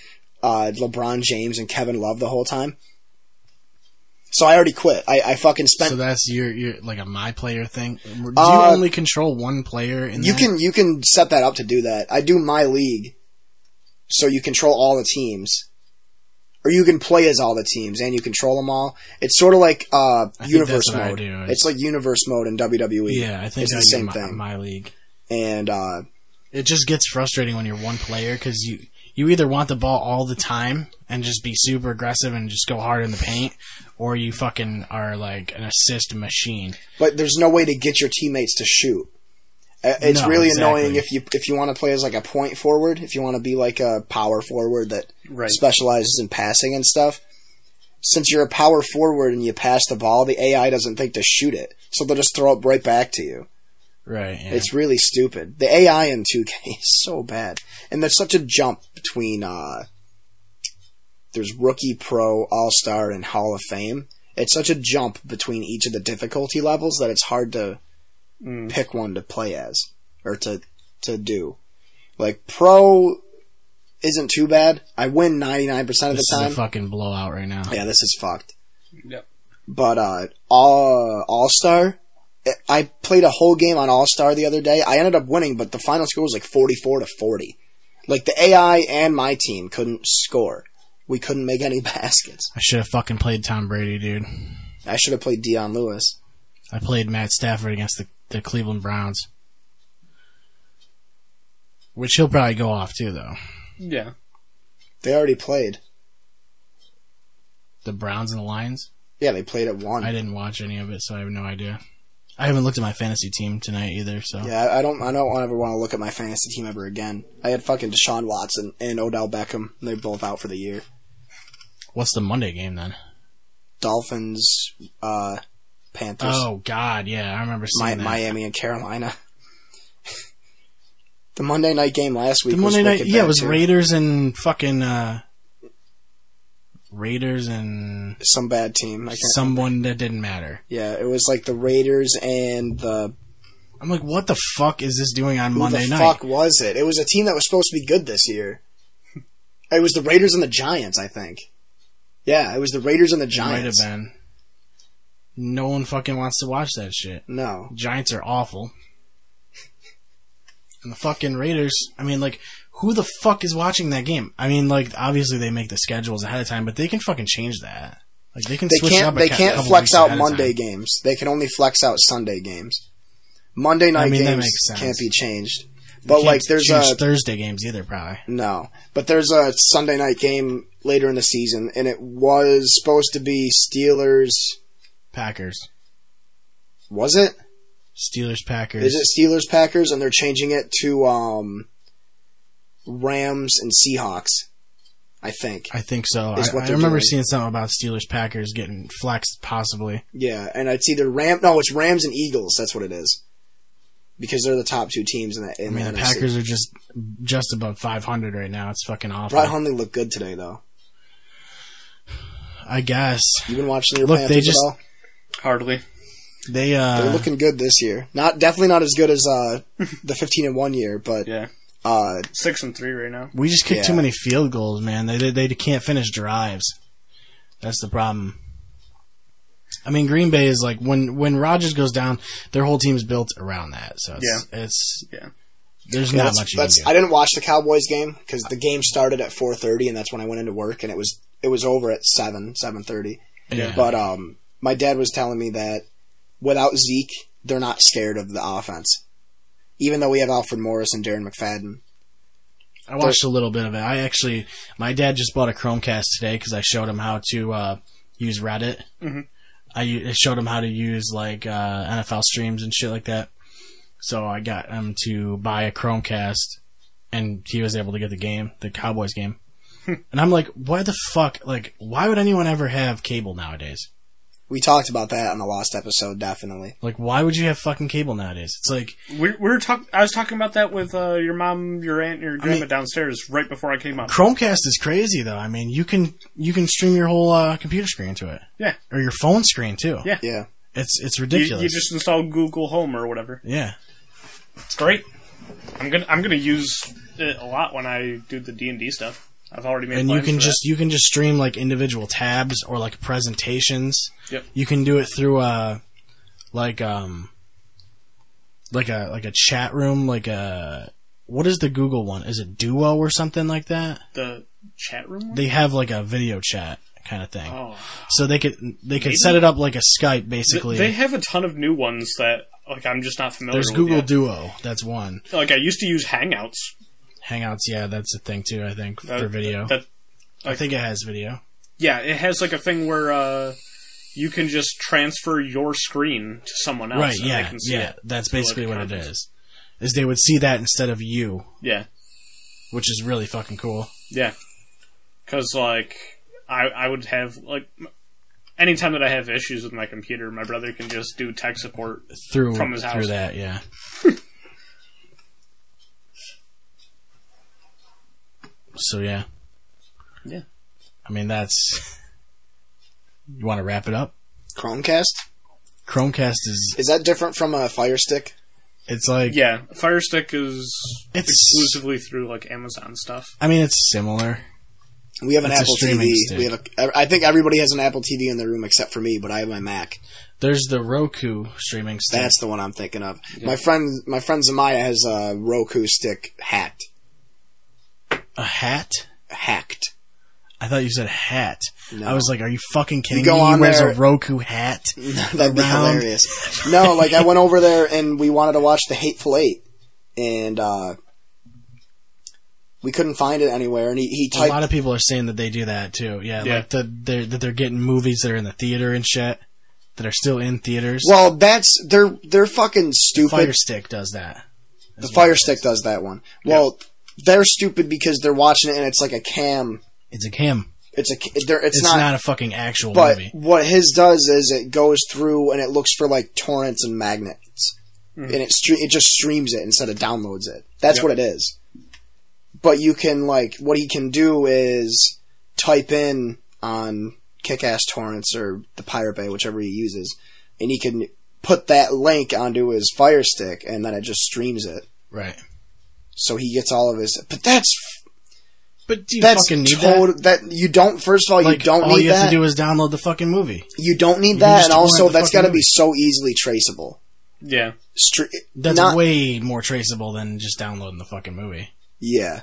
uh, LeBron James and Kevin Love the whole time. So I already quit. I, I fucking spent So that's your your like a my player thing. Do Uh, you only control one player? In You that? can you can set that up to do that. I do my league, so you control all the teams, or you can play as all the teams and you control them all. It's sort of like uh, I think universe that's what I mode. do. It's like universe mode in WWE. Yeah, I think it's I the do same my, thing. my league. And uh, It just gets frustrating when you're one player because you you either want the ball all the time and just be super aggressive and just go hard in the paint, or you fucking are like an assist machine. but there's no way to get your teammates to shoot. Uh, It's No, really exactly. annoying if you if you want to play as like a point forward, if you want to be like a power forward that Right. specializes in passing and stuff. Since you're a power forward and you pass the ball, the AI doesn't think to shoot it, so they'll just throw it right back to you. Right. Yeah. It's really stupid. The AI in 2K is so bad, and there's such a jump between uh, there's rookie, pro, all star, and Hall of Fame. It's such a jump between each of the difficulty levels that it's hard to Mm. pick one to play as or to to do. Like pro isn't too bad. I win 99% of this the time. is a fucking blowout right now. Yeah, this is fucked. Yep. But uh, all All Star, I played a whole game on All Star the other day. I ended up winning, but the final score was like forty-four to forty. Like the AI and my team couldn't score. We couldn't make any baskets. I should have fucking played Tom Brady, dude. I should have played Dion Lewis. I played Matt Stafford against the, the Cleveland Browns. Which he'll probably go off too, though. Yeah. They already played. The Browns and the Lions. Yeah, they played at one. I didn't watch any of it, so I have no idea. I haven't looked at my fantasy team tonight either, so Yeah, I- I don't. I don't ever want to look at my fantasy team ever again. I had fucking Deshaun Watson and Odell Beckham. They're both out for the year. what's the Monday game then? Dolphins, uh, Panthers, Oh God, yeah, I remember seeing Mi- that. Miami, and Carolina. the Monday night game last week. the Monday was night, wicked yeah, bad, it was too. Raiders and fucking uh, Raiders and Some bad team. I can't, someone that didn't matter. yeah, it was like the Raiders and the I'm like, what the fuck is this doing on who Monday the night? fuck was it? It was a team that was supposed to be good this year. it was the Raiders and the Giants, I think. Yeah, it was the Raiders and the It might have Giants. been. No one fucking wants to watch that shit. No, Giants are awful. And the fucking Raiders, I mean, like, who the fuck is watching that game? I mean, like, obviously they make the schedules ahead of time, but they can fucking change that. Like, they can they switch it up. can't a they cou- can't couple flex weeks out ahead of Monday time. games. They can only flex out Sunday games. Monday night mean, that games makes sense. can't be changed. They But can't like there's uh, change a Thursday games either, probably. no, but there's a Sunday night game later in the season and it was supposed to be Steelers Packers, was it? Steelers, Packers. Is it Steelers Packers and they're changing it to um Rams and Seahawks. I think. I think so. I, Is what I they're remember doing. seeing something about Steelers, Packers getting flexed, possibly. Yeah, and it's either Ram no, it's Rams and Eagles, that's what it is. Because they're the top two teams in that in I mean, the the NFC. Packers are just just above 500 right now. It's fucking awful. Brett Hundley looked good today, though. I guess You been watching your Look, Panthers they just- at all? Hardly. they uh They're looking good this year. Not definitely not as good as uh, the fifteen and one year, but Yeah. uh, Six and three right now. We just kick too Yeah. many field goals, man. They, they they can't finish drives. That's the problem. I mean, Green Bay is like when when Rodgers goes down, their whole team's built around that. So it's it's Yeah. There's yeah, not that's- much you can that's- do. I didn't watch the Cowboys game because the game started at four thirty, and that's when I went into work, and it was it was over at seven seven thirty. yeah. But um, my dad was telling me that without Zeke, they're not scared of the offense. even though we have Alfred Morris and Darren McFadden. I watched a little bit of it. I actually, my dad just bought a Chromecast today because I showed him how to uh, use Reddit. Mhm. I u- I showed him how to use like uh, NFL streams and shit like that. So I got him to buy a Chromecast, and he was able to get the game, the Cowboys game. and I'm like, why the fuck? Like, why would anyone ever have cable nowadays? We talked about that on the last episode, definitely. Like, why would you have fucking cable nowadays? It's like, We, we were talk- I was talking about that with uh, your mom, your aunt, and your grandma mean- downstairs right before I came up. Chromecast is crazy though. I mean, you can you can stream your whole uh, computer screen to it. Yeah. Or your phone screen too. Yeah. Yeah. It's it's You, ridiculous. you just install Google Home or whatever. yeah. It's great. I'm gonna I'm gonna use it a lot when I do the D and D stuff. I've already made. And you plans can for that. just you can just stream like individual tabs or like presentations. Yep. You can do it through a like um like a like a chat room like a what is the Google one? Is it Duo or something like that? the chat room. one? They have like a video chat kind of thing. oh, So they could they could Maybe. set it up like a Skype Th- basically. they have a ton of new ones that like I'm just not familiar. There's with Google yet. Duo. That's one. like I used to use Hangouts Hangouts, yeah, that's a thing too. I think That- for video, that- I think it has video. yeah, it has like a thing where uh, you can just transfer your screen to someone else. right? and they Yeah, can see yeah. it. That's basically like what it conference. is. Is they would see that instead of you, yeah, which is really fucking cool. yeah. Because like I I would have like m- anytime that I have issues with my computer, my brother can just do tech support. Through From his through house. that, yeah. so yeah, Yeah. I mean, that's. You want to wrap it up? Chromecast? Chromecast is Is that different from a Fire Stick? it's like Yeah, Fire Stick is It's- exclusively through like Amazon stuff. I mean it's similar. We have an It's a Apple streaming TV. stick. We have a, I think everybody has an Apple TV in their room except for me, but I have my Mac. There's the Roku streaming stuff. That's the one I'm thinking of. My friend, my friend Zamaya has a Roku stick hacked. a hat. Hacked. I thought you said hat. No. I was like, are you fucking kidding go me? He on wears there- a Roku hat. That'd be Around. hilarious. No, like I went over there and we wanted to watch The Hateful Eight, and uh, we couldn't find it anywhere. And he, he A typed lot of people are saying that they do that too. Yeah, Yeah. like the, they're, that they're getting movies that are in the theater and shit that are still in theaters. Well, that's they're they're fucking stupid. Fire Stick does that. the Fire Stick does that one. Well, they're stupid because they're watching it and it's like a cam. It's a cam. It's a ca- they're, it's, It's not, not. a fucking actual but movie. what his does is it goes through and it looks for like torrents and magnets, and it stre- it just streams it instead of downloads it. That's Yep. what it is. But you can like what he can do is type in on Kick-Ass Torrents or the Pirate Bay, whichever he uses, and he can put that link onto his Fire Stick, and then it just streams it. Right. So he gets all of his. But that's But do you that's fucking need total. that? That? you don't. First of all, Like, you don't all need you have that. to do is download the fucking movie. you don't need can that, just and also torrent the that's fucking got to be so movie. easily traceable. Yeah, Stre- That's not- way more traceable than just downloading the fucking movie. Yeah,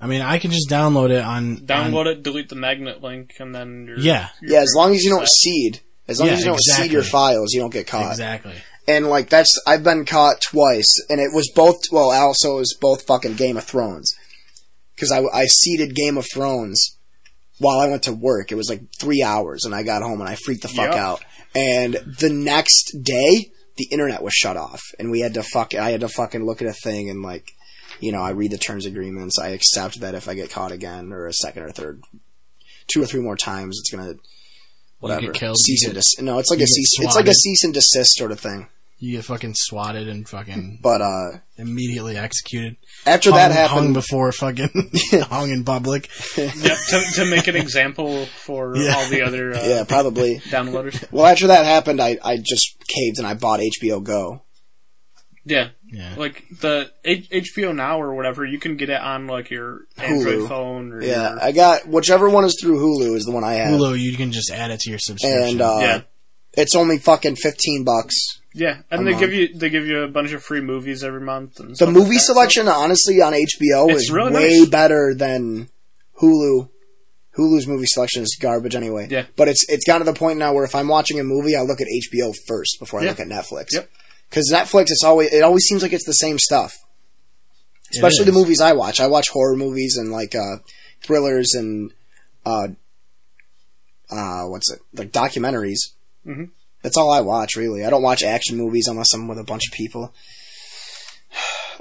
I mean, I can just download it on download it, delete the magnet link, and then you're, Yeah, yeah. As long as you don't seed, as long Yeah, as you don't seed your exactly. files, you don't get caught. exactly. And like that's I've been caught twice, and it was both. Well, also it was both fucking Game of Thrones, because I I seeded Game of Thrones while I went to work. It was like three hours, and I got home and I freaked the fuck Yep. out. And the next day, the internet was shut off, and we had to fuck. I had to fucking look at a thing and like. You know, I read the terms and agreements. I accept that if I get caught again, or a second or third, two or three more times, it's gonna whatever You get killed. cease you and get- desist. No, it's like you a get cease. It's like a swatted. cease and desist sort of thing. you get fucking swatted and fucking But uh, immediately executed. after hung, that hung happened, before fucking hung in public. Yep, to, to make an example for Yeah. all the other uh, yeah, probably. downloaders. Well, after that happened, I, I just caved and I bought HBO Go. Yeah, Yeah, like the H- HBO Now or whatever, you can get it on like your Android phone or Yeah, your, I got whichever one is through Hulu is the one I have, Hulu, you can just add it to your subscription. and uh, yeah, it's only fucking fifteen bucks. yeah. And a they month. give you they give you a bunch of free movies every month. And The stuff movie like that. selection, honestly, on HBO It's is really way nice. better than Hulu. Hulu's movie selection is garbage anyway. Yeah. But it's it's gotten to the point now where if I'm watching a movie, I look at HBO first before I Yeah. look at Netflix. Yep. Because Netflix, it's always it always seems like it's the same stuff. Especially the is. movies I watch. I watch horror movies and like uh, thrillers and uh, uh, what's it like documentaries. Mm-hmm. Mhm. That's all I watch really. I don't watch action movies unless I'm with a bunch of people.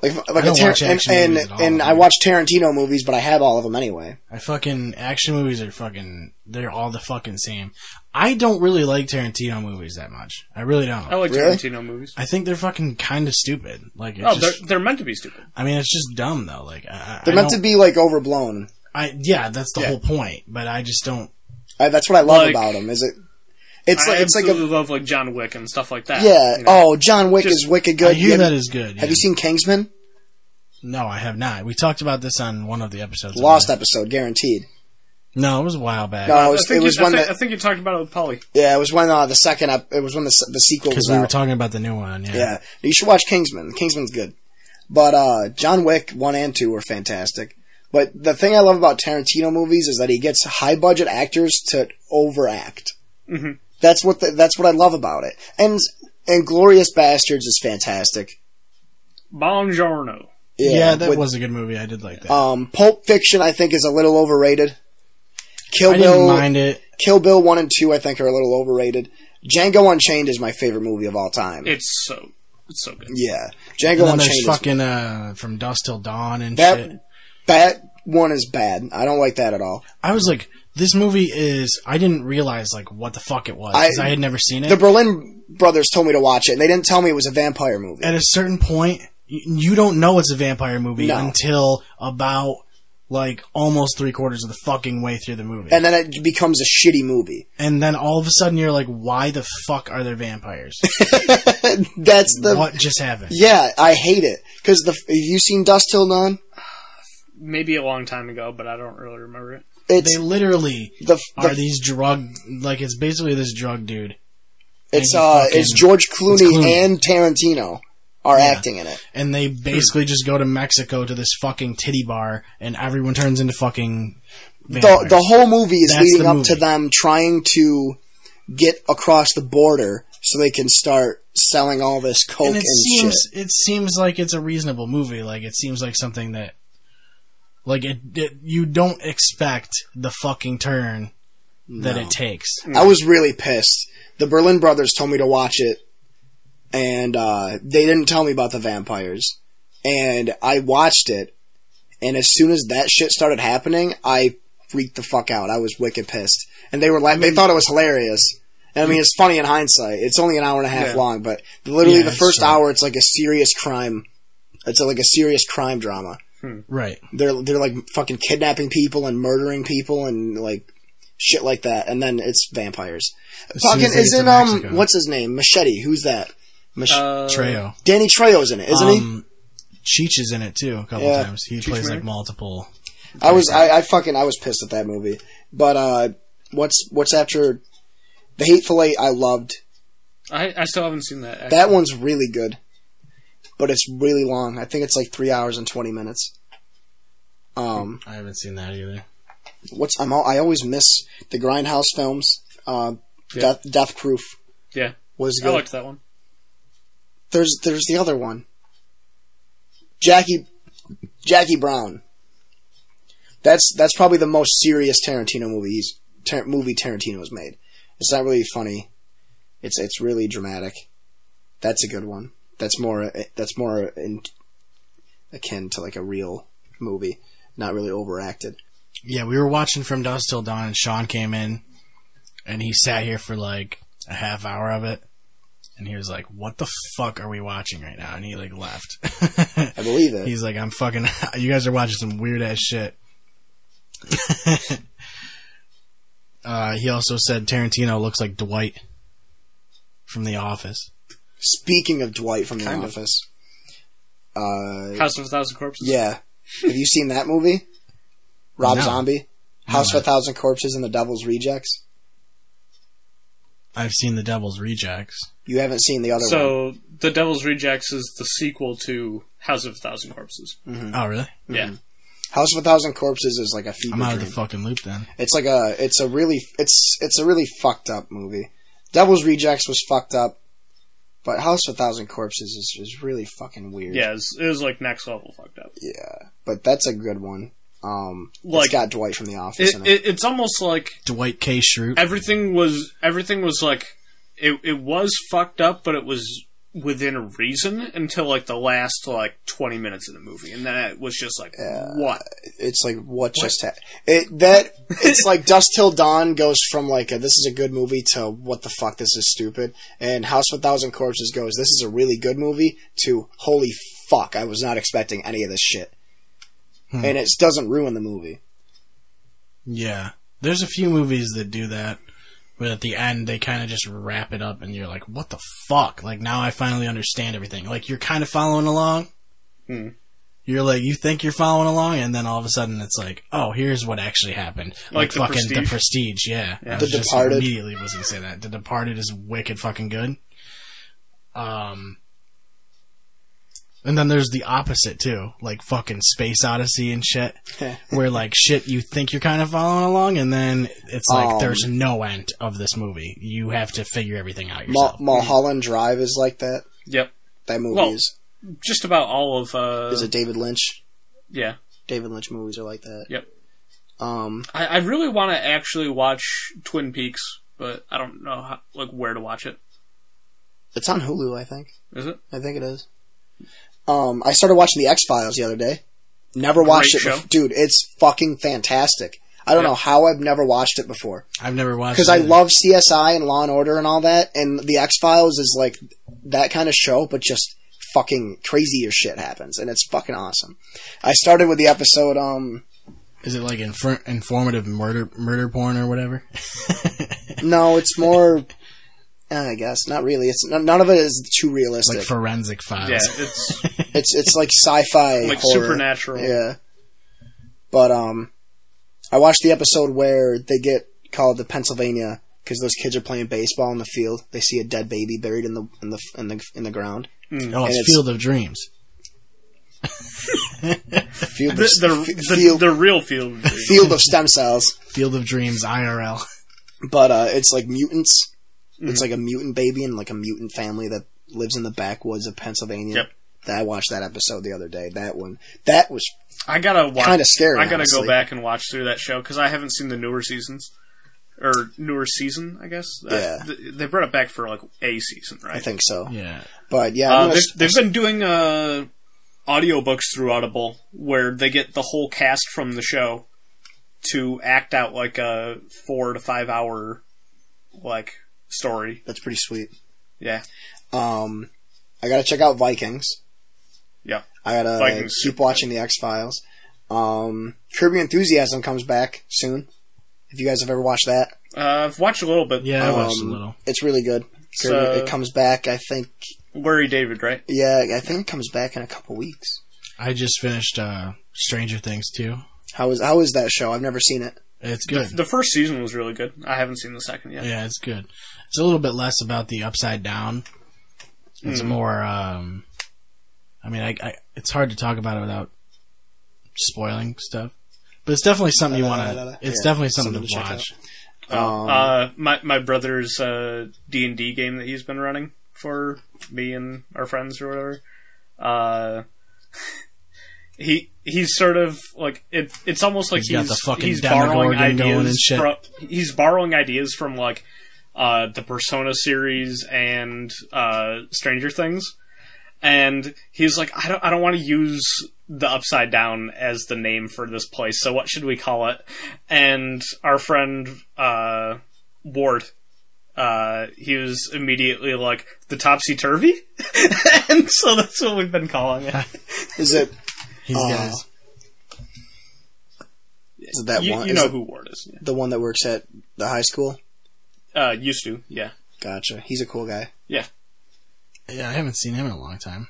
Like, like a don't Tar- watch and action and, movies at all, and I man. watch Tarantino movies, but I have all of them anyway. I fucking action movies are fucking they're all the fucking same. I don't really like Tarantino movies that much. I really don't. I like Really? Tarantino movies. I think they're fucking kind of stupid. Like it's Oh, just, they're, they're meant to be stupid. I mean, it's just dumb though. Like I, I- They're I meant don't- to be like overblown. I yeah, that's the Yeah. whole point. But I just don't. I, that's what I love Like- about him. Is it? It's I like it's like absolutely a love like John Wick and stuff like that. yeah. you know? Oh, John Wick Just- is wicked I good. hear Have that you- is good. Have yeah. you seen Kingsman? No, I have not. We talked about this on one of the episodes. Lost episode, guaranteed. No, it was a while back. No, it was, I think, it was you, I, when think, I the think you talked about it with Polly. yeah, it was when uh, the second ep- it was when the s- the sequel because was we were out. talking about the new one. Yeah. yeah, you should watch Kingsman. Kingsman's good, but uh, John Wick one and two were fantastic. But the thing I love about Tarantino movies is that he gets high budget actors to overact. Mhm. That's what the, that's what I love about it. And and Glorious Bastards is fantastic. Bongiorno. Yeah, Yeah, that with- was a good movie. I did like that. Um, Pulp Fiction, I think, is a little overrated. Kill I didn't Bill, mind it. Kill Bill one and two, I think, are a little overrated. Django Unchained is my favorite movie of all time. It's so it's so good. yeah, And Django then Unchained. there's Is, fucking uh, from Dust Till Dawn and That- shit. that one is bad. I don't like that at all. I was like, this movie is. I didn't realize like what the fuck it was 'cause I- I, had never seen it. The Berlin brothers told me to watch it, and they didn't tell me it was a vampire movie. At a certain point, you, you don't know it's a vampire movie No. until about like almost three quarters of the fucking way through the movie, And then it becomes a shitty movie. and then all of a sudden you're like, why the fuck are there vampires? That's the what just happened? yeah. I hate it because the have you seen Dust Till Dawn? Maybe a long time ago, but I don't really remember it. It's They literally the, the are these drug like it's basically this drug dude it's they uh fucking- it's George Clooney, Clooney. and Tarantino are acting in it. and they basically just go to Mexico to this fucking titty bar and everyone turns into fucking the vampires. the whole movie is That's leading the up to movie. them trying to get across the border so they can start selling all this coke and and, it seems shit. it seems like it's a reasonable movie like it seems like something that like it, it you don't expect the fucking turn that it takes I was really pissed. The Berlin brothers told me to watch it, and uh, they didn't tell me about the vampires. And I watched it, and as soon as that shit started happening, I freaked the fuck out. I was wicked pissed, and they were like, they thought it was hilarious. And I mean, it's funny in hindsight. It's only an hour and a half Yeah. long, but literally Yeah, the it's first true. hour, it's like a serious crime. It's like a serious crime drama. right They're they're like fucking kidnapping people and murdering people and like shit like that. And then it's vampires. soon as Fucking they get isn't to um Mexico. what's his name? Machete. Who's that? Mach- Uh, Trejo Danny Trejo's in it, isn't he? um, Cheech is in it too a couple Yeah. times he plays Murray? like multiple I was I, I fucking I was pissed at that movie. But uh what's what's after The Hateful Eight I loved. I, I still haven't seen that. Actually. That one's really good. But it's really long. I think it's like three hours and twenty minutes. Um I haven't seen that either what's I'm all, I always miss the Grindhouse films. Uh, Yeah. Death Death Proof Yeah, was I good. liked that one. there's there's the other one. Jackie Jackie Brown. That's that's probably the most serious Tarantino movie he's, tar- movie Tarantino's made. It's not really funny. It's it's really dramatic. That's a good one. That's more eh, that's more in, akin to like a real movie, not really overacted. Yeah, we were watching From Dusk Till Dawn, and Sean came in, and he sat here for like a half hour of it, and he was like, "What the fuck are we watching right now?" And he like left. I believe it. He's like, "I'm fucking. You guys are watching some weird ass shit." uh, he also said Tarantino looks like Dwight from The Office. Speaking of Dwight from The Kind of. Office, uh, House of a Thousand Corpses. Yeah. Have you seen that movie? Rob No. Zombie? House No, of a Thousand Corpses and the Devil's Rejects? I've seen The Devil's Rejects. You haven't seen the other one. So the Devil's Rejects is the sequel to House of a Thousand Corpses. Oh, really? Mm-hmm. Yeah, House of a Thousand Corpses is like a fever I'm out of the dream. fucking loop then. it's like a it's a really it's it's a really fucked up movie. Devil's Rejects was fucked up. But House of a Thousand Corpses is, is really fucking weird. Yeah, it was, it was like next level fucked up. Yeah. But that's a good one. Um, Like- it's got Dwight from The Office in It, it. it, it's almost like Dwight K. Schrute. everything was everything was like it it was fucked up, but it was within reason until like the last like twenty minutes of the movie, and then it was just like what? It's like what, just happened. It that it's like Dust Till Dawn goes from like a, this is a good movie to what the fuck this is stupid, and House of a Thousand Corpses goes this is a really good movie to holy fuck I was not expecting any of this shit, Hmm. and it doesn't ruin the movie. Yeah. There's a few movies that do that, but at the end they kind of just wrap it up and you're like, what the fuck? Like now I finally understand everything. Like you're kind of following along. Hmm. You're like, you think you're following along, and then all of a sudden it's like, oh, here's what actually happened. Like Like, The fucking Prestige? The Prestige, yeah. Yeah. I The was just- Departed. Immediately was going to say that. The Departed is wicked fucking good. Um, and then there's the opposite too, like fucking Space Odyssey and shit, where like shit you think you're kind of following along, and then it's like Um, there's no end of this movie. You have to figure everything out Mul- yourself. Mulholland Drive is like that. Yep, That movie Well, is just about all of uh, is a David Lynch. yeah. David Lynch movies are like that. Yep. Um, I, I really want to actually watch Twin Peaks, but I don't know how, like where to watch it. it's on Hulu, I think. Is it? I think it is. Um, I started watching the X Files the other day. Never watched Great it, show. bef- dude. It's fucking fantastic. I don't Yeah. know how I've never watched it before I've never watched because I it. love CSI and Law and Order and all that, and the X Files is like that kind of show, but just fucking crazier shit happens, and it's fucking awesome. I started with the episode. Um, Is it like infor- informative murder murder porn or whatever? no, it's more. eh, I guess not really. It's n- none of it is too realistic. like forensic files. Yeah, it's It's it's like sci-fi, like horror. supernatural. Yeah. But um, I watched the episode where they get called to Pennsylvania because those kids are playing baseball in the field. They see a dead baby buried in the in the in the in the ground. oh, it's, and it's- Field of Dreams. Field of, The, the, the, field, the real field. of dreams. field of stem cells. Field of Dreams IRL. But uh, it's like mutants. Mm-hmm. It's like a mutant baby and like a mutant family that lives in the backwoods of Pennsylvania. Yep. That I watched that episode the other day. That one. That was I gotta watch. kind of scary. I gotta honestly. go back and watch through that show because I haven't seen the newer seasons or newer season. I guess. Uh, Yeah. th- they brought it back for like a season, right? I think so. Yeah. But yeah, I'm Uh, gonna- they've, they've been doing uh, audiobooks through Audible where they get the whole cast from the show to act out like a four to five hour like story. that's pretty sweet. Yeah, Um, I gotta check out Vikings. yeah. I gotta Vikings. keep watching the X Files. Um, Curb Your Enthusiasm comes back soon. If you guys have ever watched that, Uh, I've watched a little bit. Yeah, I um, watched a little. it's really good. So- Curb- it comes back, I think. Worry David, right? Yeah, I think it comes back in a couple weeks. I just finished uh, Stranger Things too. How is how is that show? I've never seen it. It's good. The first season was really good. I haven't seen the second yet. Yeah, it's good. It's a little bit less about the upside down. It's more. Um, I mean, I, I it's hard to talk about it without spoiling stuff, but it's definitely something you want to. It's Yeah, definitely something, something to to check watch. Um, Uh, my my brother's uh, D and D game that he's been running for me and our friends or whatever. Uh, he he's sort of like it. It's almost like He's he's got the fucking he's borrowing Demogorgon going and ideas shit. from he's borrowing ideas from like uh, the Persona series and uh, Stranger Things, and he's like, I don't I don't want to use the upside down as the name for this place. So what should we call it? And our friend uh, Ward uh, he was immediately like the topsy turvy, and so that's what we've been calling it. is it He's uh, got his, is it that you one? you is know it who Ward is? yeah. the one that works at the high school? Uh, used to, yeah. Gotcha. He's a cool guy. Uh, yeah, I haven't seen him in a long time.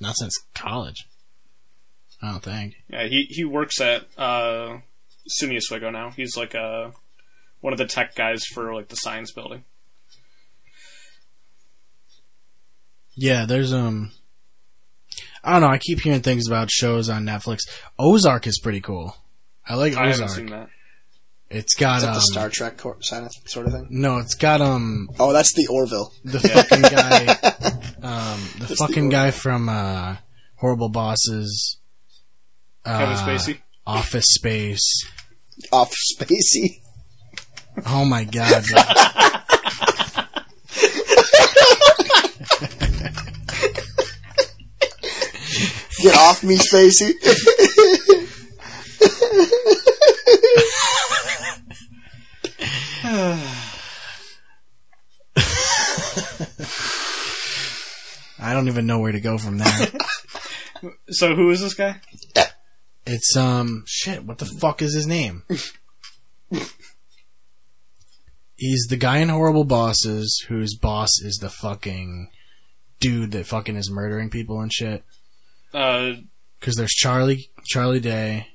Not since college. I don't think. Yeah, he he works at uh, SUNY Oswego now. He's like uh, one of the tech guys for like the science building. Yeah, there's um. I don't know. I keep hearing things about shows on Netflix. Ozark is pretty cool. I like I haven't Ozark. seen that. It's got Is that um, the Star Trek cor- sort of- sort of thing? no, it's got um Oh, that's the Orville. the fucking guy, um, the the fucking order. guy from uh, Horrible Bosses, uh, Kevin Spacey. Office Space. Off Spacey. Oh my god! like- Get off me, Spacey. I don't even know where to go from there. So who is this guy? It's um shit. What the fuck is his name? He's the guy in Horrible Bosses whose boss is the fucking dude that fucking is murdering people and shit. Uh, Because there's Charlie Charlie Day,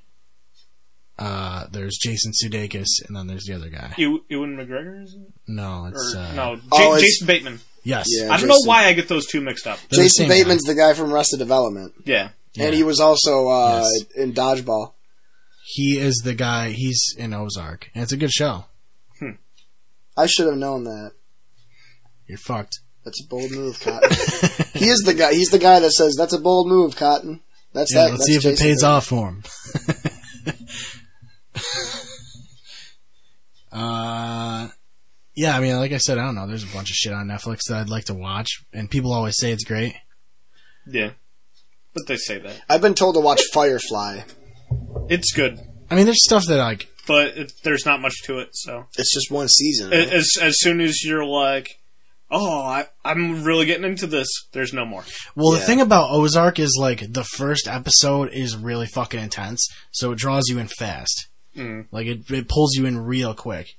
uh, there's Jason Sudeikis, and then there's the other guy. Ew- Ewan McGregor? Is it? No, it's Or, uh, no, J- oh, it's- Jason Bateman. Yes. Yeah. I don't know Jason- why I get those two mixed up. They're the Jason same guy. Bateman's the guy from Arrested Development, Yeah. and Yeah. he was also uh, Yes. in Dodgeball. He is the guy. He's in Ozark, and it's a good show. I should have known that. You're fucked. That's a bold move, Cotton. he is the guy. He's the guy that says, "That's a bold move, Cotton." That's Yeah, that. that's let's see if it Jason pays Bateman. off for him. uh, yeah, I mean, like I said, I don't know. There's a bunch of shit on Netflix that I'd like to watch, and people always say it's great. Yeah. But they say that. I've been told to watch Firefly. It's good, I mean, there's stuff that like, but it, there's not much to it, so. It's just one season. right? As, as soon as you're like, oh, I, I'm really getting into this, there's no more. well, the Yeah. thing about Ozark is like the first episode is really fucking intense, so it draws you in fast. Mm. Like it, it pulls you in real quick.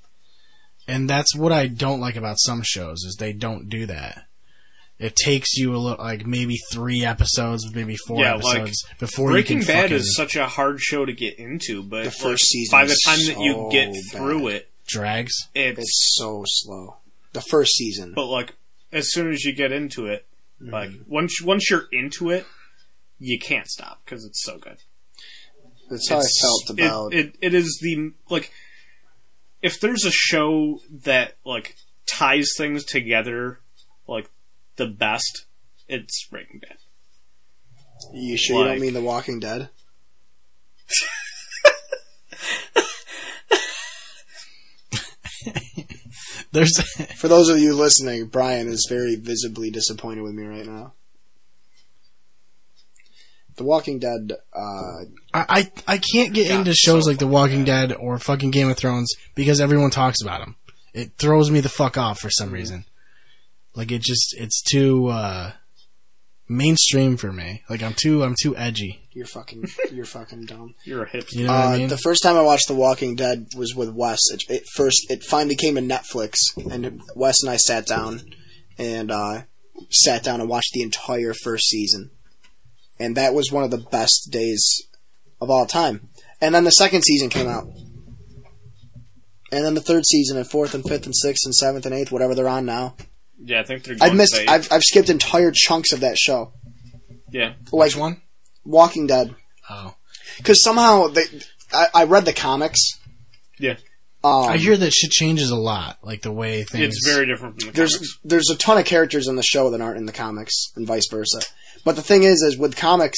And that's what I don't like about some shows is they don't do that. It takes you a little, like maybe three episodes, maybe four Yeah, like, episodes before Breaking you can Bad fucking is such a hard show to get into, but The like, first season by the is time that you so get through bad. it, drags. it's, It's so slow. The first season. but like as soon as you get into it, Mm-hmm. Mhm. like once once you're into it, you can't stop because it's so good. That's how It's- I felt it- about. it, it is the like if there's a show that like ties things together like the best, it's Breaking Bad. you sure you like- don't mean The Walking Dead? There's For those of you listening, Brian is very visibly disappointed with me right now. The Walking Dead. Uh, I, I I can't get God, into it's shows so like The Walking Dead or fucking Game of Thrones because everyone talks about them. It throws me the fuck off for Mm-hmm. some reason. Like it just it's too uh mainstream for me. Like I'm too I'm too edgy. you're fucking. You're fucking dumb. You're a hipster. You know what Uh, I mean? The first time I watched The Walking Dead was with Wes. It, it first, it finally came to Netflix, and Wes and I sat down and uh, sat down and watched the entire first season, and that was one of the best days of all time. And then the second season came out, and then the third season, and fourth, and fifth, and sixth, and seventh, and eighth, whatever they're on now. Yeah, I think they're. I've going missed. to eight. I've, I've skipped entire chunks of that show, yeah, like Which one? Walking Dead, Oh. because somehow they. I, I read the comics. yeah. Um, I hear that shit changes a lot, like the way things. It's very different from the comics. there's there's a ton of characters in the show that aren't in the comics and vice versa. But the thing is, is with comics,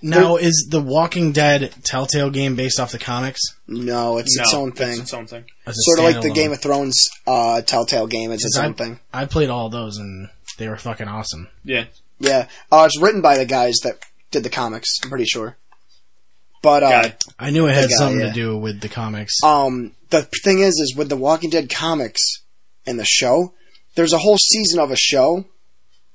now is the Walking Dead Telltale game based off the comics? no, it's its No, own thing. It's its own thing. As a sort of like the standalone? Game of Thrones uh, Telltale game. It's its I- own thing. I played all those and they were fucking awesome. Yeah, Yeah, uh, it's written by the guys that did the comics. I'm pretty sure. But uh, God, I knew it had guy, something yeah. to do with the comics. um, the thing is, is with the Walking Dead comics and the show, there's a whole season of a show,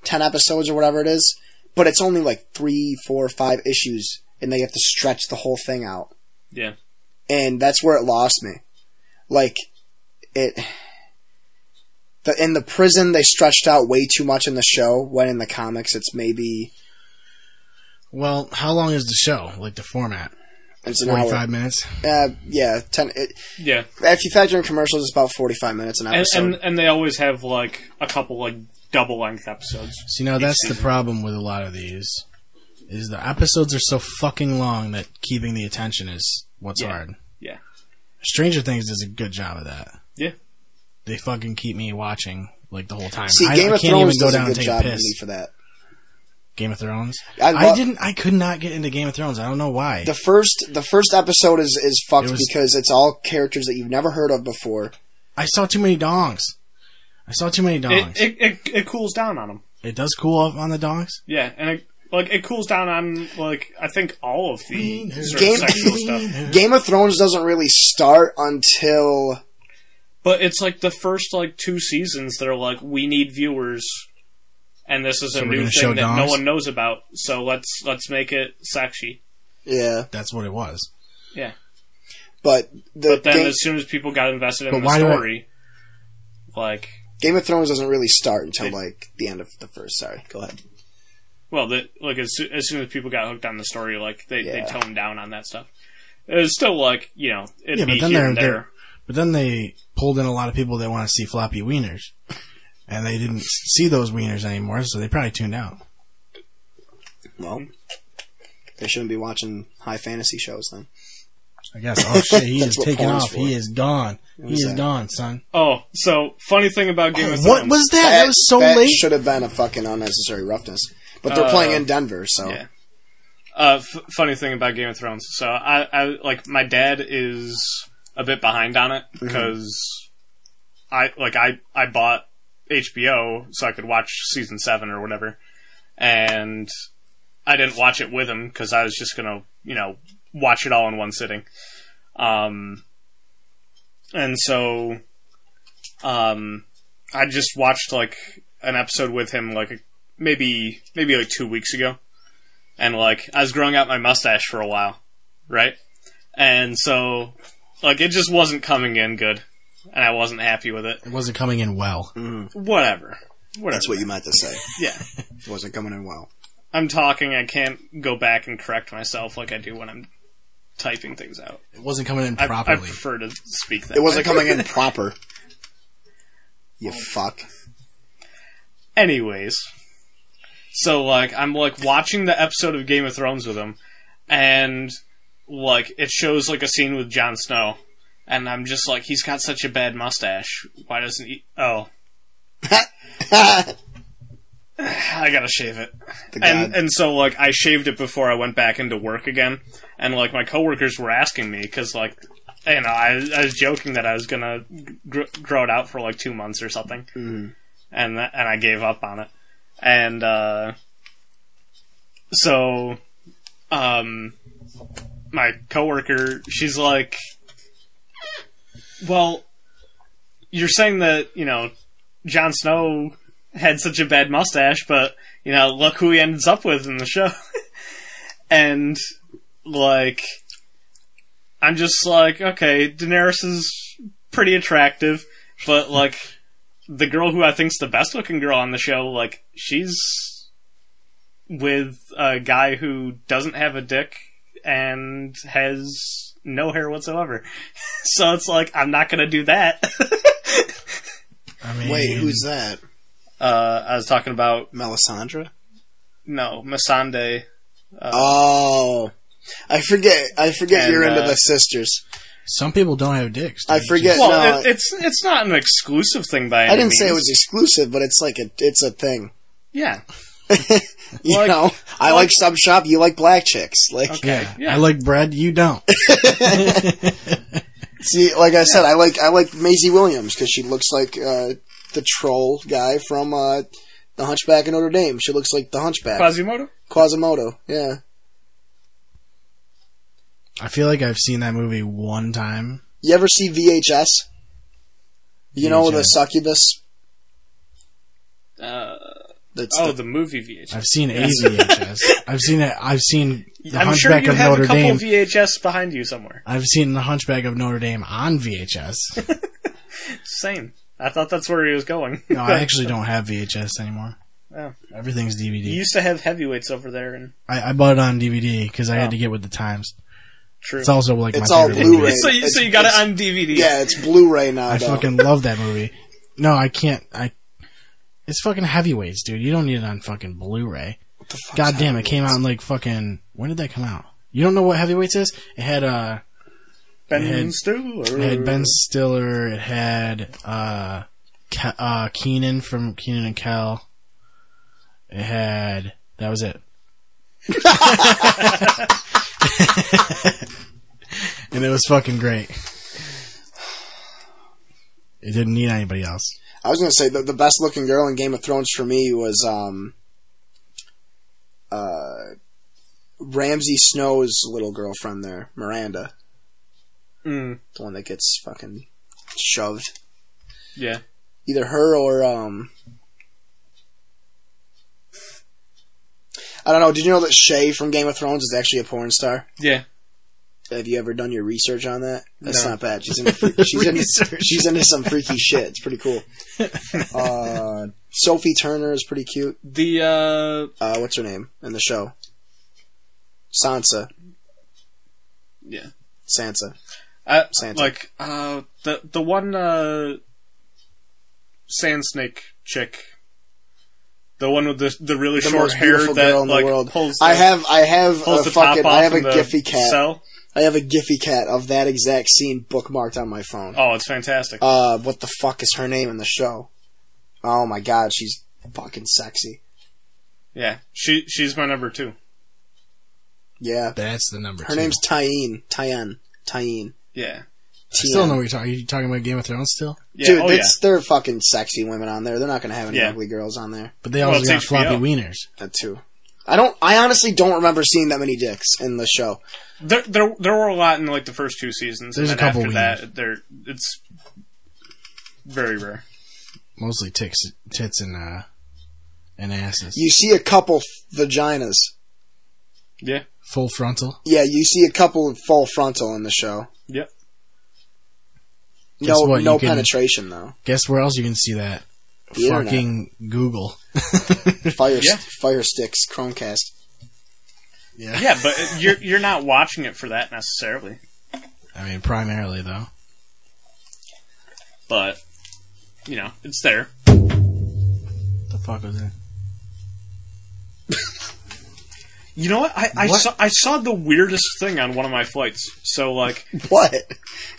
ten episodes or whatever it is, but it's only like three, four, five issues, and they have to stretch the whole thing out. yeah. and that's where it lost me. Like it, the in the prison they stretched out way too much in the show. When in the comics, it's maybe well, how long is the show? Like the format? it's an Forty hour. five minutes. Uh, yeah, ten. It, Yeah, if you factor in commercials, it's about forty-five minutes an and, episode. and and they always have like a couple like double length episodes. So you know that's the problem with a lot of these, is the episodes are so fucking long that keeping the attention is what's Yeah. hard. Yeah, Stranger Things does a good job of that. Yeah. They fucking keep me watching like the whole time. See, I, Game I of can't Thrones even go does down a and good take job a to piss. me for that. Game of Thrones. I I, love- didn't. I could not get into Game of Thrones. I don't know why. The first the first episode is is fucked It was- because it's all characters that you've never heard of before. I saw too many dongs. I saw too many dongs. It, it, It, it, it cools down on them. does cool off on the dongs. Yeah, and it, like it cools down on like I think all of the sort of Game- sexual stuff. Game of Thrones doesn't really start until But it's like the first like two seasons that are like we need viewers, and this is a So we're new gonna show thing that no dongs? one knows about. So let's let's make it sexy. yeah, That's what it was. Yeah. but the But then Game, as soon as people got invested in But the why do I- story, like Game of Thrones doesn't really start until like the end of the first. Sorry, go ahead. well, the, like as, soo- as soon as people got hooked on the story, like they Yeah. they toned down on that stuff. It was still like you know it'd Yeah, but be then here they're, and there. they're but then they pulled in a lot of people that want to see floppy wieners, and they didn't see those wieners anymore, so they probably tuned out. Well, they shouldn't be watching high fantasy shows then. I guess. Oh shit, he is That's what taken porn's off. for. He is gone. He is is that? gone, son. Oh, so funny thing about Game of Thrones. What was that? That, was so late. Should have been a fucking unnecessary roughness. But they're Uh, playing in Denver, so yeah. Uh, f- funny thing about Game of Thrones. So I, I like my dad is a bit behind on it because I like I I bought HBO so I could watch season seven or whatever, and I didn't watch it with him because I was just gonna you know watch it all in one sitting. Um, and so, um, I just watched like an episode with him like maybe maybe like two weeks ago and like I was growing out my mustache for a while, right? And so like it just wasn't coming in good, and I wasn't happy with it. it wasn't coming in well. Whatever, whatever. mm, that's what you meant to say. yeah, It wasn't coming in well. I'm talking. I can't go back and correct myself like I do when I'm typing things out. It wasn't coming in I, I properly. prefer to speak that. It wasn't way. coming in proper. You Oh. fuck. Anyways, so like I'm like watching the episode of Game of Thrones with him, and like it shows like a scene with Jon Snow, and I'm just like, he's got such a bad mustache. Why doesn't he? Oh, the I gotta shave it. god. And and so like I shaved it before I went back into work again, and like my coworkers were asking me because like. You know, I, I was joking that I was gonna gr- grow it out for like two months or something, Mhm. and that, and I gave up on it. And uh, so, um, my coworker, she's like, "Well, you're saying that you know Jon Snow had such a bad mustache, but you know, look who he ends up with in the show. and like, I'm just like, okay, Daenerys is pretty attractive, but like, the girl who I think's the best looking girl on the show, like, she's with a guy who doesn't have a dick and has no hair whatsoever. so it's like, I'm not gonna do that. I mean, Wait, who's that? uh, I was talking about Melisandre? no Masande. Oh. I forget. I forget Uh, And, you're into uh, the sisters. Some people don't have dicks. I dude. forget. Well, no, it, it's it's not an exclusive thing by any I didn't say it means. was exclusive, but it's like a, it's a thing. Yeah, You Like- know, I like, like- sub shop. You like black chicks. Like, Yeah. yeah. I like bread. You don't. see, like I said, I like I like Maisie Williams because she looks like uh, the troll guy from uh, the Hunchback of Notre Dame. She looks like the Hunchback Quasimodo. Quasimodo. Yeah, I feel like I've seen that movie one time. you ever see VHS? You know the VHS. succubus. Uh, That's oh, the the, movie VHS. I've seen a VHS. I've seen it. I've seen the I'm sure Hunchback you of have Notre a couple Dame. VHS behind you somewhere. I've seen the Hunchback of Notre Dame on VHS. Same. I thought that's where he was going. No, I actually don't have VHS anymore. Oh. Everything's He DVD. used to have heavyweights over there, and I, I bought it on DVD because I Oh. had to get with the times. true. It's also like It's my all favorite Blu-ray. movie. so you, so you got it on DVD. yeah, it's Blu-ray now. I though. fucking love that movie. No, I can't. I. It's fucking heavyweights, dude. You don't need it on fucking Blu-ray. What the fuck's God damn, it happening? came out in like fucking. When did that come out? You don't know what heavyweights is? It had uh, Ben It had- Stiller. It had Ben Stiller. It had uh, Ke- uh, Keenan from Keenan and Kel. It had that was it. and it was fucking great. It didn't need anybody else. I was gonna say the, the best looking girl in Game of Thrones for me was um uh Ramsey Snow's little girlfriend there, Miranda, Mm, the one that gets fucking shoved. yeah. Either her or um I don't know, did you know that Shay from Game of Thrones is actually a porn star? Yeah. Have you ever done your research on that? That's No. not bad. She's into freak, she's into, she's into some freaky shit. It's pretty cool. Uh, Sophie Turner is pretty cute. The uh uh, what's her name in the show? Sansa. yeah. Sansa. I, Santa. like uh the the one uh sand snake chick. The one with the the really The short most hair beautiful that girl in the like world. pulls the, I have I have pulls a the top fucking off I have a in the Giphy cat. Cell. I have a Giphy cat of that exact scene bookmarked on my phone. Oh, it's fantastic. Uh, what the fuck is her name in the show? Oh my god, she's fucking sexy. yeah. She she's my number 2. Yeah, That's the number. her two. name's Tyene. Tyene. Tyene. Yeah. I still don't know Tien. what you're talking. Are you talking about Game of Thrones still? Yeah, Dude, oh yeah. that's, they're fucking sexy women on there. They're not gonna have any Yeah. ugly girls on there. But they Well, also it's got floppy HBO. wieners. That too. I don't. I honestly don't remember seeing that many dicks in the show. There, there, there were a lot in like the first two seasons. There's a and then couple after we that. There, it's very rare. Mostly ticks, tits, and uh, and asses. You see a couple vaginas. Yeah, Full frontal. Yeah, you see a couple of full frontal in the show. Yep. No, Guess what, no you can- penetration though. Guess where else you can see that? The internet. Fucking Google. Fire, Yeah. fire sticks, Chromecast. yeah. yeah, but you're you're not watching it for that necessarily. I mean, primarily though. But you know, it's there. What the fuck was that? You know what? I, I What? saw I saw the weirdest thing on one of my flights. So like, What?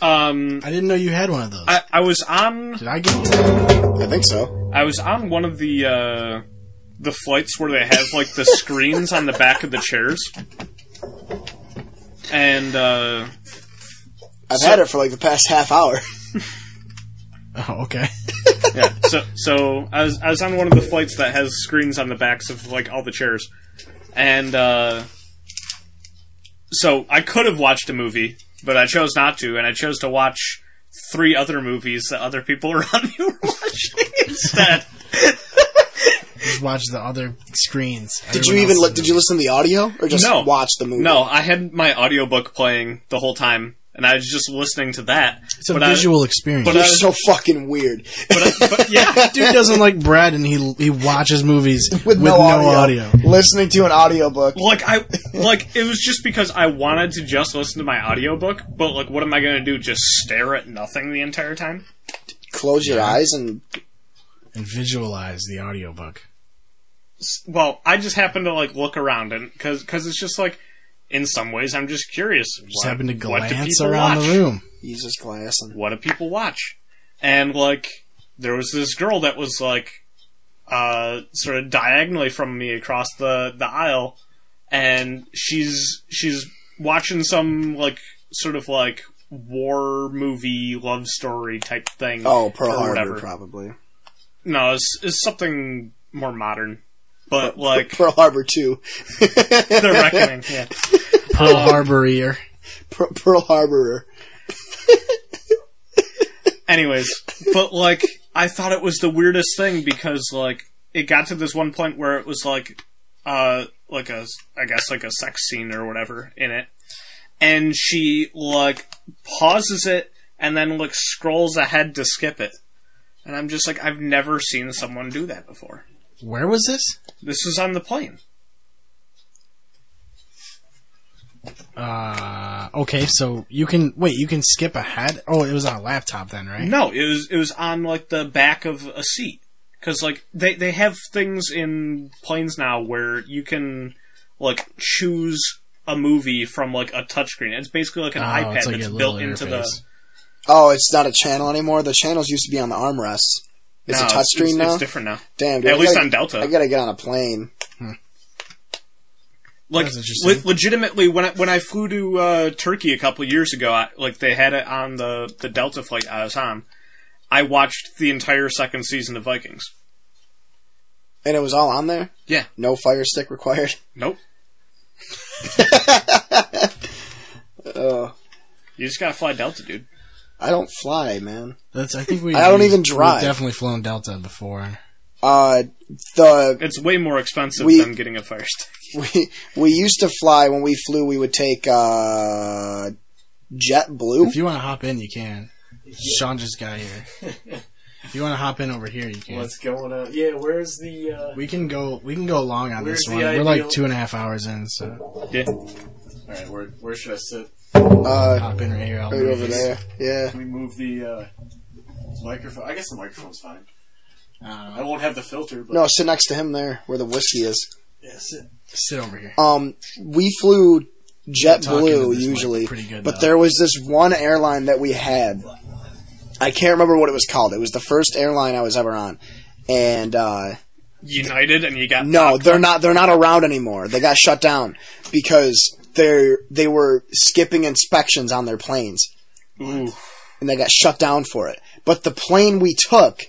um, I didn't know you had one of those. I, I was on Did I get one? I think so. I was on one of the uh, the flights where they have like the screens on the back of the chairs, and. uh I've had it for like the past half hour. Oh, okay. yeah. So so I was I was on one of the flights that has screens on the backs of like all the chairs, and uh, so I could have watched a movie, but I chose not to, and I chose to watch three other movies that other people around me were watching instead. Just watch the other screens. Did you even li- did you listen to the audio or just No. watch the movie? No, I had my audiobook playing the whole time, and I was just listening to that. It's a but I- visual experience. but You're I- so fucking weird. but I- but yeah, Dude doesn't like bread, and he he watches movies with, no, audio. Listening to an audiobook. like I like it was just because I wanted to just listen to my audiobook, but like what am I going to do just stare at nothing the entire time? Close your eyes and And visualize the audiobook. S- Well, I just happened to like look around and cuz cuz it's just like in some ways I'm just curious. Just what, happen to what do glance people around watch? the room. use this glass and What do people watch? And like there was this girl that was like uh sort of diagonally from me across the the aisle and she's she's watching some like sort of like war movie love story type thing. oh, Pearl or Harbor whatever. probably. No, it's, it's something more modern, but like Pearl Harbor two. the reckoning. Yeah, Pearl Harbor ear. Per- Pearl Harborer. Anyways, but like I thought it was the weirdest thing because like it got to this one point where it was like uh like a I guess like a sex scene or whatever in it. And she like pauses it and then like scrolls ahead to skip it. And I'm just like I've never seen someone do that before. Where was this? This is on the plane. Uh, okay, so you can wait. You can skip ahead. Oh, it was on a laptop then, right? No, it was it was on like the back of a seat because like they they have things in planes now where you can like choose a movie from like a touchscreen. It's basically like an Oh, iPad it's like that's a little built into interface. the. Oh, it's not a channel anymore. The channels used to be on the armrests. It's no, a touchscreen it's, now. It's different now. Damn, dude, At I least gotta- on Delta. I gotta get on a plane. Like That's interesting. le- legitimately, when I, when I flew to uh, Turkey a couple years ago, I, like they had it on the the Delta flight I was on. I watched the entire second season of Vikings. And it was all on there. Yeah. No fire stick required. Nope. Oh, You just gotta fly Delta, dude. I don't fly, man. That's. I think we. I don't we've- even drive. We've definitely flown Delta before. Uh, the It's way more expensive We- than getting a Fire Stick. we we used to fly when we flew. We would take uh, JetBlue. If you want to hop in, you can. Sean just got here. if you want to hop in over here, you can. What's going on? Yeah, where's the? Uh, We can go. We can go long on Where's this the one. We're like ideal- two and a half hours in, so Yeah. all right, where where should I sit? Uh, hop in right here. I'll right move over this. there. Yeah. Can we move the uh, microphone? I guess the microphone's fine. I Uh, won't have the filter, but No, sit next to him there, where the whiskey is. yeah, sit. sit over here. Um, we flew Talking to JetBlue this mic usually, pretty good, but though. there was this one airline that we had. I can't remember what it was called. It was the first airline I was ever on, and uh, United, and you got no, they're not. They're not around anymore. They got shut down because they they were skipping inspections on their planes. Ooh. and they got shut down for it. But the plane we took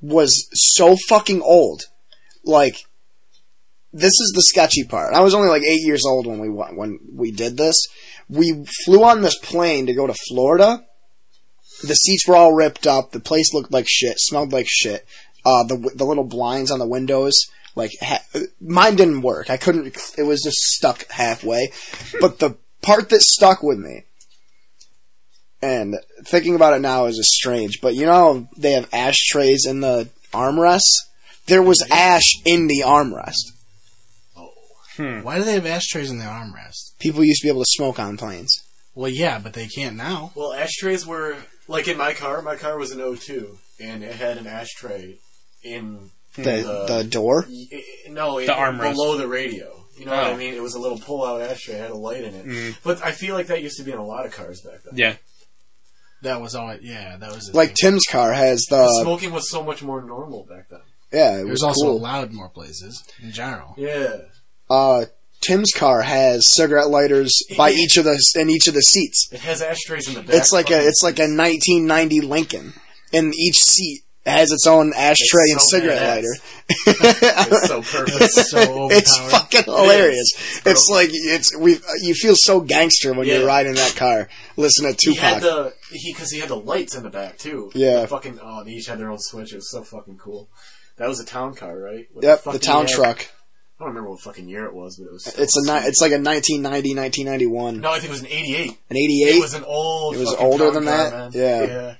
was so fucking old. Like, this is the sketchy part. I was only like eight years old when we wa- when we did this. We flew on this plane to go to Florida. The seats were all ripped up. The place looked like shit. Smelled like shit. Uh, the w- the little blinds on the windows, like ha- mine didn't work. I couldn't. It was just stuck halfway. But the part that stuck with me and thinking about it now is just strange. But you know, they have ashtrays in the armrests. There was ash in the armrest. Oh. hmm. Why do they have ashtrays in the armrest? People used to be able to smoke on planes. Well, yeah, but they can't now. Well, ashtrays were like in my car. My car was an O2, and it had an ashtray in Hmm. The the door. y- y- no in, The armrest. below the radio. You know what Oh. I mean? It was a little pull-out ashtray. It had a light in it. But I feel like that used to be in a lot of cars back then. Yeah. That was all. Yeah, that was the Like thing. Tim's car has the Smoking was so much more normal back then. yeah. It It was, was also cool. allowed more places in general. Yeah. Uh, Tim's car has cigarette lighters by each of the in each of the seats. It has ashtrays in the back. It's like a it's like a 1990 Lincoln, and each seat has its own ashtray and It's so cigarette badass. lighter. It's so perfect. It's so overpowered. It's fucking hilarious. it's like it's we. You feel so gangster when Yeah. you're riding that car, listening to He Tupac. had the he because he had the lights in the back too. Yeah. The fucking oh, they each had their own switch. It was so fucking cool. That was a town car, right? What yep, fuck the did town he have? truck. I don't remember what fucking year it was, but it was. so It's a ni- sweet. it's like a 1990, 1991, No, I think it was an '88. an It 88. was an old. It was fucking older town than car, that? Man. Yeah. yeah.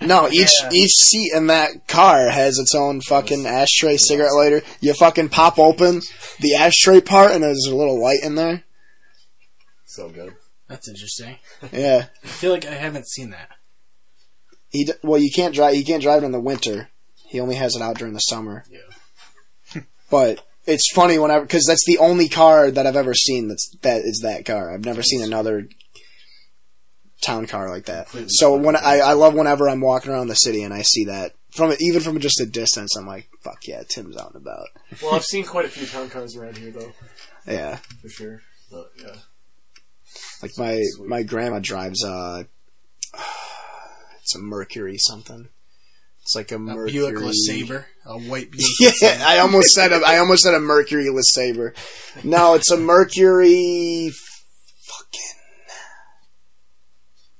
no, each yeah. each seat in that car has its own fucking ashtray, cigarette lighter. You fucking pop open the ashtray part, and there's a little light in there. So good. That's interesting. Yeah, I feel like I haven't seen that. he d- well, you can't drive. You can't drive it in the winter. He only has it out during the summer. Yeah. but it's funny whenever because that's the only car that I've ever seen that's that is that car. I've never seen another town car like that. Completely So different. when I, I love whenever I'm walking around the city and I see that from even from just a distance, I'm like, fuck yeah, Tim's out and about. Well, I've seen quite a few town cars around here though, Yeah, for sure. But yeah. like my my grandma drives uh, it's a Mercury something. It's like a, A Mercury. Buick LeSabre, a white Buick. Yeah, I almost said a, I almost said a Mercury LeSabre. No, it's a Mercury. Fucking.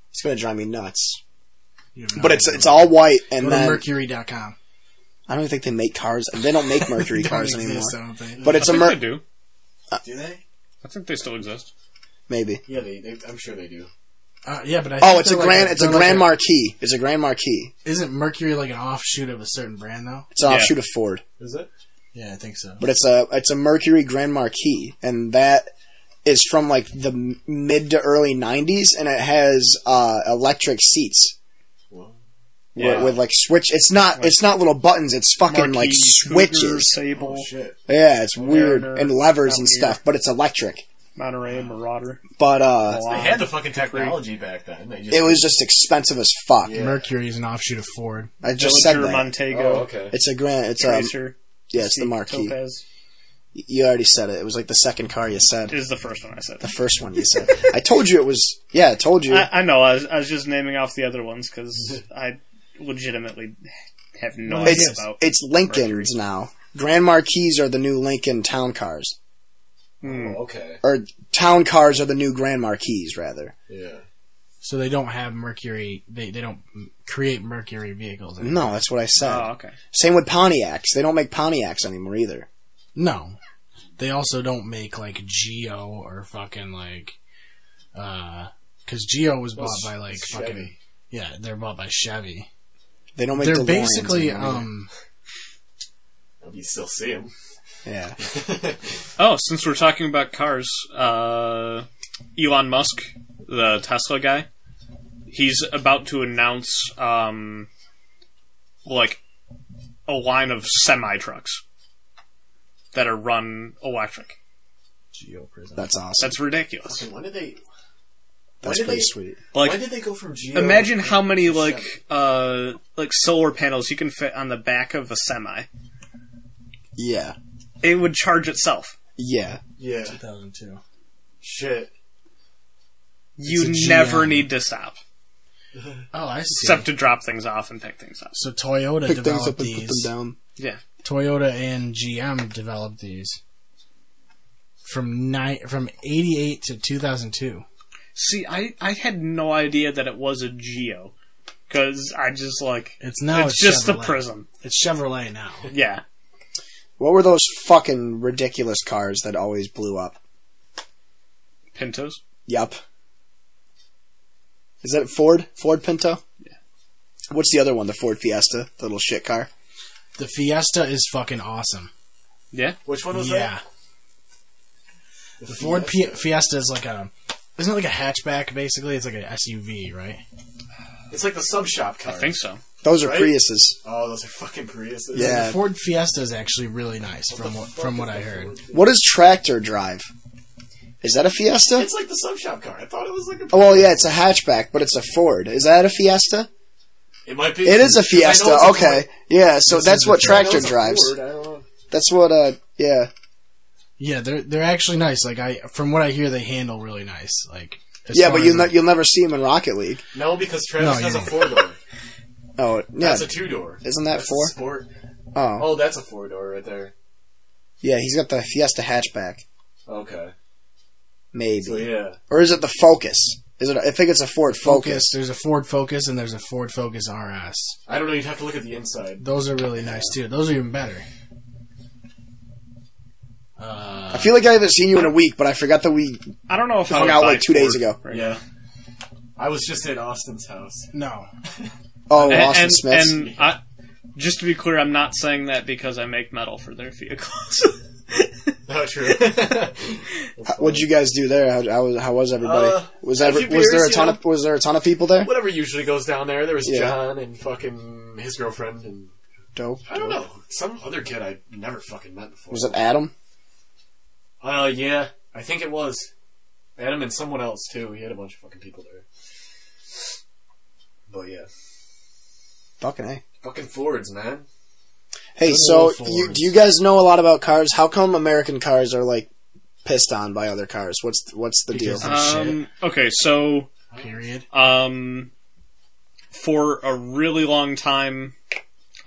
It's gonna drive me nuts. You have no But it's idea. it's all white, and Go to then Mercury.com. I don't think they make cars. They don't make Mercury Don't cars anymore. exist, I don't think. But it's I a think Mer- they do. Do they? I think they still exist. maybe. Yeah, they, they. I'm sure they do. Uh, yeah, but I Oh, think it's a they're like grand. it's a they're like Grand Marquis. It's a Grand Marquis. Isn't Mercury like an offshoot of a certain brand though? It's an Yeah. offshoot of Ford, Is it? Yeah, I think so. but it's a it's a Mercury Grand Marquis, and that is from like the m- mid to early '90s, and it has uh, electric seats. Well, with- with, like switch. It's not it's not little buttons. It's fucking like Marquis, Cougar, switches. Sable. Oh, shit. Yeah, it's weird Mariner, and levers and Mountaineer. stuff, but it's electric. Monterey Marauder. But uh, Oh, They had the fucking technology back then. They just it was just expensive as fuck. Yeah. Mercury is an offshoot of Ford. I just said Villager, that. Oh, Montego. okay. It's a grand. It's um, Racer, yeah, it's the marquee. Topaz You already said it. It was like the second car you said. is the first one I said. The first one you said. I told you it was. Yeah, I told you. I, I know. I was, I was just naming off the other ones because I legitimately have no idea it's about. it's Lincolns Mercury. now. Grand Marquis are the new Lincoln town cars, Hmm. Oh, okay. or town cars are the new Grand Marquis rather. Yeah. So they don't have Mercury. They they don't m- create Mercury vehicles. anymore. No, that's what I said. Oh, okay. Same with Pontiacs. They don't make Pontiacs anymore either. No. They also don't make like Geo or fucking like uh cuz Geo was bought What's- by like it's fucking Chevy. yeah, they're bought by Chevy. They don't make. they're DeLoreans basically anymore either. um You still see them. Yeah. Oh, since we're talking about cars, uh, Elon Musk, the Tesla guy, he's about to announce um, like a line of semi trucks that are run electric. Geo prison. That's awesome. That's ridiculous. when did they? That's did pretty they- sweet. Like, when did they go from Geo? imagine how many like uh like solar panels you can fit on the back of a semi. Yeah. It would charge itself. Yeah. Yeah. 2002. Shit. You It's a never GM. need to stop, Oh, I see. except to drop things off and pick things up. so Toyota Pick things up developed and put them these. down. Yeah. Toyota and GM developed these from ni- from 88 to 2002. See, I, I had no idea that it was a Geo. Because I just like. It's now it's it's just the Chevrolet. prism. It's Chevrolet now. Yeah. What were those fucking ridiculous cars that always blew up? Pintos? Yup. Is that Ford? Ford Pinto? Yeah. What's the other one? The Ford Fiesta, the little shit car. The Fiesta is fucking awesome. Yeah. Which one was Yeah. that? The Ford P- Fiesta is like a isn't it like a hatchback basically? It's like an SUV, right? It's like the sub shop car. I think so. Those are Right? Priuses. Oh, those are fucking Priuses. Yeah. The Ford Fiesta is actually really nice from what from what I heard. What is tractor drive? Is that a Fiesta? It's like the sub shop car. I thought it was like a. Oh well, yeah, it's a hatchback, but it's a Ford. Is that a Fiesta? It might be. It is a Because I know Fiesta. it's a Okay, yeah. So This that's is a what Ford. Ford. I know tractor it's a drives. Ford, I don't know. That's what. Uh, yeah. Yeah, they're they're actually nice. Like I from what I hear, they handle really nice. Like as Yeah, far but you'll as, ne- you'll never see him in Rocket League. No, because Travis No, has you don't. a four door. Oh, yeah. That's a two door. Isn't that That's four? a Sport. Oh, Oh, that's a four door right there. yeah. He's got the Fiesta hatchback, Okay. maybe, So yeah. or is it the Focus? Is it? I think it's a Ford Focus. Focus. There's a Ford Focus and there's a Ford Focus RS. I don't know. You'd have to look at the inside. Those are really nice too. Those are even better. Uh, I feel like I haven't seen you in a week, but I forgot that we I don't know if I hung would out buy like two days Ford. ago. Right. Yeah. I was just at Austin's house. no, Oh, And, Austin and, Smith. and I, just to be clear, I'm not saying that because I make metal for their vehicles. Oh, true. What'd you guys do there? How, how, was- how was everybody? Uh, was a every, few was there a beers, ton you of was there a ton of people there? Whatever usually goes down there. There was Yeah. John and fucking his girlfriend and Dope. I don't know some other kid I never fucking met before. Was it Adam? Uh, yeah, I think it was Adam and someone else too. He had a bunch of fucking people there. But yeah, Fucking a. fucking Fords, man. Hey, Good so old you, Fords. do you guys know a lot about cars? How come American cars are like pissed on by other cars? What's what's the Because- deal? um, okay, so period. um, for a really long time,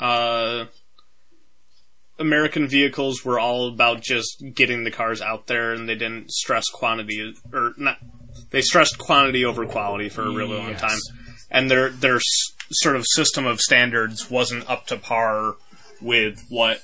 uh, American vehicles were all about just getting the cars out there, and they didn't stress quantity or not. They stressed quantity over quality for a really long Yes. time, and their their s- sort of system of standards wasn't up to par with what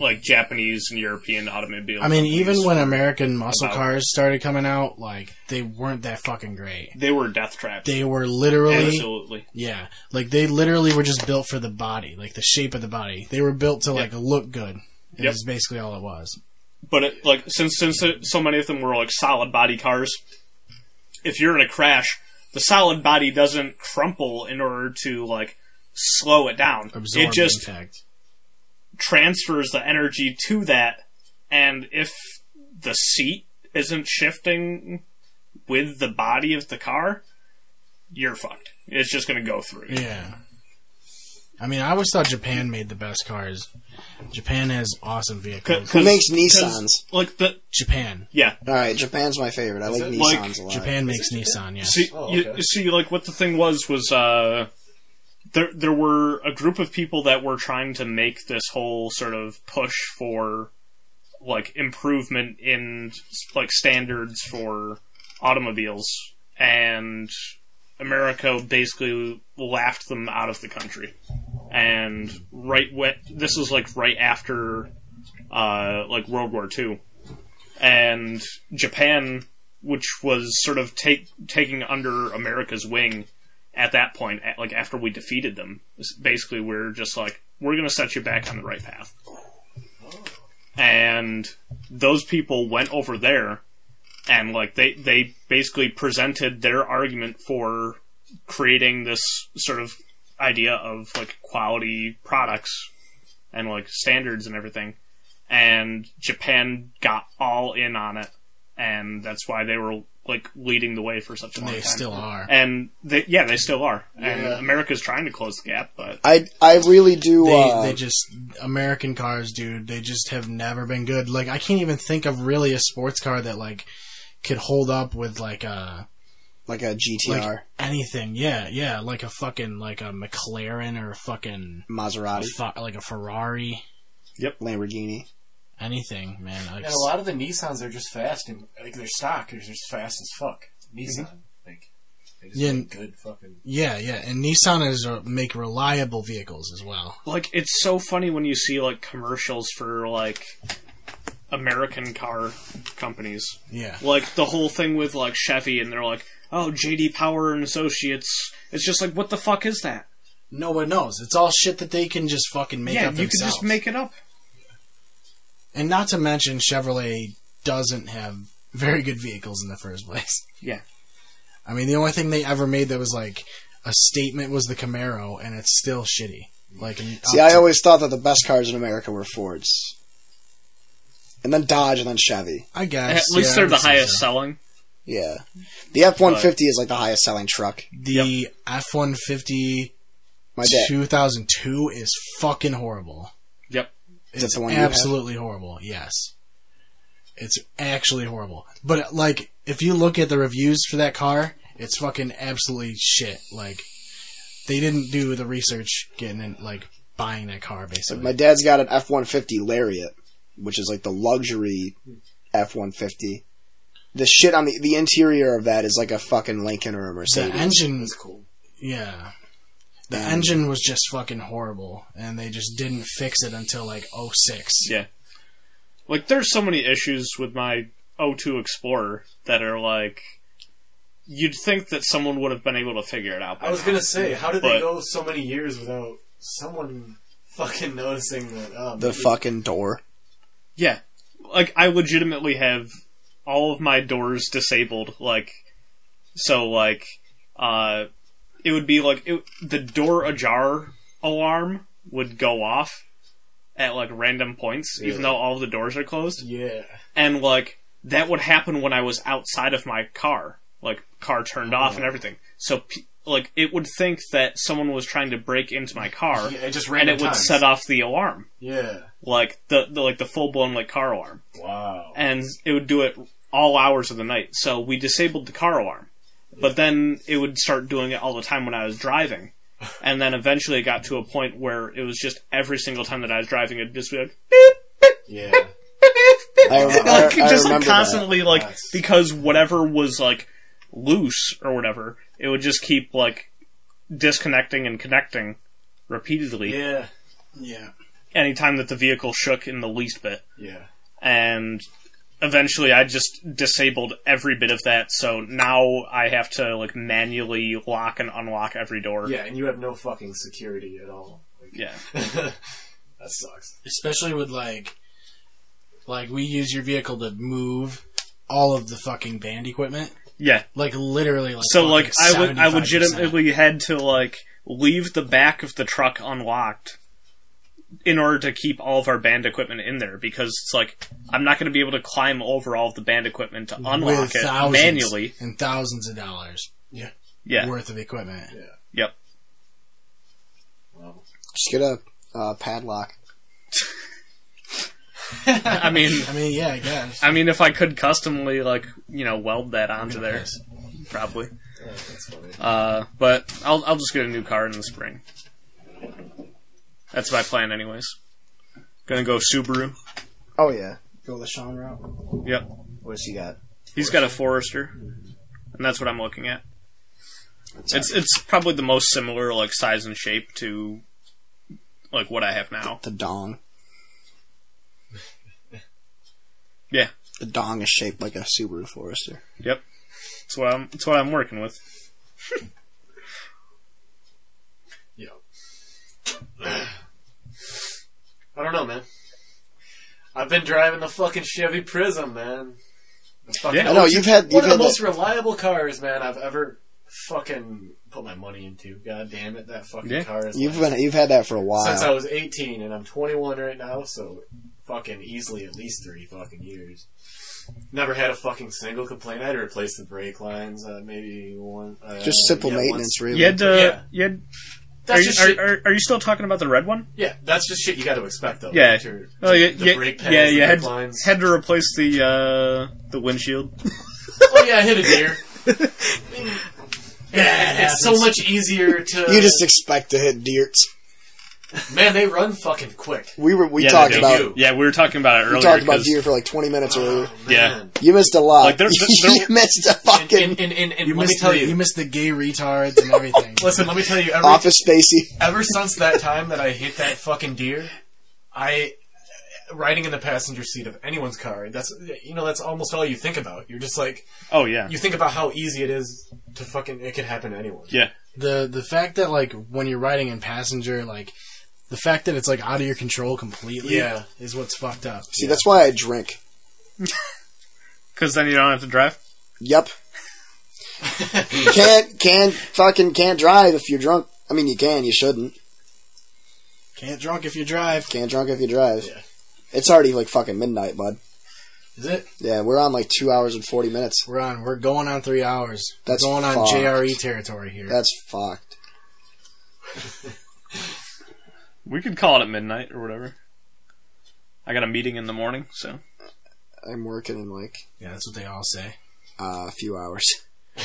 like Japanese and European automobile. I mean, companies even when American muscle about- cars started coming out, like they weren't that fucking great. they were death traps, They were literally, absolutely. yeah, like they literally were just built for the body, like the shape of the body. They were built to like look good. It Yep. was basically all it was. but it, like since since it, so many of them were like solid body cars, if you're in a crash, the solid body doesn't crumple in order to like slow it down. Absorbed it just impact. transfers the energy to that, and if the seat isn't shifting with the body of the car, you're fucked. It's just going to go through. you. Yeah. I mean, I always thought Japan made the best cars. Japan has awesome vehicles. Who makes 'cause, Nissans? Like the Japan. yeah. All right, Japan's my favorite. I like it like Nissans a lot. Japan makes Nissan, yeah. See, Oh, you, okay. you see, like what the thing was was uh, there there were a group of people that were trying to make this whole sort of push for like improvement in like standards for automobiles, and America basically laughed them out of the country. And right when this was like right after uh, like World War II, and Japan which was sort of take, taking under America's wing at that point, at, like after we defeated them. It's Basically, we're just like, we're going to set you back on the right path. And those people went over there and like they, they basically presented their argument for creating this sort of idea of like quality products and like standards and everything. And Japan got all in on it and that's why they were like leading the way for such a long They time. still are. And they, yeah, they still are. And Yeah. America's trying to close the gap, but I I really do. They, uh, they just American cars, dude. They just have never been good. Like I can't even think of really a sports car that like could hold up with like a like a like GTR, anything. Yeah, yeah, like a fucking like a McLaren or a fucking Maserati, fu- like a Ferrari. Lamborghini. Anything, man. Like, And a lot of the Nissans are just fast, and like their stock is just fast as fuck. Nissan, like they just Yeah, make and- good fucking. yeah, yeah. And Nissan is uh, make reliable vehicles as well. like it's so funny when you see like commercials for like American car companies. Yeah. Like the whole thing with like Chevy and they're like, "Oh, JD Power and Associates." It's just like, "What the fuck is that?" No one knows. It's all shit that they can just fucking make yeah, up you could themselves. just make it up. And not to mention, Chevrolet doesn't have very good vehicles in the first place. Yeah. I mean, the only thing they ever made that was like a statement was the Camaro, and it's still shitty. Like, and See, up I to- always thought that the best cars in America were Fords, and then Dodge, and then Chevy. I guess At least yeah, I they're would the say highest so. selling. Yeah, the F one fifty is like the highest selling truck. The F one fifty My dad, two thousand two is fucking horrible. Yep. Is that It's the one you have? absolutely horrible. Yes, it's actually horrible. But like, if you look at the reviews for that car, it's fucking absolutely shit. Like, they didn't do the research getting in, like buying that car. Basically, my dad's got an F one fifty Lariat, which is like the luxury F one fifty. The shit on the the interior of that is like a fucking Lincoln or a the Mercedes. engine, That's cool. yeah, the And- engine was just fucking horrible, and they just didn't fix it until like 06. Yeah. Like, there's so many issues with my 02 Explorer that are like, you'd think that someone would have been able to figure it out. by I was now. gonna say, how did But- they go so many years without someone fucking noticing that? Um, the fucking door. Yeah. Like, I legitimately have all of my doors disabled. Like, so, like, uh, it would be like, it, the door ajar alarm would go off at, like, random points, even though all of the doors are closed. Yeah. and like that would happen when I was outside of my car, like car turned off Oh. and everything. So pe- like it would think that someone was trying to break into my car, Yeah, it just and random it would times. set off the alarm, Yeah. like the, the like the full blown like car alarm, Wow. and it would do it all hours of the night. So we disabled the car alarm, but then it would start doing it all the time when I was driving. And then eventually it got to a point where it was just every single time that I was driving, it'd just be like, Yeah. I, I, like I just like remember that. constantly like Nice. because whatever was like loose or whatever, it would just keep like disconnecting and connecting repeatedly Yeah. Yeah. anytime that the vehicle shook in the least bit. Yeah. And eventually I just disabled every bit of that, so now I have to like manually lock and unlock every door. Yeah, and you have no fucking security at all. Like, Yeah. that sucks. especially with like like we use your vehicle to move all of the fucking band equipment Yeah. like literally like So like I fucking le- I 75%. legitimately had to like leave the back of the truck unlocked in order to keep all of our band equipment in there because it's like I'm not going to be able to climb over all of the band equipment to unlock with it thousands manually. and thousands of dollars Yeah. worth of equipment. Yep. Well, Just get a uh, padlock. I mean, I mean, yeah, I guess. I mean, if I could customly like you know weld that onto there, probably. yeah, that's funny. Uh, but I'll I'll just get a new car in the spring. That's my plan, anyways. Gonna go Subaru. Oh yeah. Go the Sean route. Yep. What does he got? He's got a Forester, and that's what I'm looking at. It's it's probably the most similar like size and shape to like what I have now. The dong. Yeah. The dong is shaped like a Subaru Forester. Yep. That's what I'm that's what I'm working with. Yeah. I don't know, man. I've been driving the fucking Chevy Prism, man. The fucking Yeah. I know you've had one you've of the had most that, reliable cars, man, I've ever fucking put my money into. God damn it, that fucking Yeah. car is you've like- been you've had that for a since I while. was 18 and I'm 21 right now, so fucking easily at least 30 fucking years. Never had a fucking single complaint. I had to replace the brake lines, uh, maybe one. Uh, Just simple yeah, once. maintenance, really. You had to, Yeah. you had, That's are, you, just shit. are, are, are you still talking about the red one? yeah, that's just shit you got to expect though. Yeah. Your- Oh yeah, the yeah, brake yeah. pedals, You the had, brake lines. had to replace the uh, the windshield. oh yeah, I hit a deer. Yeah, it's so much easier to. You just expect to hit deerts. man, they run fucking quick. We were we Yeah, talked they do. about You. Yeah, we were talking about it earlier. we talked about 'cause- deer for like twenty minutes earlier. Oh, Yeah. man. You missed a lot. Like, they're- they're- you missed a And, fucking and, and, and, and You let me missed tell the, you, missed the gay retards and everything. listen, let me tell you, every, office spacey. ever since that time that I hit that fucking deer, I riding in the passenger seat of anyone's car. That's you know that's almost all you think about. You're just like Oh yeah, you think about how easy it is to fucking it could happen to anyone. yeah, the the fact that like when you're riding in passenger, like the fact that it's like out of your control completely, Yeah. is what's fucked up. See, that's why I drink. because then you don't have to drive. Yep. can't can't fucking can't drive if you're drunk. I mean, you can, you shouldn't. Can't drunk if you drive. Can't drunk if you drive. Yeah. It's already like fucking midnight, bud. Is it? Yeah, we're on like two hours and forty minutes. We're on. We're going on three hours. That's going on fucked. JRE territory here. That's fucked. We could call it at midnight or whatever. I got a meeting in the morning, so I'm working in like yeah, that's what they all say. uh, a few hours.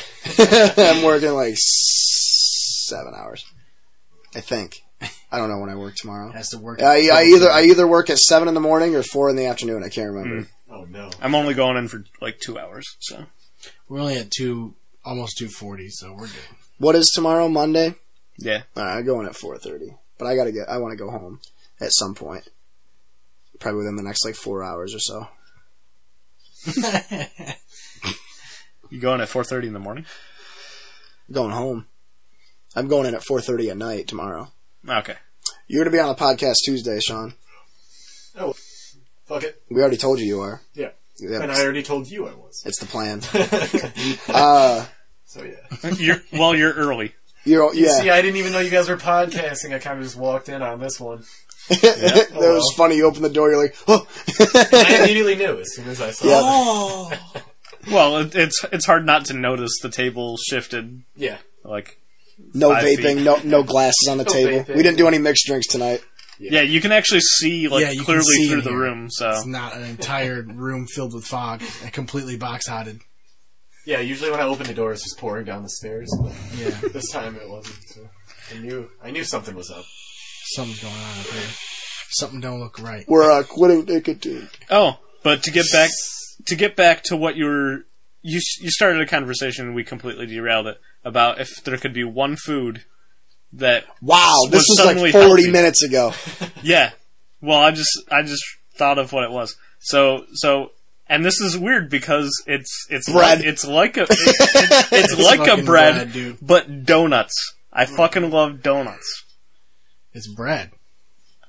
I'm working like s- seven hours, I think. I don't know when I work tomorrow. Has to work. I, I either I either work at seven in the morning or four in the afternoon. I can't remember. Oh no. I'm only going in for like two hours. So We're only at two, almost two forty, so we're good. What is tomorrow? Monday. yeah, All right, I go in at four thirty, but I gotta get. I want to go home at some point, probably within the next like four hours or so. you going at four thirty in the morning? Going home. I'm going in at four thirty at night tomorrow. Okay. You're gonna be on the podcast Tuesday, Sean. Fuck it. We already told you you are. Yeah. Yeah, And I already told you I was. it's the plan. Uh, so yeah. You're, well, you're early. you're yeah. See, I didn't even know you guys were podcasting. I kind of just walked in on this one. that Oh, well. was funny. You open the door, you're like, oh. I immediately knew as soon as I saw. Yeah. it. Oh, Well, it, it's it's hard not to notice the table shifted. Yeah. Like, no Five vaping, feet. no no glasses on the No table. vaping. We didn't do any mixed drinks tonight. yeah, you can actually see like Yeah, you can clearly see through in the here. room. So it's not an entire room filled with fog, completely box hotted. Yeah. Usually when I open the door, it's just pouring down the stairs. But Yeah, this time it wasn't. So I knew. I knew something was up. something's going on up here. Something don't look right. We're uh, quitting nicotine. Oh, but to get back to get back to what you were you s- you started a conversation and we completely derailed it about if there could be one food that Wow, this Was was like suddenly 40 healthy. minutes ago. yeah. Well, I just I just thought of what it was. So so and this is weird because it's it's Bread. like it's like a it's, it's, it's like a fucking bread, bread, dude. but donuts. I fucking love donuts. It's bread.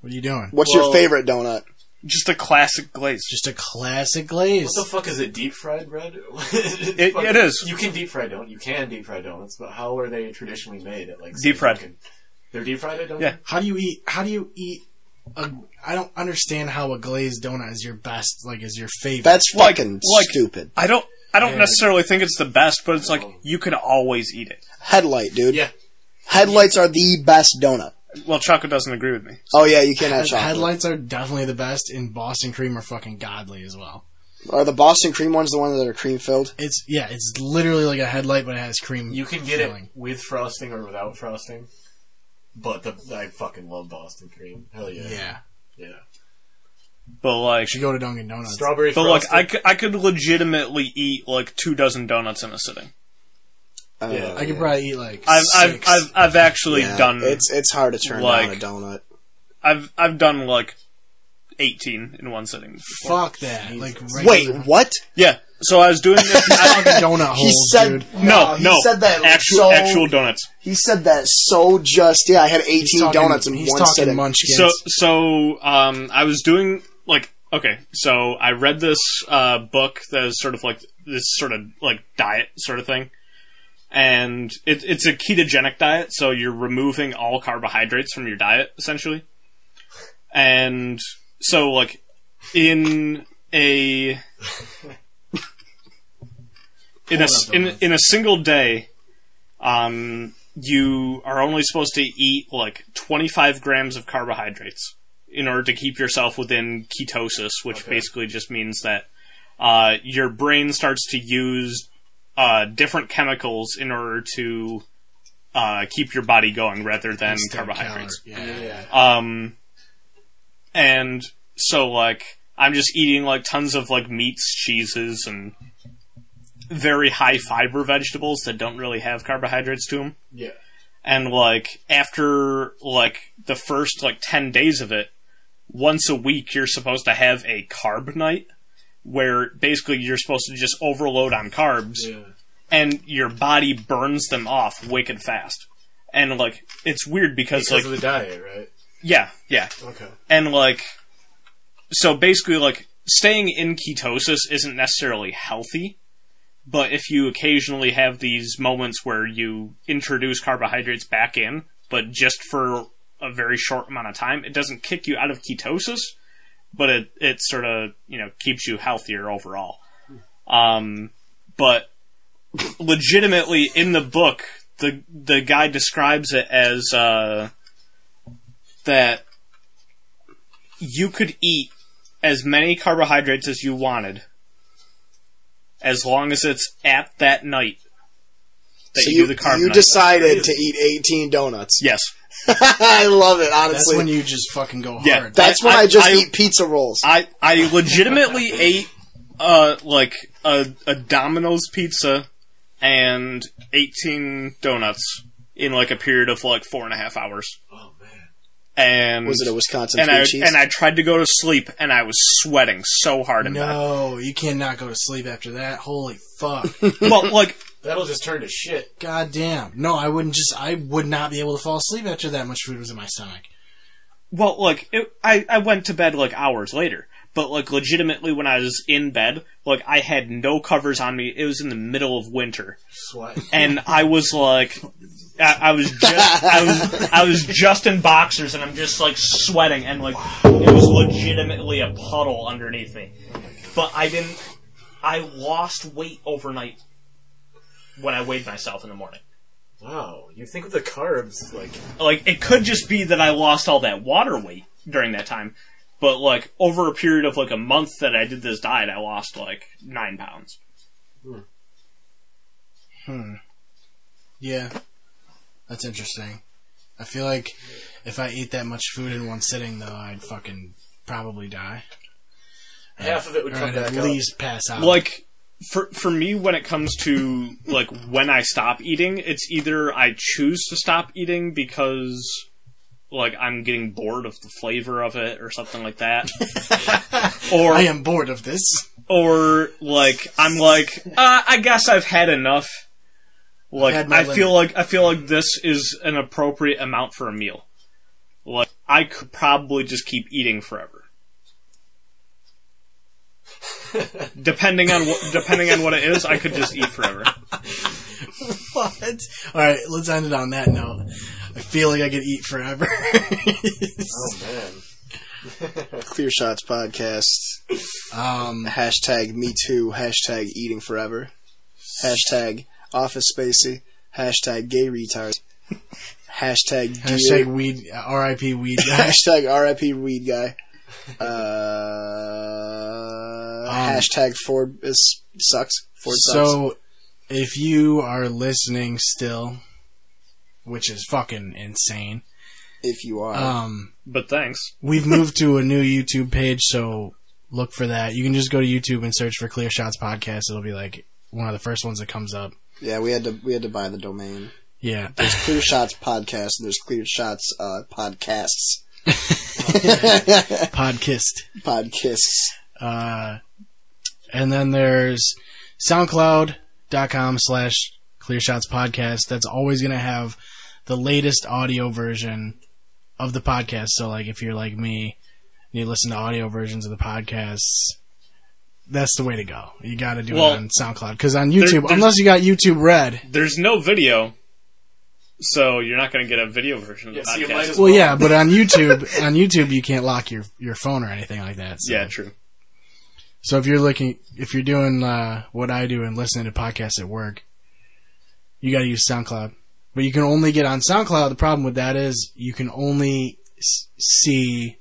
What are you doing? What's Well- your favorite donut? Just a classic glaze. Just a classic glaze. What the fuck is it? Deep fried bread? It- it is. You can deep fry donuts. You can deep fry dodonuts, but how are they traditionally made? At like Deep fried. Dunkin'? They're deep fried at Dunkin'? Yeah. How do you eat? How do you eat a, I don't understand how a glazed donut is your best, like is your favorite. That's Like- fucking like- stupid. I don't. I don't Yeah. necessarily think it's the best, but it's like you can always eat it. Headlight, dude. Yeah. Headlights are the best donut. Well, Choco doesn't agree with me. Oh yeah, you can't have Head- chocolate. Headlights are definitely the best, and Boston cream are fucking godly as well. Are the Boston cream ones the ones that are cream filled? It's yeah, it's literally like a headlight, but it has cream. You can get filling. it with frosting or without frosting. But the I fucking love Boston cream. Hell yeah. Yeah. Yeah. But like, you should go to Dunkin' Donuts. Strawberry but like, frosting. I could, I could legitimately eat like two dozen donuts in a sitting. Uh, Yeah. I could probably eat like I've I've, six. I've I've actually yeah, done It's it's hard to turn like- down a donut. I've I've done like eighteen in one sitting. Fuck that! Like Wait, regular what? Yeah. So I was doing this. I, fucking donut holes, He said Oh, dude. no, he no. Oh, said that actual so. actual donuts. he said that so just. Yeah, I had He's eighteen talking- donuts in he's one talking sitting. munchkins. So so um, I was doing like okay. So I read this uh, book that is sort of like this sort of like diet sort of thing, and it, it's a ketogenic diet. So you're removing all carbohydrates from your diet essentially, and so like in a in a s- in, in a single day, um, you are only supposed to eat like 25 grams of carbohydrates in order to keep yourself within ketosis, which basically just means that uh, your brain starts to use uh, different chemicals in order to uh, keep your body going rather than Instead of carbohydrates. calorie- Yeah. yeah. Um, and so like I'm just eating like tons of like meats, cheeses, and very high fiber vegetables that don't really have carbohydrates to them. Yeah. And like after like the first like ten days of it, once a week you're supposed to have a carb night. Where basically you're supposed to just overload on carbs, Yeah. and your body burns them off wicked fast, and like it's weird because, Because like of the diet, right? yeah, yeah, Okay. and like so basically like staying in ketosis isn't necessarily healthy but if you occasionally have these moments where you introduce carbohydrates back in but just for a very short amount of time it doesn't kick you out of ketosis but it it sort of you know keeps you healthier overall um but legitimately in the book the the guy describes it as uh that you could eat as many carbohydrates as you wanted as long as it's at that night that So you, you, do the carb you night. decided to eat eighteen donuts. yes I love it. That's Honestly, when you just fucking go Yeah. hard. That's when I- I, just I- eat pizza rolls. I I legitimately ate uh like a a Domino's pizza and eighteen donuts in like a period of like four and a half hours. Oh man. And was it a Wisconsin and three I cheese? and I tried to go to sleep and I was sweating so hard in no, you cannot go to sleep after that. Holy fuck. bed. Well, like That'll just turn to shit. God damn. No, I wouldn't just, I would not be able to fall asleep after that much food was in my stomach. well, like it, I I went to bed like hours later. But like legitimately, when I was in bed, like I had no covers on me. It was in the middle of winter. Sweat. and I was like, I, I was just, I was, I was just in boxers, and I'm just like sweating, and like it was legitimately a puddle underneath me. But I didn't, I lost weight overnight when I weighed myself in the morning. Wow. You think of the carbs like Like it could just be that I lost all that water weight during that time, but like over a period of like a month that I did this diet, I lost like nine pounds. Yeah. That's interesting. I feel like if I ate that much food in one sitting, though, I'd fucking probably die. half of it would Or come I'd back at least pass out. like for for me when it comes to like when I stop eating, it's either I choose to stop eating because like I'm getting bored of the flavor of it or something like that. or I am bored of this. or like I'm like uh, I guess I've had enough. Like had I my feel like I feel like this is an appropriate amount for a meal. Like I could probably just keep eating forever. depending on what, depending on what it is, I could just eat forever. What? All right, let's end it on that note. I feel like I could eat forever. out. Oh man. Clear Shots Podcast. Um, Hashtag Me Too. Hashtag Eating Forever. Hashtag Office Spacey. Hashtag Gay Retards. Hashtag hashtag Dear. weed, uh, RIP weed. Hashtag RIP Weed Guy. Uh, hashtag Ford is, sucks. Ford sucks. Um, so, if you are listening still, which is fucking insane, If you are. um, But thanks. we've moved to a new YouTube page, so look for that. You can just go to YouTube and search for Clear Shots Podcast. It'll be like one of the first ones that comes up. yeah, we had to we had to buy the domain. Yeah. There's Clear Shots Podcast and there's Clear Shots uh, Podcasts. Podcast. podcasts. Uh, and then there's soundcloud.com slash clear shots podcast. That's always going to have the latest audio version of the podcast. So like if you're like me and you listen to audio versions of the podcasts, that's the way to go. You got to do Well, it on SoundCloud cuz on YouTube there's- unless you got YouTube Red, There's no video, so you're not going to get a video version of the Yeah, so you might podcast. as Well, yeah, but on YouTube, on YouTube, you can't lock your your phone or anything like that. So. yeah, true. So if you're looking, if you're doing uh, what I do and listening to podcasts at work, you got to use SoundCloud. But you can only get on SoundCloud. The problem with that is you can only s- see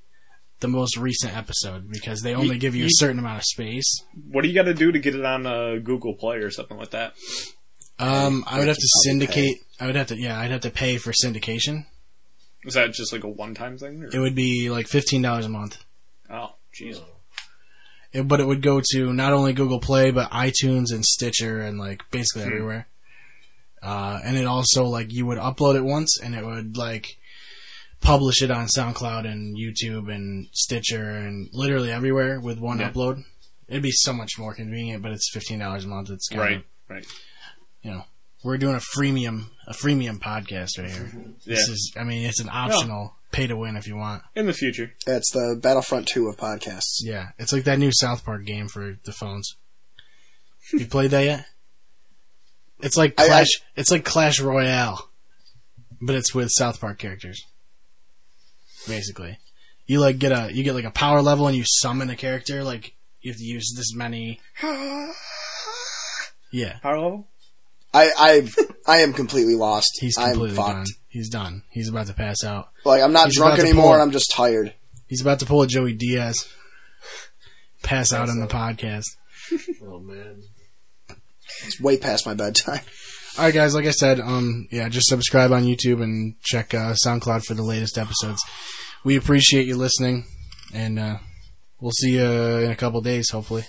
the most recent episode because they only You- give you a you- certain amount of space. What do you got to do to get it on uh, Google Play or something like that? Um, I would have to you probably syndicate. I would have to, yeah, I'd have to pay for syndication. Is that just like a one-time thing? Or? It would be like fifteen dollars a month. oh, jeez. It- but it would go to not only Google Play but iTunes and Stitcher and like Hmm. basically everywhere. Uh, and it also like you would upload it once and it would like publish it on SoundCloud and YouTube and Stitcher and literally everywhere with one Yeah. upload. It'd be so much more convenient, but it's fifteen dollars a month. It's kind Right, Of, right. we're doing a freemium a freemium podcast right here. Mm-hmm. Yeah. This is I mean it's an optional pay to win if you want. In the future. That's the Battlefront 2 of podcasts. Yeah, it's like that new South Park game for the phones. You played that yet? It's like I- I- Clash. it's like Clash Royale, but it's with South Park characters. Basically, you like get a you get like a power level and you summon a character. Like you have to use this many. Yeah, Power level? I, I, I am completely lost. he's I'm completely fucked. done. He's done. He's about to pass out. Like, I'm not He's drunk about to anymore. pull. I'm just tired. He's about to pull a Joey Diaz. Pass out on the podcast. Oh man. It's way past my bedtime. All right, guys. Like I said, um, yeah, just subscribe on YouTube and check uh, SoundCloud for the latest episodes. We appreciate you listening, and uh, we'll see you in a couple days, hopefully.